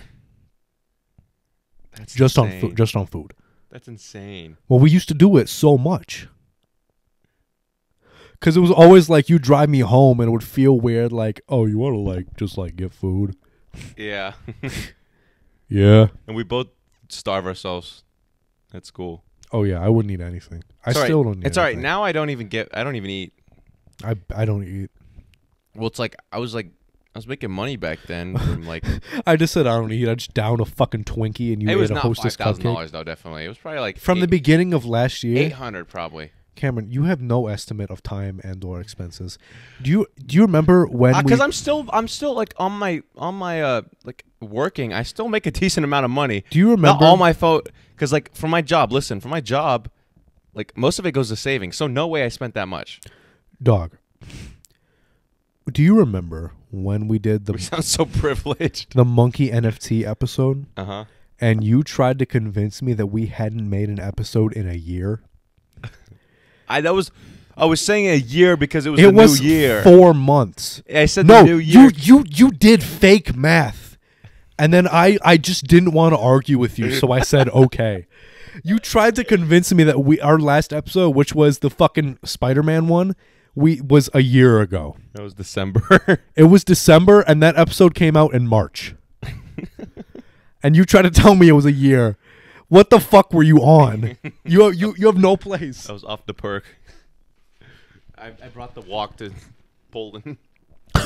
Speaker 1: That's
Speaker 2: just on
Speaker 1: insane.
Speaker 2: food. Just on food.
Speaker 1: That's insane.
Speaker 2: Well, we used to do it so much. Cause it was always like you drive me home and it would feel weird, like, oh, you wanna like just like get food.
Speaker 1: Yeah.
Speaker 2: Yeah.
Speaker 1: and we both starve ourselves at school.
Speaker 2: Oh yeah, I wouldn't eat anything. I
Speaker 1: It's all right.
Speaker 2: still don't eat
Speaker 1: It's all right.
Speaker 2: anything.
Speaker 1: Now I don't even get. I don't even eat.
Speaker 2: I I don't eat.
Speaker 1: Well, it's like I was like I was making money back then from like
Speaker 2: I just said I don't eat. I just down a fucking Twinkie and you
Speaker 1: it
Speaker 2: ate
Speaker 1: was
Speaker 2: a
Speaker 1: not five
Speaker 2: hostess
Speaker 1: thousand
Speaker 2: cupcake.
Speaker 1: dollars though. Definitely, it was probably like
Speaker 2: From the
Speaker 1: eight-
Speaker 2: beginning of last year,
Speaker 1: 800 probably.
Speaker 2: Cameron, you have no estimate of time and or expenses. Do you do you remember when we
Speaker 1: Because Ah, Uh, I'm still I'm still like on my on my uh like working. I still make a decent amount of money.
Speaker 2: Do you
Speaker 1: Not
Speaker 2: remember-
Speaker 1: all my fault? Because like for my job, listen, for my job, like most of it goes to savings. So no way I spent that much.
Speaker 2: dog? Do you remember when we did the
Speaker 1: We sound so privileged.
Speaker 2: the monkey NFT episode?
Speaker 1: Uh huh.
Speaker 2: and you tried to convince me that we hadn't made an episode in a year.
Speaker 1: I that was I was saying a year because it was
Speaker 2: It
Speaker 1: the
Speaker 2: was
Speaker 1: new year.
Speaker 2: four months.
Speaker 1: I said
Speaker 2: no,
Speaker 1: the new year.
Speaker 2: you you you did fake math, and then I I just didn't want to argue with you, so I said okay. You tried to convince me that we our last episode, which was the fucking Spider Man one, we was a year ago.
Speaker 1: that was December.
Speaker 2: It was December, and that episode came out in March. and you try to tell me it was a year. What the fuck were you on? you you you have no place.
Speaker 1: I was off the perk. I, I brought the walk to Poland.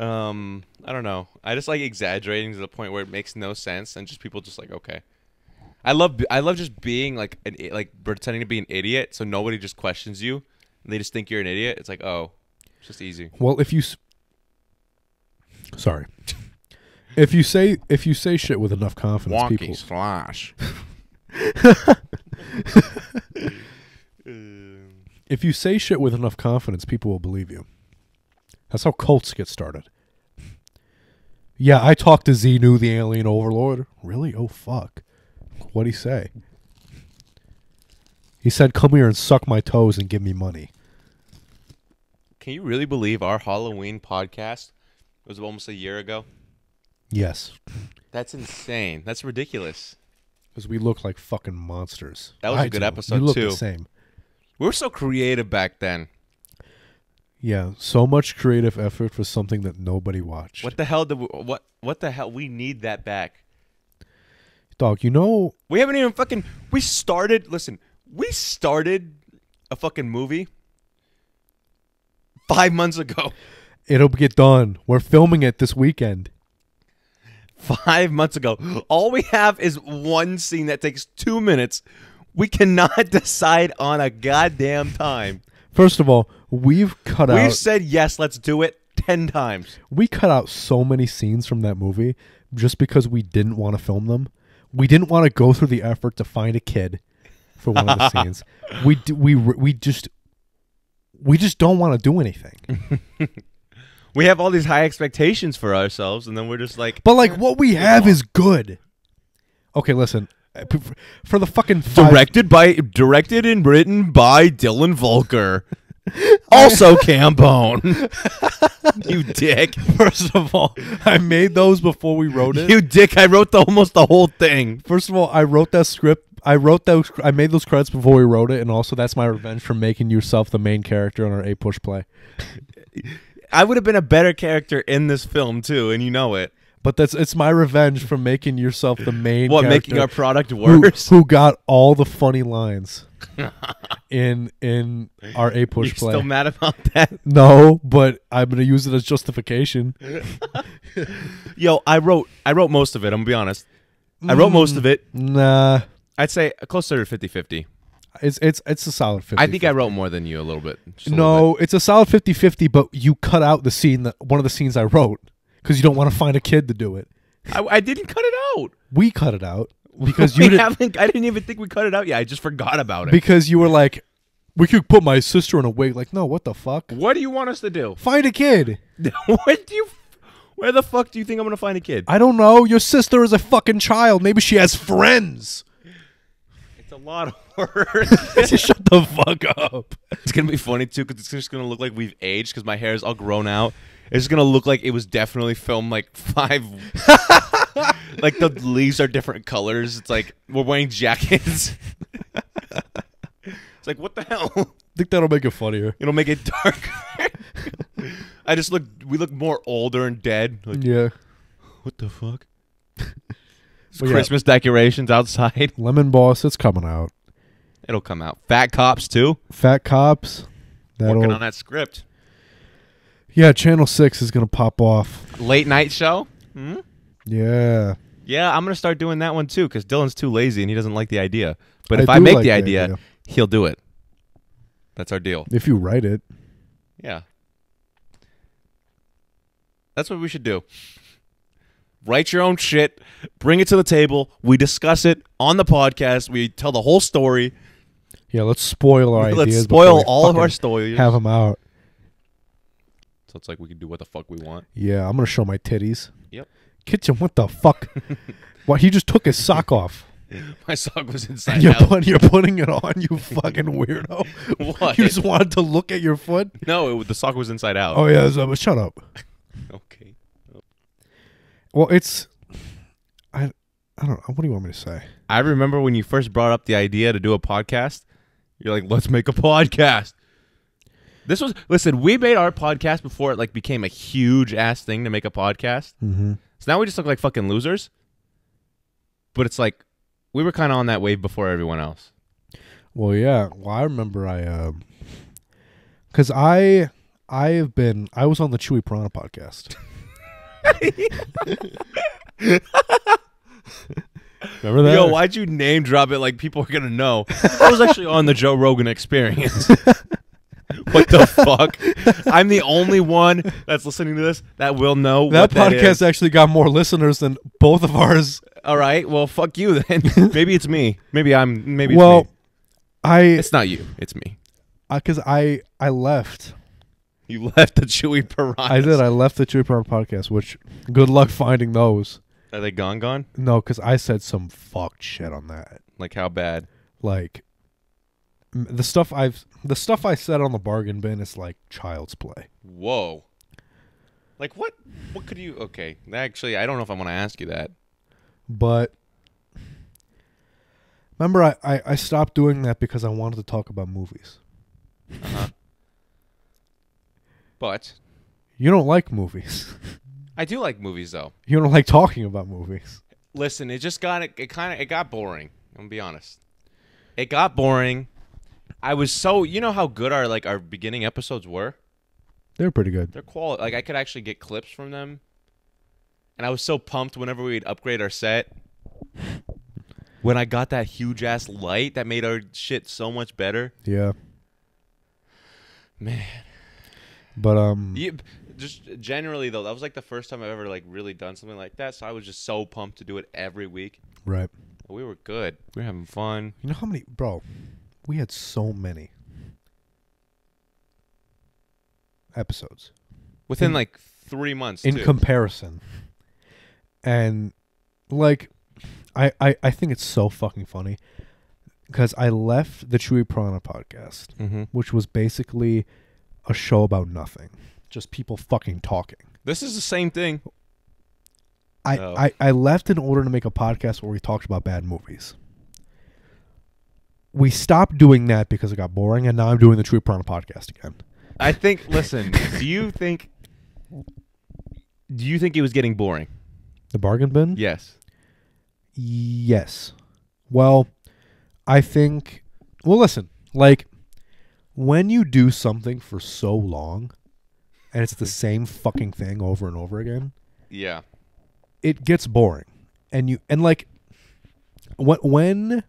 Speaker 1: um, I don't know. I just like exaggerating to the point where it makes no sense, and just people just like okay. I love I love just being like an i- like pretending to be an idiot, so nobody just questions you. And they just think you're an idiot. It's like oh, it's just easy.
Speaker 2: Well, if you s- sorry, if you say if you say shit with enough confidence, people
Speaker 5: slash.
Speaker 2: if you say shit with enough confidence, people will believe you. That's how cults get started. Yeah, I talked to Xenu, the alien overlord. Really? Oh fuck. What'd he say? He said, Come here and suck my toes and give me money.
Speaker 1: Can you really believe our Halloween podcast It was almost a year ago.
Speaker 2: Yes,
Speaker 1: That's insane. That's ridiculous.
Speaker 2: because we look like fucking monsters.
Speaker 1: That was a
Speaker 2: a
Speaker 1: good episode,
Speaker 2: You look
Speaker 1: too.
Speaker 2: the same.
Speaker 1: We were so creative back then.
Speaker 2: Yeah, so much creative effort for something that nobody watched.
Speaker 1: What the hell did we, what what the hell we need that back?
Speaker 2: Dog, you know,
Speaker 1: We haven't even fucking we started, listen. We started a fucking movie 5 months ago.
Speaker 2: it'll get done. We're filming it this weekend.
Speaker 1: 5 months ago. All we have is one scene that takes 2 minutes. We cannot decide on a goddamn time.
Speaker 2: First of all, we've cut out.
Speaker 1: We've said yes, let's do it 10 times.
Speaker 2: we cut out so many scenes from that movie just because we didn't want to film them. We didn't want to go through the effort to find a kid for one of the scenes. We d- we re- we just we just don't want to do anything.
Speaker 1: We have all these high expectations for ourselves and then we're just like
Speaker 2: But like what we have is good. Okay, listen. I pref- For the fucking five,
Speaker 1: by directed and written by Dylan Volker. also Cambone. you dick.
Speaker 2: first of all, I made those before we wrote it.
Speaker 1: You dick. I wrote the, almost the whole thing.
Speaker 2: First of all, I wrote that script. I wrote those. I made those credits before we wrote it, and also that's my revenge for making yourself the main character on our A push play.
Speaker 1: I would have been a better character in this film too, and you know it.
Speaker 2: But that's it's my revenge for making yourself the main.
Speaker 1: What
Speaker 2: character
Speaker 1: making our product
Speaker 2: who,
Speaker 1: worse?
Speaker 2: who got all the funny lines in in our A
Speaker 1: You're
Speaker 2: push play.
Speaker 1: still mad about that?
Speaker 2: no, but I'm gonna use it as justification.
Speaker 1: Yo, I wrote I wrote most of it, I'm gonna be honest. I wrote most of it.
Speaker 2: Nah,
Speaker 1: I'd say closer to 50-50.
Speaker 2: it's it's it's a solid fifty.
Speaker 1: I think I wrote more than you a little bit. just a little
Speaker 2: No, it's a solid 50-50, But you cut out the scene that one of the scenes I wrote because you don't want to find a kid to do it.
Speaker 1: bit. I, I didn't cut it out.
Speaker 2: we cut it out because
Speaker 1: we
Speaker 2: you didn't,
Speaker 1: haven't. I didn't even think we cut it out yet. I just forgot about it.
Speaker 2: because you were like, we could put my sister in a wig. Like, no, what the fuck?
Speaker 1: what do you want us to do?
Speaker 2: Find a kid.
Speaker 1: what do you? Where the fuck do you think I'm gonna find a kid?
Speaker 2: I don't know. Your sister is a fucking child. Maybe she has friends.
Speaker 1: It's a lot of work.
Speaker 2: Just shut the fuck up.
Speaker 1: it's gonna be funny too, because it's just gonna look like we've aged, because my hair is all grown out. It's just gonna look like it was definitely filmed like five. like the leaves are different colors. It's like we're wearing jackets. it's like what the hell?
Speaker 2: I think that'll make it funnier.
Speaker 1: It'll make it darker. I just look. We look more older and dead. Like,
Speaker 2: Yeah.
Speaker 1: What the fuck? It's
Speaker 2: Well, yeah.
Speaker 1: Christmas decorations outside.
Speaker 2: Lemon Boss, it's coming out.
Speaker 1: It'll come out. Fat cops too.
Speaker 2: Fat Cops.
Speaker 1: Working
Speaker 2: That'll
Speaker 1: on that script.
Speaker 2: yeah. Channel Six is gonna pop off.
Speaker 1: Late night show. Hmm?
Speaker 2: Yeah.
Speaker 1: Yeah, I'm gonna start doing that one too because Dylan's too lazy and he doesn't like the idea. But
Speaker 2: I
Speaker 1: if I,
Speaker 2: do
Speaker 1: make
Speaker 2: like
Speaker 1: the
Speaker 2: the
Speaker 1: idea,
Speaker 2: idea.
Speaker 1: he'll do it. That's our deal.
Speaker 2: If you write it,
Speaker 1: Yeah. That's what we should do. Write your own shit, bring it to the table. We discuss it on the podcast. We tell the whole story.
Speaker 2: yeah. Let's spoil our
Speaker 1: Let's
Speaker 2: ideas. before
Speaker 1: spoil
Speaker 2: we
Speaker 1: all of our
Speaker 2: fucking
Speaker 1: stories.
Speaker 2: Have them out.
Speaker 1: So it's like we can do what the fuck we want.
Speaker 2: Yeah, I'm gonna show my titties.
Speaker 1: Yep.
Speaker 2: Kitchen, what the fuck? Why he just took his sock off?
Speaker 1: My sock was inside
Speaker 2: You're,
Speaker 1: out.
Speaker 2: put, you're putting it on, you fucking weirdo.
Speaker 1: What?
Speaker 2: You just wanted to look at your foot.
Speaker 1: No, it, the sock was inside out.
Speaker 2: Oh yeah, so, shut up. Oh.
Speaker 1: Okay.
Speaker 2: Well, it's I I don't know. What do you want me to say?
Speaker 1: I remember when you first brought up the idea to do a podcast. You're like, let's make a podcast. This was listen. We made our podcast before it like became a huge ass thing to make a podcast.
Speaker 2: Mm-hmm.
Speaker 1: So now we just look like fucking losers. But it's like we were kind of on that wave before everyone else.
Speaker 2: Well, yeah. Well, I remember I um, cause I I have been I was on the Chewy Piranha podcast. remember that?
Speaker 1: Yo, why'd you name drop it like people are gonna know? I was actually on the Joe Rogan Experience. what the fuck? I'm the only one that's listening to this that will know
Speaker 2: that
Speaker 1: what that is.
Speaker 2: podcast actually got more listeners than both of ours.
Speaker 1: All right, well, fuck you then. maybe it's me. Maybe I'm. Maybe
Speaker 2: well,
Speaker 1: it's me.
Speaker 2: I
Speaker 1: It's not you. It's me.
Speaker 2: because I I left.
Speaker 1: You left the Chewy Piranhas.
Speaker 2: I did. I left the True Power podcast. Which good luck finding those.
Speaker 1: Are they gone? Gone?
Speaker 2: No, because I said some fucked shit on that.
Speaker 1: Like how bad?
Speaker 2: Like m- the stuff I've the stuff I said on the bargain bin is like child's play.
Speaker 1: Whoa. Like what? What could you? Okay, actually, I don't know if I want to ask you that.
Speaker 2: But remember, I, I, I stopped doing that because I wanted to talk about movies.
Speaker 1: But
Speaker 2: You don't like movies.
Speaker 1: I do like movies, though.
Speaker 2: you don't like talking about movies.
Speaker 1: Listen, it just got it, it kind of it got boring. I'm gonna be honest. It got boring. I was so you know how good our like our beginning episodes were.
Speaker 2: They're pretty good.
Speaker 1: They're quality. Like I could actually get clips from them, and I was so pumped whenever we'd upgrade our set. When I got that huge ass light that made our shit so much better,
Speaker 2: Yeah,
Speaker 1: man.
Speaker 2: but um,
Speaker 1: You, just generally though, that was like the first time I've ever like really done something like that. So I was just so pumped to do it every week.
Speaker 2: right.
Speaker 1: We were good. We were having fun.
Speaker 2: You know how many, bro? We had so many episodes
Speaker 1: within like three months.
Speaker 2: in
Speaker 1: too.
Speaker 2: comparison, and like, I, I I think it's so fucking funny because I left the Chewy Prana podcast,
Speaker 1: Mm-hmm.
Speaker 2: which was basically a show about nothing, just people fucking talking.
Speaker 1: This is the same thing.
Speaker 2: I,
Speaker 1: Oh.
Speaker 2: I, I left in order to make a podcast where we talked about bad movies. We stopped doing that because it got boring, and now I'm doing the True Prana podcast again.
Speaker 1: I think. Listen, do you think? Do you think it was getting boring?
Speaker 2: The bargain bin?
Speaker 1: Yes.
Speaker 2: Yes. Well, I think. Well, listen, like, when you do something for so long and it's the same fucking thing over and over again,
Speaker 1: Yeah.
Speaker 2: it gets boring and you and like when when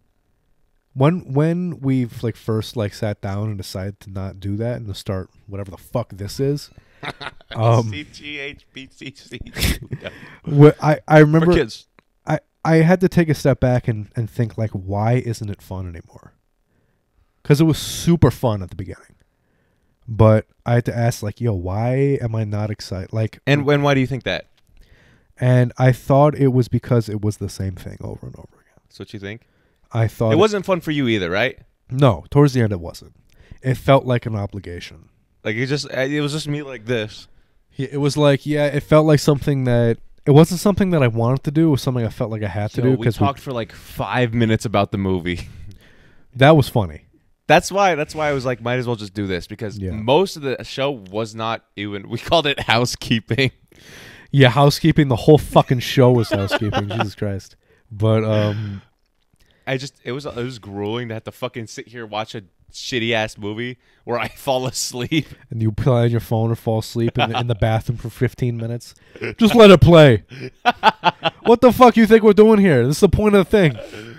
Speaker 2: when when we've like first like sat down and decided to not do that and to start whatever the fuck this is um
Speaker 1: G H B C C.
Speaker 2: wh- i i
Speaker 1: For
Speaker 2: remember
Speaker 1: kids.
Speaker 2: i i had to take a step back and and think like why isn't it fun anymore because it was super fun at the beginning but i had to ask like yo why am i not excited like
Speaker 1: And and why do you think that?
Speaker 2: and i thought it was because it was the same thing over and over again
Speaker 1: That's what you think.
Speaker 2: i thought
Speaker 1: It wasn't fun for you either, right?
Speaker 2: No, towards the end it wasn't. It felt like an obligation.
Speaker 1: Like it just it was just me like this.
Speaker 2: Yeah, It was like, yeah, it felt like something that it wasn't something that I wanted to do. It was something I felt like I had to do
Speaker 1: we
Speaker 2: because
Speaker 1: talked for like five minutes about the movie.
Speaker 2: that was funny.
Speaker 1: That's why. That's why I was like, might as well just do this because
Speaker 2: Yeah.
Speaker 1: most of the show was not even. We called it housekeeping.
Speaker 2: Yeah, housekeeping. The whole fucking show was housekeeping. Jesus Christ. But um,
Speaker 1: I just it was it was grueling to have to fucking sit here and watch a shitty ass movie where I fall asleep.
Speaker 2: and you play on your phone or fall asleep in the, in the bathroom for 15 minutes. Just let it play. what the fuck you think we're doing here? This is the point of the thing.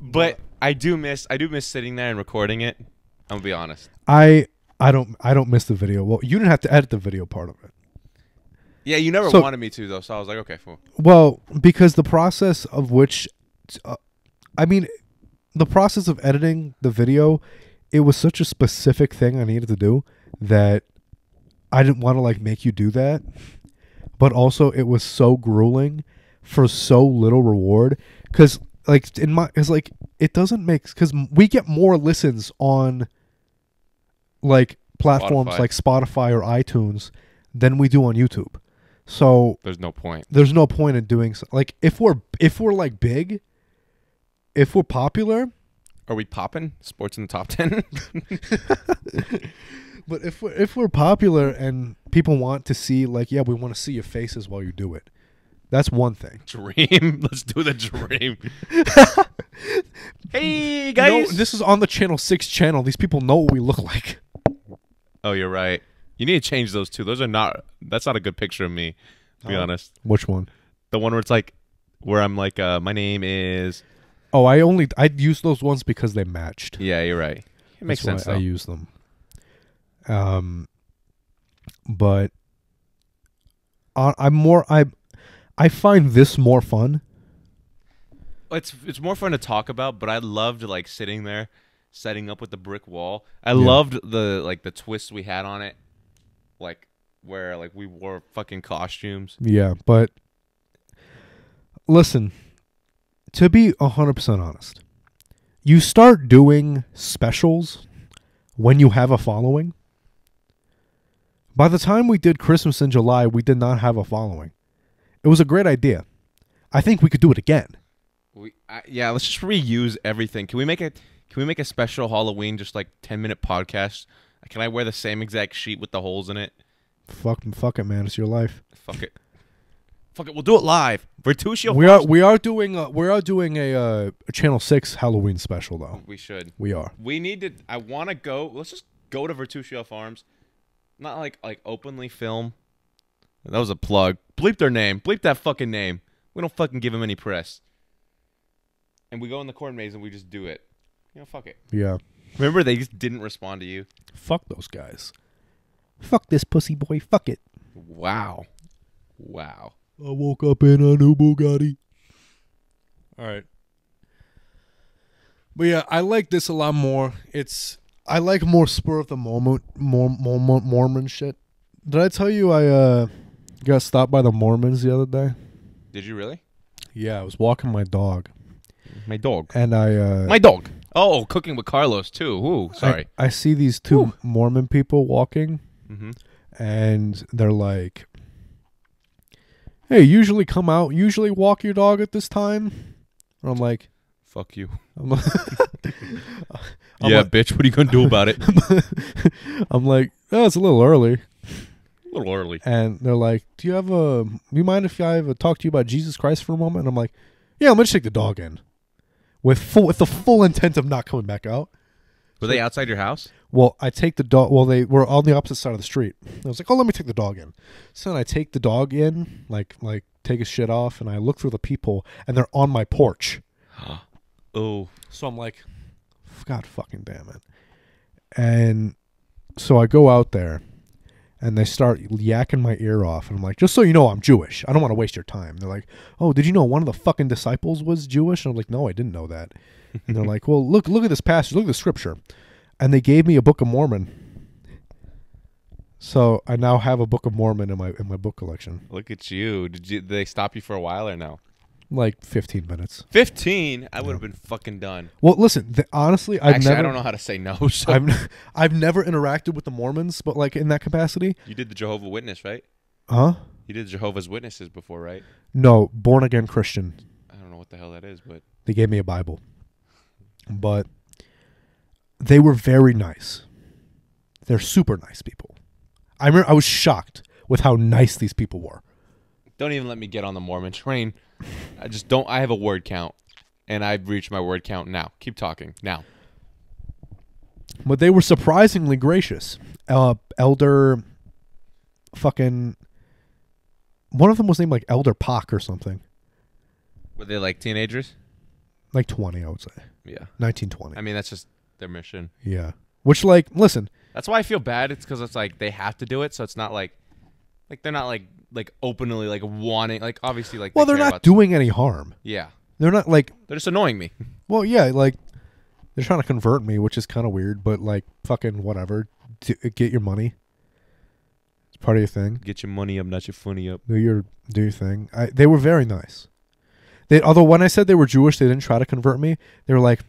Speaker 1: But I do miss I do miss sitting there and recording it. I'm gonna be honest.
Speaker 2: I I don't I don't miss the video. Well, you didn't have to edit the video part of it.
Speaker 1: Yeah, you never
Speaker 2: So-
Speaker 1: wanted me to though, so I was like, okay, cool.
Speaker 2: Well, because the process of which, uh, I mean, the process of editing the video, it was such a specific thing I needed to do that I didn't want to like make you do that. But also, it was so grueling for so little reward because like in my because like it doesn't make because we get more listens on like platforms
Speaker 1: Spotify.
Speaker 2: like Spotify or iTunes than we do on YouTube. So
Speaker 1: There's no point.
Speaker 2: there's no point in doing so. Like if we're if we're like big, if we're popular,
Speaker 1: Are we popping sports in the top ten?
Speaker 2: but if we're if we're popular and people want to see like yeah we want to see your faces while you do it, that's one thing.
Speaker 1: dream. Let's do the dream. hey
Speaker 2: No,
Speaker 1: guys.
Speaker 2: this is on the channel six channel. These people know what we look like.
Speaker 1: oh, you're right. You need to change those two. Those are not. That's not a good picture of me. To be honest,
Speaker 2: Which one?
Speaker 1: the one where it's like, where I'm like, uh, my name is.
Speaker 2: Oh, I only I used those ones because they matched.
Speaker 1: Yeah, you're right. It makes
Speaker 2: That's
Speaker 1: sense
Speaker 2: why
Speaker 1: though.
Speaker 2: I use them. Um, but I, I'm more I I find this more fun.
Speaker 1: it's it's more fun to talk about, but I loved like sitting there, setting up with the brick wall. I loved the like the twist we had on it, like where like we wore fucking costumes.
Speaker 2: Yeah, but listen, to be 100% honest, you start doing specials when you have a following By the time we did Christmas in July, we did not have a following. It was a great idea. I think we could do it again.
Speaker 1: We, I, yeah, let's just reuse everything. Can we make a Can we make a special Halloween just like ten minute podcast? Can I wear the same exact sheet with the holes in it?
Speaker 2: Fuck, fuck it, man. It's your life.
Speaker 1: Fuck it. Fuck it. We'll do it live. Vertuccio.
Speaker 2: We are we are doing a, we are doing a, uh, a Channel Six Halloween special though.
Speaker 1: We should.
Speaker 2: We are.
Speaker 1: We need to. I want to go. Let's just go to Vertuccio Farms. Not like like openly film. That was a plug. Bleep their name. Bleep that fucking name. We don't fucking give him any press. And we go in the corn maze and we just do it. You know, fuck it.
Speaker 2: Yeah.
Speaker 1: Remember they just didn't respond to you.
Speaker 2: Fuck those guys. Fuck this pussy boy. Fuck it.
Speaker 1: Wow. Wow.
Speaker 2: I woke up in a new Bugatti. All right. But yeah, I like this a lot more. It's I like more spur of the moment, more, more, more Mormon shit. Did I tell you I uh got stopped by the Mormons the other day?
Speaker 1: Did you really?
Speaker 2: Yeah, I was walking my dog
Speaker 1: My dog.
Speaker 2: and I uh
Speaker 1: My dog. Oh, cooking with Carlos too. Ooh,
Speaker 2: I-
Speaker 1: sorry.
Speaker 2: I, see these two Mormon people walking,
Speaker 1: Mhm.
Speaker 2: and they're like, "Hey, usually come out, usually walk your dog at this time." And I'm like,
Speaker 1: Fuck you.
Speaker 2: I'm like, I'm
Speaker 1: yeah,
Speaker 2: like-
Speaker 1: bitch. What are you gonna do about it? a
Speaker 2: I'm like, oh, it's a little early.
Speaker 1: little early.
Speaker 2: And they're like, "Do you have a? You mind if I have a talk to you about Jesus Christ for a moment?" And I'm like, "Yeah, I'm gonna just take the dog in, with full with the full intent of not coming back out."
Speaker 1: Were they outside your house?
Speaker 2: Well, I take the dog. Well, they were on the opposite side of the street. I was like, "Oh, let me take the dog in." So then I take the dog in, like, like take his shit off, and I look through the people, and they're on my porch.
Speaker 1: Oh,
Speaker 2: So I'm like, "God fucking damn it!" And so I go out there, and they start yakking my ear off, and I'm like, "Just so you know, I'm Jewish. I don't want to waste your time." They're like, "Oh, did you know one of the fucking disciples was Jewish?" And I'm like, "No, I didn't know that." And they're like, "Well, look, look at this passage. Look at the scripture." And they gave me a Book of Mormon. So I now have a Book of Mormon in my in my book collection.
Speaker 1: look at you. Did you? Did they stop you for a while or no?
Speaker 2: Like 15 minutes.
Speaker 1: Fifteen. I would have been fucking done.
Speaker 2: Well, listen, th- honestly, I've
Speaker 1: Actually,
Speaker 2: never
Speaker 1: I don't know how to say no. So
Speaker 2: I've I've never interacted with the Mormons, but like in that capacity,
Speaker 1: you did the Jehovah Witness, right?
Speaker 2: huh?
Speaker 1: You did Jehovah's Witnesses before, right?
Speaker 2: No, born again Christian.
Speaker 1: I don't know what the hell that is, but
Speaker 2: They gave me a Bible, but they were very nice. They're super nice people. I remember I was shocked with how nice these people were.
Speaker 1: don't even let me get on the Mormon train. I just don't. I have a word count, and I've reached my word count now. Keep talking now.
Speaker 2: but they were surprisingly gracious. Uh, Elder, fucking, one of them was named like Elder Pock or something,
Speaker 1: Were they like teenagers?
Speaker 2: like twenty, I would say,
Speaker 1: Yeah.
Speaker 2: nineteen twenty.
Speaker 1: I mean, that's just their mission.
Speaker 2: yeah, which like, listen,
Speaker 1: That's why I feel bad. It's because it's like they have to do it, so it's not like, like they're not like like openly like wanting like obviously like
Speaker 2: well,
Speaker 1: they
Speaker 2: they're
Speaker 1: care
Speaker 2: not
Speaker 1: about-
Speaker 2: doing any harm.
Speaker 1: yeah
Speaker 2: They're not like,
Speaker 1: they're just annoying me.
Speaker 2: well, yeah, like they're trying to convert me, which is kind of weird, but like, fucking whatever. D- get your money. It's part of your thing.
Speaker 1: Get your money up, not your funny up.
Speaker 2: Do your do your thing. I, they were very nice. They although when I said they were Jewish, they didn't try to convert me. They were like,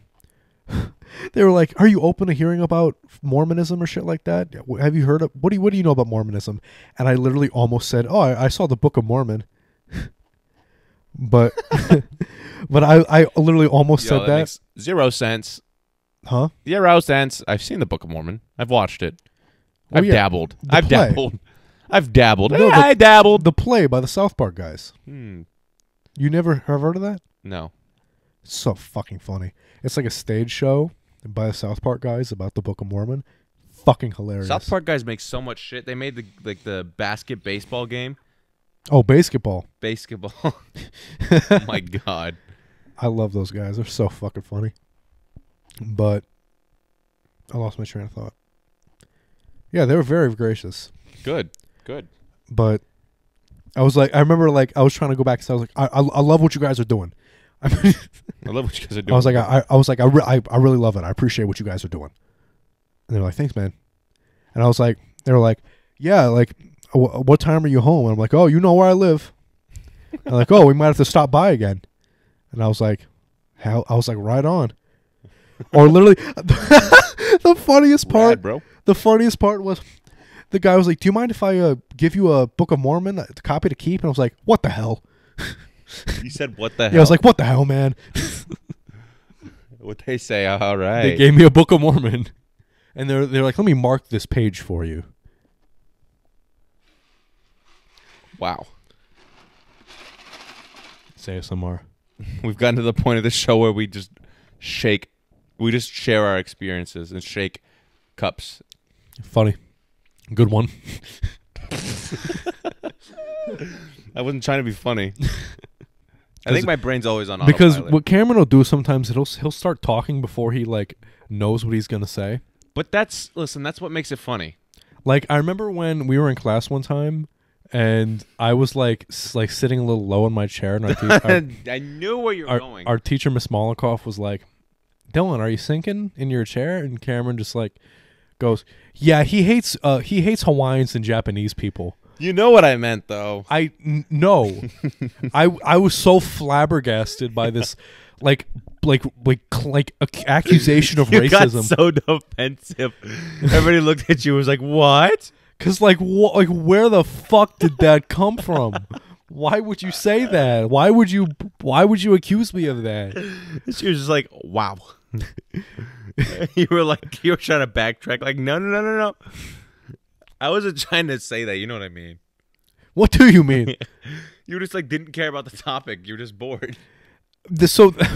Speaker 2: they were like, "Are you open to hearing about Mormonism or shit like that? Have you heard of what do you, what do you know about Mormonism?" And I literally almost said, "Oh, I, I saw the Book of Mormon," but but I I literally almost said that,
Speaker 1: zero sense.
Speaker 2: huh?
Speaker 1: Zero sense. I've seen the Book of Mormon. I've watched it. I've
Speaker 2: Oh, yeah,
Speaker 1: dabbled.
Speaker 2: the
Speaker 1: I've
Speaker 2: play.
Speaker 1: dabbled. I've dabbled.
Speaker 2: No, the-
Speaker 1: I dabbled.
Speaker 2: The play by the South Park guys.
Speaker 1: Hmm.
Speaker 2: You never have heard of that?
Speaker 1: No.
Speaker 2: It's so fucking funny. It's like a stage show by the South Park guys about the Book of Mormon. Fucking hilarious.
Speaker 1: South Park guys make so much shit. They made the like the basket baseball game.
Speaker 2: Oh, basketball.
Speaker 1: Basketball. oh my god.
Speaker 2: I love those guys. They're so fucking funny. But I lost my train of thought. Yeah, they were very gracious.
Speaker 1: Good. Good.
Speaker 2: But I was like, I remember like I was trying to go back. So I was like, I, I, I love what you guys are doing. I, mean,
Speaker 1: I love what you guys are
Speaker 2: I
Speaker 1: doing.
Speaker 2: was like, I, I was like, I, re- I, I really love it. I appreciate what you guys are doing. And they're like, thanks, man. And I was like, they were like, yeah, like, wh- what time are you home? And I'm like, oh, you know where I live. And like, oh, we might have to stop by again. And I was like, how? I was like, right on. Or literally, the funniest part,
Speaker 1: Rad, bro.
Speaker 2: the funniest part was the guy was like, "Do you mind if I uh, give you a Book of Mormon a copy to keep?" And I was like, "What the hell?"
Speaker 1: You said what the hell?
Speaker 2: Yeah, I was like, "What the hell, man?"
Speaker 1: what they say? All right.
Speaker 2: They gave me a Book of Mormon, and they're they're like, "Let me mark this page for you."
Speaker 1: wow.
Speaker 2: Say ASMR.
Speaker 1: We've gotten to the point of the show where we just shake, we just share our experiences and shake cups.
Speaker 2: Funny, good one.
Speaker 1: I wasn't trying to be funny. I think my brain's always on
Speaker 2: because
Speaker 1: autopilot.
Speaker 2: what Cameron will do sometimes he'll he'll start talking before he like knows what he's gonna say.
Speaker 1: but that's listen, that's what makes it funny.
Speaker 2: Like I remember when we were in class one time, and I was like s- like sitting a little low in my chair, and our, te- our,
Speaker 1: I knew where you were
Speaker 2: our,
Speaker 1: going.
Speaker 2: our teacher Miss Molokov was like, "Dylan, are you sinking in your chair?" And Cameron just like goes, "Yeah, he hates uh he hates Hawaiians and Japanese people."
Speaker 1: you know what I meant though.
Speaker 2: I n- no, I I was so flabbergasted by this, like like like cl- like ac- accusation of
Speaker 1: You got
Speaker 2: racism.
Speaker 1: so defensive. Everybody looked at you and was like, "What?"
Speaker 2: Cause like wha- like where the fuck did that come from? Why would you say that? Why would you why would you accuse me of that?
Speaker 1: She was just like, "Wow." you were like, you were trying to backtrack. Like, no, no, no, no, no. I wasn't trying to say that. You know what I mean?
Speaker 2: What do you mean?
Speaker 1: You just like didn't care about the topic. You were just bored.
Speaker 2: This, so
Speaker 1: trying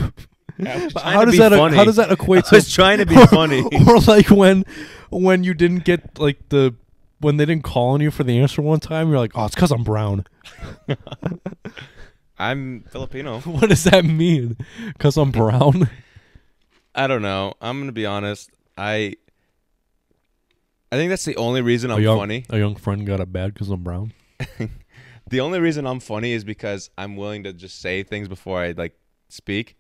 Speaker 2: how
Speaker 1: to
Speaker 2: does
Speaker 1: be
Speaker 2: that
Speaker 1: funny.
Speaker 2: how does that equate
Speaker 1: I
Speaker 2: to
Speaker 1: was trying to be
Speaker 2: or,
Speaker 1: funny.
Speaker 2: or like when when you didn't get like the when they didn't call on you for the answer one time, you're like, oh, it's cause I'm brown.
Speaker 1: I'm Filipino.
Speaker 2: What does that mean? Cause I'm brown.
Speaker 1: I don't know. I'm gonna be honest. I I think that's the only reason I'm
Speaker 2: a young,
Speaker 1: funny.
Speaker 2: A young friend got it bad cause I'm brown.
Speaker 1: The only reason I'm funny is because I'm willing to just say things before I like speak.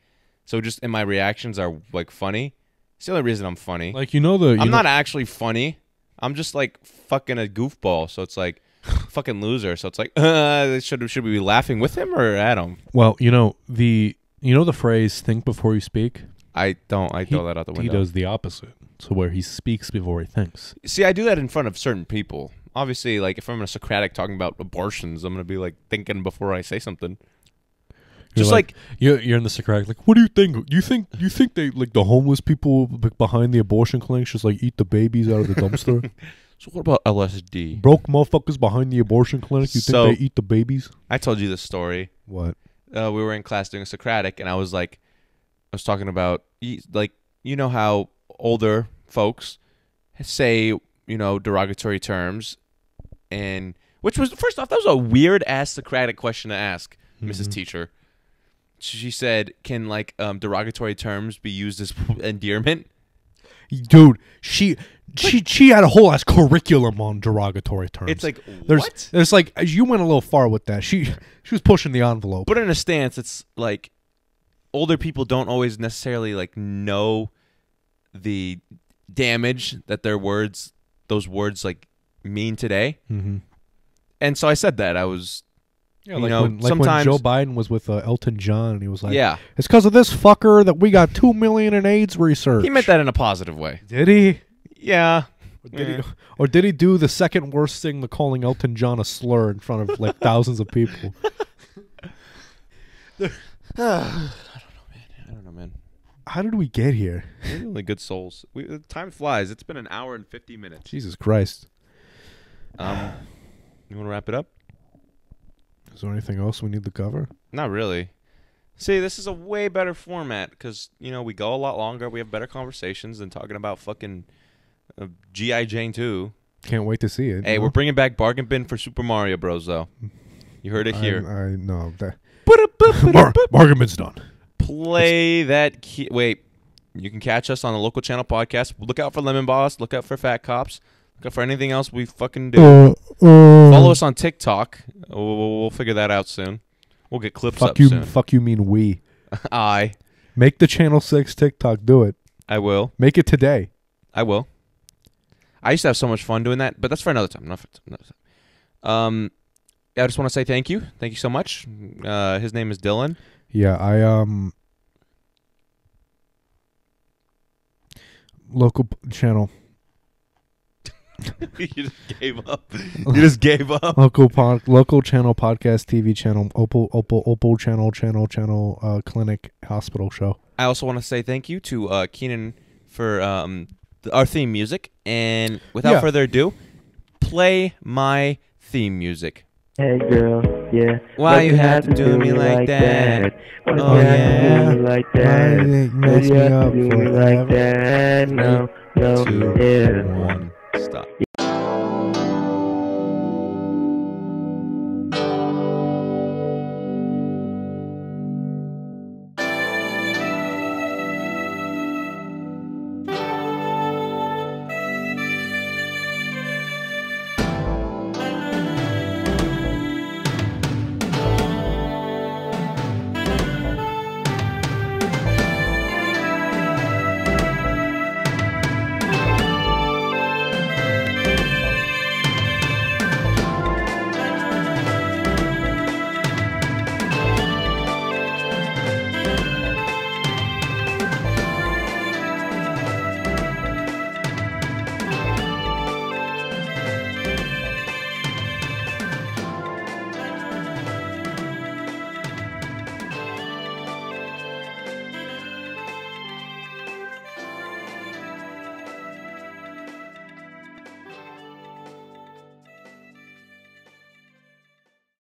Speaker 1: So just and my reactions are like funny. It's the only reason I'm funny.
Speaker 2: Like you know the you
Speaker 1: I'm
Speaker 2: know-
Speaker 1: not actually funny. I'm just like fucking a goofball. So it's like fucking loser. So it's like uh, should should we be laughing with him or at him?
Speaker 2: well you know the you know the phrase think before you speak.
Speaker 1: I don't. I
Speaker 2: He-
Speaker 1: throw that out the
Speaker 2: He
Speaker 1: window.
Speaker 2: does the opposite, to where he speaks before he thinks.
Speaker 1: See, I do that in front of certain people. Obviously, like if I'm in a Socratic talking about abortions, I'm gonna be like thinking before I say something.
Speaker 2: You're
Speaker 1: Just like,
Speaker 2: you're, you're in the Socratic, like, what do you think? You think you think they like the homeless people b- behind the abortion clinics just like eat the babies out of the dumpster?
Speaker 1: so what about LSD?
Speaker 2: Broke motherfuckers behind the abortion clinic, you
Speaker 1: So-
Speaker 2: think they eat the babies?
Speaker 1: I told you this story.
Speaker 2: What?
Speaker 1: uh, we were in class doing a Socratic, and I was like, I was talking about y- like you know how older folks say you know derogatory terms, and which was first off that was a weird ass Socratic question to ask, Mrs. Teacher. She said, "Can like um, derogatory terms be used as endearment?"
Speaker 2: Dude, she she she had a whole ass curriculum on derogatory terms.
Speaker 1: It's like
Speaker 2: there's
Speaker 1: what?
Speaker 2: there's like you went a little far with that. She she was pushing the envelope.
Speaker 1: But in a stance, it's like older people don't always necessarily like know the damage that their words, those words, like mean today.
Speaker 2: Mhm.
Speaker 1: And so I said that I was,
Speaker 2: Yeah,
Speaker 1: you
Speaker 2: like
Speaker 1: know,
Speaker 2: when, like when
Speaker 1: sometimes-
Speaker 2: Joe Biden was with uh, Elton John, and he was like,
Speaker 1: yeah,
Speaker 2: It's because of this fucker that we got two million in AIDS research.
Speaker 1: he meant that in a positive way.
Speaker 2: Did he?
Speaker 1: Yeah,
Speaker 2: Or did, he, or did he do the second worst thing, the calling Elton John a slur in front of like thousands of people?
Speaker 1: I don't know, man.
Speaker 2: How did we get here?
Speaker 1: We're only good souls. We, uh, time flies. It's been an hour and fifty minutes.
Speaker 2: Jesus Christ!
Speaker 1: Um, you want to wrap it up?
Speaker 2: Is there anything else we need to cover?
Speaker 1: Not really. See, this is a way better format because you know we go a lot longer. We have better conversations than talking about fucking uh, GI Jane two.
Speaker 2: Can't wait to see it.
Speaker 1: Hey,
Speaker 2: you
Speaker 1: we're
Speaker 2: know?
Speaker 1: bringing back Bargain Bin for Super Mario Bros. Though you heard it here.
Speaker 2: I, I know that.
Speaker 1: Bar-
Speaker 2: Bargainman's done.
Speaker 1: Play that. Ki- Wait, you can catch us on the local channel podcast. Look out for Lemon Boss. Look out for Fat Cops. Look out for anything else we fucking do. Follow us on TikTok. We'll, we'll, we'll figure that out soon. We'll get clips
Speaker 2: Fuck
Speaker 1: up
Speaker 2: you.
Speaker 1: soon.
Speaker 2: Fuck you. Mean we.
Speaker 1: I
Speaker 2: Make the Channel Six TikTok. Do it.
Speaker 1: I will.
Speaker 2: Make it today.
Speaker 1: I will. I used to have so much fun doing that, but that's for another time. Not for another time. Um, I just want to say thank you. Thank you so much. Uh, his name is Dylan.
Speaker 2: Yeah, I um local p- channel.
Speaker 1: you just gave up. You just gave up.
Speaker 2: Local pod, local channel, podcast, TV channel, Opal, Opal, Opal channel, channel, channel, uh, clinic, hospital show.
Speaker 1: I also want to say thank you to uh, Keenan for um, th- our theme music. And without
Speaker 2: Yeah.
Speaker 1: further ado, play my theme music.
Speaker 4: Hey girl, yeah.
Speaker 1: Why
Speaker 4: But
Speaker 1: you have to do me like that?
Speaker 4: Why
Speaker 1: Oh,
Speaker 4: you have
Speaker 1: yeah.
Speaker 4: to do me like
Speaker 2: Why
Speaker 4: that?
Speaker 2: you think
Speaker 4: Why
Speaker 2: mess
Speaker 4: you
Speaker 2: me
Speaker 4: have
Speaker 2: up
Speaker 4: to do me
Speaker 2: forever?
Speaker 4: like that? No, no,
Speaker 1: Two,
Speaker 4: yeah.
Speaker 1: one, stop.